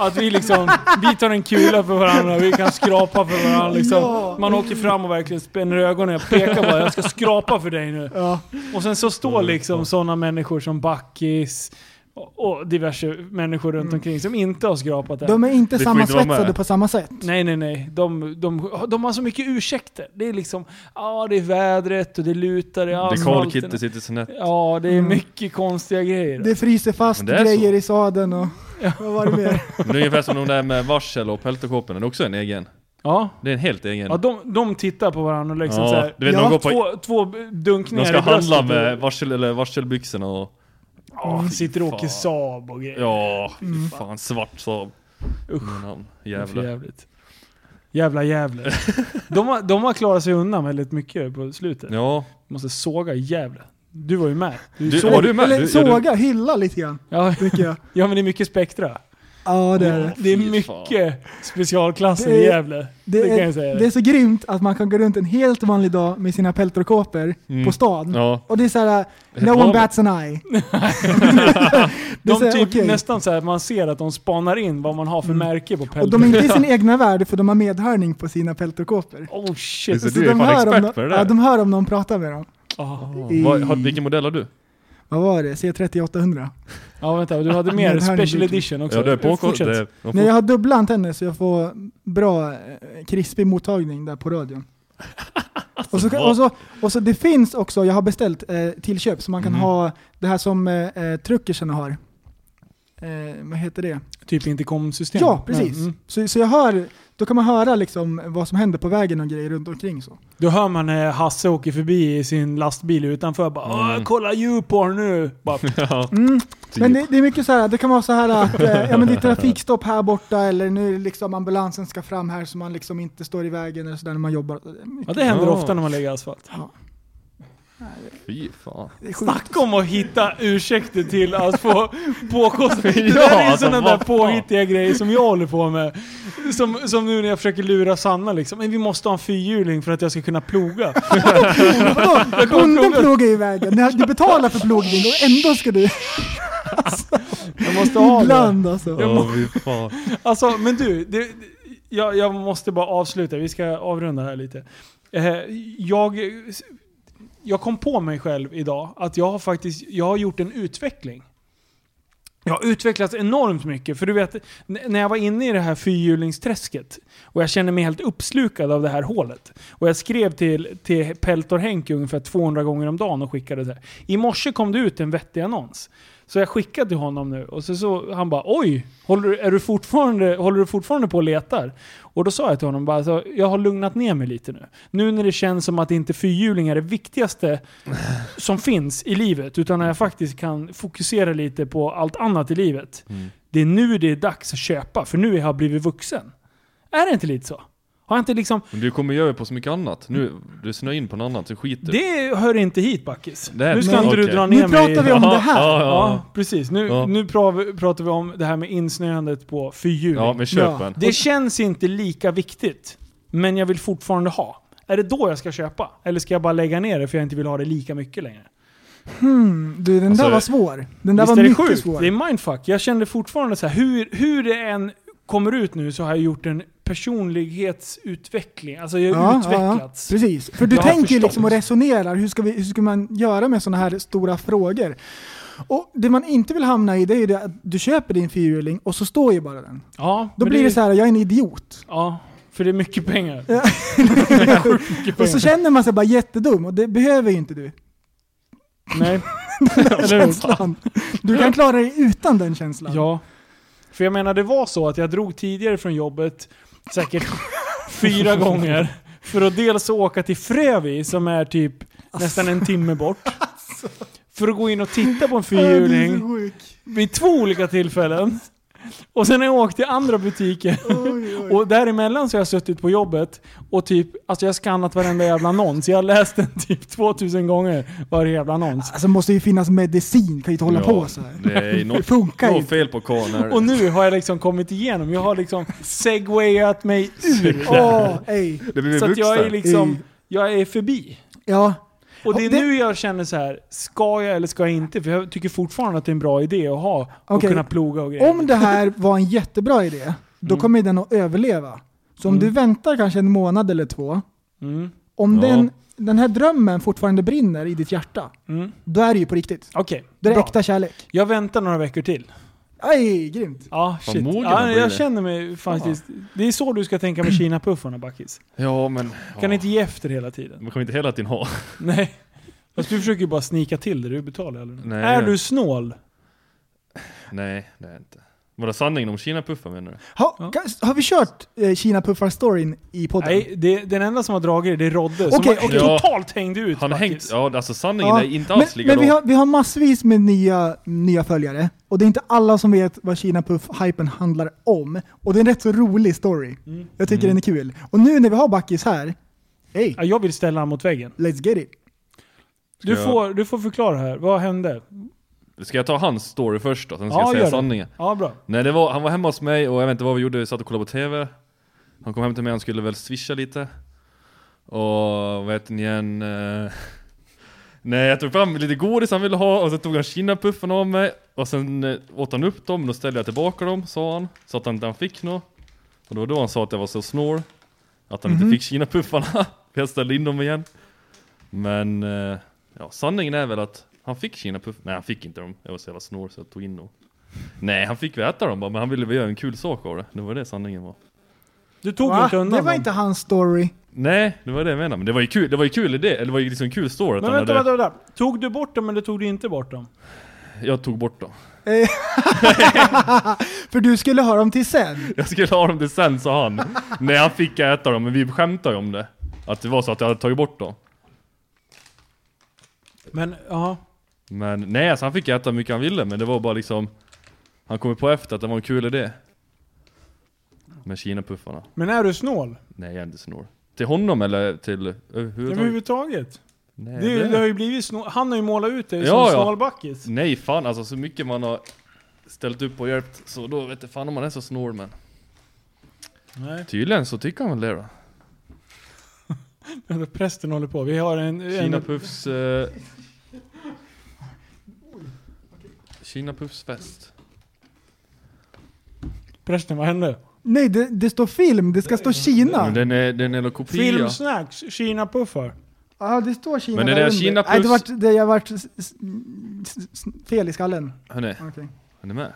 Att vi liksom, vi tar en kula för varandra, vi kan skrapa för varandra liksom. Ja. Man åker fram och verkligen spänner ögonen, jag pekar bara, jag ska skrapa för dig nu. Ja. Och sen så står Mm, liksom sådana människor som Backis och, och diverse människor runt Mm. omkring som inte har skrapat än. De är inte Det får inte vara sammansvetsade med. på samma sätt. Nej, nej, nej. De, de, de har så mycket ursäkter. Det är liksom, ja ah, det är vädret och det lutar i Det är asfalten. Karlkitte sitter snett. Ja, det är mycket konstiga grejer. Mm. Det fryser fast Men det är grejer så. i sadeln och vad var det mer? Men det är ungefär som de där med varsel och peltokåporna, det är också en egen. ja. Det är en helt egen. ja de, de tittar på varandra och liksom Ja, så här, du vet, ja, de går på, två, två dunkningar de ska i bröstet handla och- med varsel, eller varselbyxorna och... Ja, sitter och åker fan. Saab och grejer. Ja, fy fan. Svart Saab. Usch. Namn. Mm. Jävla. Jävlar. jävligt. Jävla jävla. de, har, de har klarat sig undan väldigt mycket på slutet. Ja. Måste såga jävla. Du var ju med. Du, Du, såg- var du med? Eller du, såga, hylla lite grann, ja, tycker jag. ja, men det är mycket spektra. Ja, det är det. Det är Fy mycket specialklasser Det är- i Gävle. Det, Det kan är, jag säga. det är så grymt att man kan gå runt en helt vanlig dag med sina peltorkåpor Mm. på stan. Ja. Och det är såhär, no vanligt. one bats an eye. det är de så här, typ okej. Mm. nästan så här, man ser att de spanar in vad man har för märke på Och pälten. de är inte i sin egna värld för de har medhörning på sina peltorkåpor. Oh Det är shit. så- du är de fan hör om expert no- på det där. Ja, de hör om någon pratar med dem. Ah. du, vad, har, vilken modell har du? Vad var det? C3800? Ja vänta, du hade Men mer det här är special mycket. edition också. Ja, du är Fortsätt. påkostad. Nej, jag har dubbla antenner så jag får bra eh, krispig mottagning där på radion. och, så, kan- och, så, och så det finns också, jag har beställt eh, tillköp så man Mhm. kan ha det här som eh, eh, truckersarna har. Eh, vad heter det? Typ intercomsystem. Ja, precis. Mm. Så, så jag hör, då kan man höra liksom vad som händer på vägen och grejer runt omkring så. Då hör man när Hasse åker förbi i sin lastbil utanför bara Mm. "Åh, kolla Youporn nu! Bara, Ja, Mm. typ. Men det, det är mycket så här, det kan vara så här att eh, ja, men det är trafikstopp här borta eller nu är det liksom ambulansen ska fram här så man liksom inte står i vägen eller sådär när man jobbar. ja, det händer Ja. ofta när man lägger asfalt. Fy fan. Det är sjukt. Snacka om att hitta ursäkter till att få påkostade... Det Ja, där är ju alltså, sådana där vad fan. påhittiga grejer som jag håller på med. Som, som nu när jag försöker lura Sanna liksom. Men vi måste ha en fyrhjuling för att jag ska kunna ploga. Vadå? Bonden plogar ju vägen. När Du betalar för plogning och ändå ska du... Jag måste ha det. Ibland alltså. Ja, fy fan. Alltså, men du. Det, det- jag, jag måste bara avsluta. Vi ska avrunda här lite. Eh, jag, jag kom på mig själv idag att jag har faktiskt jag har gjort en utveckling. Jag har utvecklats enormt mycket. För du vet, n- när jag var inne i det här fyrhjulingsträsket och jag kände mig helt uppslukad av det här hålet. Och jag skrev till, till Peltor Henke ungefär 200 gånger om dagen och skickade det här. I morse kom det ut en vettig annons. Så jag skickade till honom nu och så, så han bara oj, håller, du- är du fortfarande, håller du fortfarande på och letar? Och då sa jag till honom bara så, jag har lugnat ner mig lite nu. Nu när det känns som att inte fyrhjuling är det viktigaste som finns i livet utan Mm. när jag faktiskt kan fokusera lite på allt annat i livet. Mm. Det är nu det är dags att köpa för nu har jag blivit vuxen. Är det inte lite så? Har jag inte liksom, Men du kommer göra på så mycket annat. Nu, du snör in på något annat, så skiter du. det hör inte hit Backis. Det här- Nu ska Nej. inte du Okej. dra ner Nu pratar mig. vi om Ja, det här. Ja, Ja, ja. precis. Nu, Ja. nu prav- pratar vi om det här med insnöandet på fyrhjuling. ja men köp Ja. en. Det känns inte lika viktigt, men jag vill fortfarande ha. Är det då jag ska köpa? Eller ska jag bara lägga ner det för jag inte vill ha det lika mycket längre? Hmm, du, den Alltså, där var svår. Den där Visst var är det mycket sjukt? svår. Det är mindfuck. Jag kände fortfarande så här, hur, hur det än kommer ut nu så har jag gjort en personlighetsutveckling. Alltså jag har utvecklats. Ja, precis. För du Jag har tänker ju förstått. liksom och resonerar, hur ska, vi, hur ska man göra med sådana här stora frågor? Och det man inte vill hamna i det är ju det att du köper din fyrhjuling och så står ju bara den. Ja, Då men blir det så här, jag är en idiot. Ja, för det är mycket pengar. Ja. Sjukt mycket Och så pengar. känner man sig bara jättedum och det behöver ju inte du. Nej. Känslan. Du kan klara dig utan den känslan. Ja. För jag menar, det var så att jag drog tidigare från jobbet säkert fyra gånger. För att dels åka till Frövi som är typ Alltså. nästan en timme bort. För att gå in och titta på en Ja, du är så fyrhjuling sjuk. vid två olika tillfällen. Och sen har jag åkt till andra butiker. Oj, oj. Och däremellan så har jag suttit på jobbet och typ, alltså jag har skannat varenda jävla annons. Jag har läst den typ 2000 gånger, varje jävla annons. Alltså måste ju finnas medicin, kan ju inte hålla Ja, på så här. Det är Det något, funkar ju något inte. fel på karln här. Och nu har jag liksom kommit igenom. Jag har liksom segwayat mig ur. Åh, ej. Det blir Så att jag är vuxen. liksom, Mm. jag är förbi. Ja, Och det är Ja, det- nu jag känner så här, ska jag eller ska jag inte? För jag tycker fortfarande att det är en bra idé att ha och Okej. kunna ploga och grejer. Om det här var en jättebra idé, då kommer den att överleva. Så om Mm. du väntar kanske en månad eller två, Mm. om Ja. den, den här drömmen fortfarande brinner i ditt hjärta, Mm. då är det ju på riktigt. Okej, Då är det bra. äkta kärlek. Jag väntar några veckor till. Aj, grymt. Ja, Fan, shit. mogen Ja, man blir jag det. känner mig faktiskt... Det är så du ska tänka med Kina-puffarna, Backis. Ja men... Kan ja. Mm. inte ge efter hela tiden. Man kommer inte hela tiden ha. Nej. Fast du försöker ju bara snika till det, du betalar eller? Nej. Är du snål? Nej, det är inte. Vadå sanningen om Kina-puffar menar du? Ha, Ja. kan- Har vi kört eh, Kina Puffar-storyn i podden? Nej, det, den enda som har dragit det, det är Rodde. som Okej, har okej. totalt hängde ut Han har Backis. hängt... Ja alltså sanningen Ja, är inte men, alls men likadan. vi, har, vi har massvis med nya, nya följare, och det är inte alla som vet vad Kina Puff-hypen handlar om. Och det är en rätt så rolig story. Mm. Jag tycker den Mm. är kul. Och nu när vi har Backis här, hey, Ja, jag vill ställa honom mot väggen. let's get it. Du Ska jag- får, du får förklara här, vad hände? Ska jag ta hans story först då? Sen ska Ja, jag gör säga det. sanningen. Ja, bra. Nej det var, han var hemma hos mig och jag vet inte vad vi gjorde, vi satt och kollade på TV Han kom hem till mig, han skulle väl swisha lite Och vet ni igen eh, Nej jag tog fram lite godis han ville ha och så tog han kinapuffen av mig Och sen eh, åt han upp dem och då ställde jag tillbaka dem sa han Så att han inte han fick något Och det var då han sa att jag var så snål Att han inte fick kinapuffarna För jag ställde in dem igen Men eh, ja, sanningen är väl att han fick kinapuff Nej han fick inte dem, jag var så jävla snål så jag tog in dem Nej han fick väl äta dem bara, men han ville väl göra en kul sak av det. Det var det sanningen var. Du tog Va? inte undan det var dem. inte hans story. Nej, det var det jag menade. Men det var ju kul, det var ju kul idé, eller det var ju liksom en kul story att Men han vänta, hade... vänta, vänta. Tog du bort dem eller tog du inte bort dem? Jag tog bort dem. För du skulle ha dem till sen. Jag skulle ha dem till sen sa han. Nej han fick äta dem, men vi skämtade ju om det. Att det var så att jag hade tagit bort dem. Men, ja. Men nej, alltså han fick äta hur mycket han ville, men det var bara liksom... Han kom ju på efter att det var en kul idé. Med kinapuffarna. Men är du snål? Nej jag är inte snål. Till honom eller till överhuvudtaget? Överhuvudtaget? Nej, Det, är ju- det- det har ju blivit snål. Han har ju målat ut dig Ja, som ja. snålbackis. Nej fan alltså så mycket man har ställt upp och hjälpt så då vet jag fan om man är så snål men Nej. Tydligen så tycker han väl det då Vänta, Prästen håller på. Vi har en... Kina en Puffs eh... Kina Puffs fest prästen, vad hände? Nej, det, det står film. Det ska stå Kina. Men den är, den är en kopia Filmsnacks, Kina-puffar. Ja, det står Kina Men är där det under. Kina Nej, det plus- vart, det, jag vart s- s- s- s- fel i skallen. Hörni, Okej. är ni med?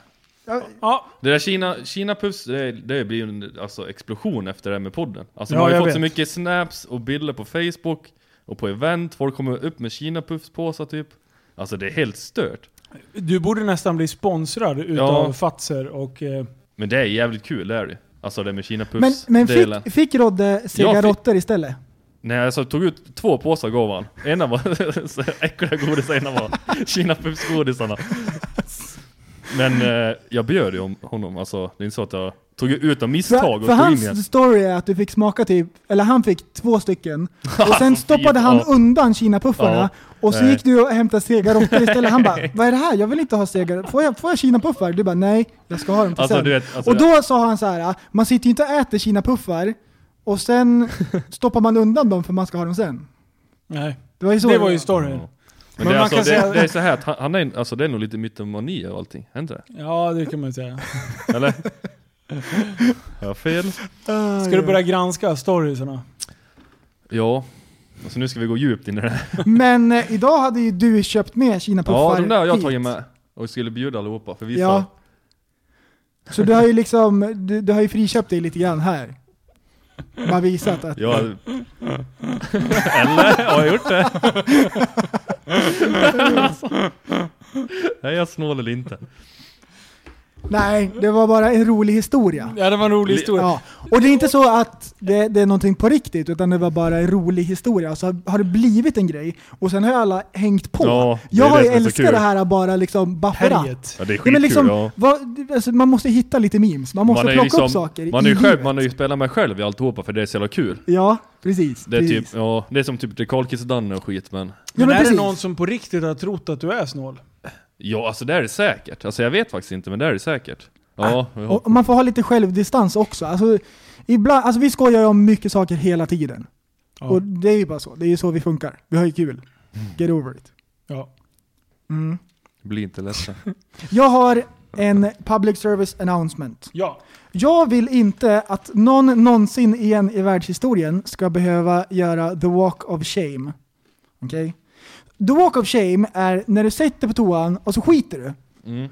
Ja, Ja, Det där Kina, Kina Puffs, det, det blir ju en alltså, explosion efter det här med podden Alltså Ja, man har ju jag fått så vet. mycket snaps och bilder på Facebook och på event, folk kommer upp med Kina Puffs påsar typ Alltså det är helt stört Du borde nästan bli sponsrad utav Ja. Fazer och... Eh, Men det är jävligt kul, det är det Alltså det med Kina Men, Puffs men delen. fick, fick Rodde cigaretter istället? Nej alltså jag tog ut två påsar gav han. Ena var så äckliga godis, ena var Kina Puffs godisarna. Men eh, jag bjöd ju om honom, alltså det är inte så att jag tog ut av misstag För, och för tog in igen. hans story är att du fick smaka typ, eller han fick två stycken, och sen stoppade han Ja. undan kinapuffarna, Ja. och så Nej. gick du och hämtade cigaretter istället. Han bara, vad är det här? Jag vill inte ha cigaretter. Får jag, får jag kinapuffar? Du bara, nej, jag ska ha dem till Alltså, sen. du vet, alltså, och då sa han så här, man sitter ju inte och äter kinapuffar, och sen stoppar man undan dem för man ska ha dem sen. nej. Det var ju så Det var ju storyn. Ja. Men Men, det, man är alltså, kan det, säga- det är så här att han, han är, alltså det är nog lite mytomani och allting, är det inte det? Ja, det kan man ju säga. Eller? Har jag fel? Ska du börja granska storiesarna? Ja. Alltså nu ska vi gå djupt in i det här. Men eh, idag hade ju du köpt med kinapuffar Ja, de där har jag hit. tagit med. Och skulle bjuda allihopa, för vi Ja. ja. Så du har ju liksom, du, du har ju friköpt dig lite grann här. Man visat att... Ja. Eller? Har jag gjort det? alltså. Är jag snål eller inte? Nej, det var bara en rolig historia. Ja, det var en rolig Li- historia. Ja. Och det är inte så att det, det är någonting på riktigt, utan det var bara en rolig historia. Så har det blivit en grej, och sen har ju alla hängt på. Ja, det är jag har det ju som är så älskat kul. det här att bara liksom buffra. Härjet. Ja, det är Ja, skitkul. men liksom, ja. vad, alltså, man måste hitta lite memes, man måste är plocka liksom- upp saker. Man i är ju själv, livet. man är ju spelat med själv i alltihopa för det är så jävla kul. Ja, precis. Det är typ, precis. ja, det är som typ Drekalkiss-Danne och skit men Ja, Men men är det precis. någon som på riktigt har trott att du är snål? Ja, alltså det är det säkert. Alltså jag vet faktiskt inte, men det är det säkert. Ja, ja. Ah, Och och man får ha lite självdistans också. Alltså, ibland, alltså vi skojar ju om mycket saker hela tiden. Ja. Och det är ju bara så. Det är ju så vi funkar. Vi har ju kul. Mm. Get over it. Ja. Mm. Bli inte ledsen. Jag har en public service announcement. ja. Jag vill inte att någon någonsin igen i världshistorien ska behöva göra the walk of shame. Okej? The walk of shame är när du sätter på toan och så skiter du. Mm.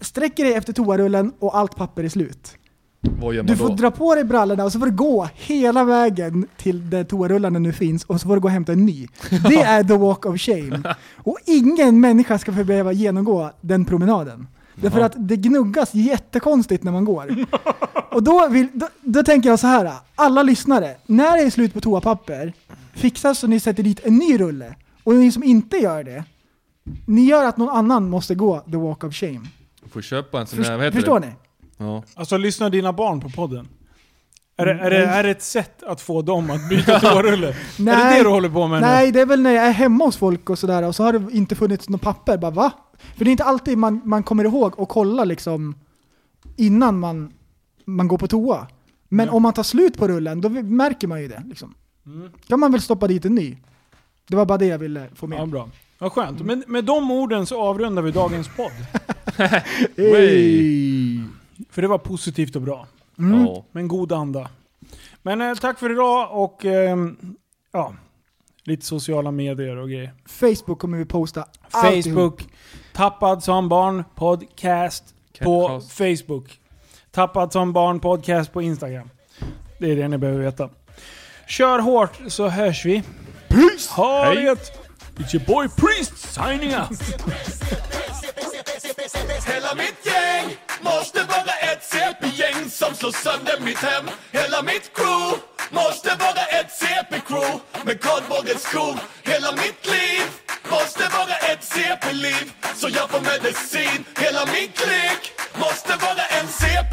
Sträcker dig efter toarullen och allt papper är slut. Vad gör man Du får då? dra på dig brallorna och så får du gå hela vägen till där toarullarna nu finns och så får du gå och hämta en ny. Det är the walk of shame. Och ingen människa ska få behöva genomgå den promenaden. Därför att det gnuggas jättekonstigt när man går. Och då, vill, då, då tänker jag så här, alla lyssnare, när det är slut på toapapper, fixa så ni sätter dit en ny rulle. Och ni som inte gör det, ni gör att någon annan måste gå the walk of shame. Du får köpa en sån här, vad Först, heter förstår det? ni? Ja. Alltså lyssnar dina barn på podden? Är Mm, det, är, det, är det ett sätt att få dem att byta toarulle? är det Nej. det du håller på med nu? Nej, det är väl när jag är hemma hos folk och sådär och så har det inte funnits något papper. Bara va? För det är inte alltid man, man kommer ihåg och kollar liksom innan man, man går på toa. Men om man tar slut på rullen, då vi- märker man ju det. Liksom. Mm. kan man väl stoppa dit en ny. Det var bara det jag ville Ja, få med. bra. Vad skönt. Men med de orden så avrundar vi dagens podd. Wey. För det var positivt och bra. Mm. Ja. Men god anda. Men eh, tack för idag och ehm, ja, lite sociala medier och grejer. Facebook kommer vi posta alltihop. Facebook. Tappad som barn podcast på Catcast. Facebook. Tappad som barn podcast på Instagram. Det är det ni behöver veta. Kör hårt så hörs vi. Peace! Ha det Hej. gött! It's your boy Priest signing out! Hela mitt gäng måste vara ett CP-gäng som slår sönder mitt hem Hela mitt crew måste vara ett CP-crew med kardborrens skor Hela mitt liv måste vara ett CP-liv så jag får medicin Hela min klick måste vara en CP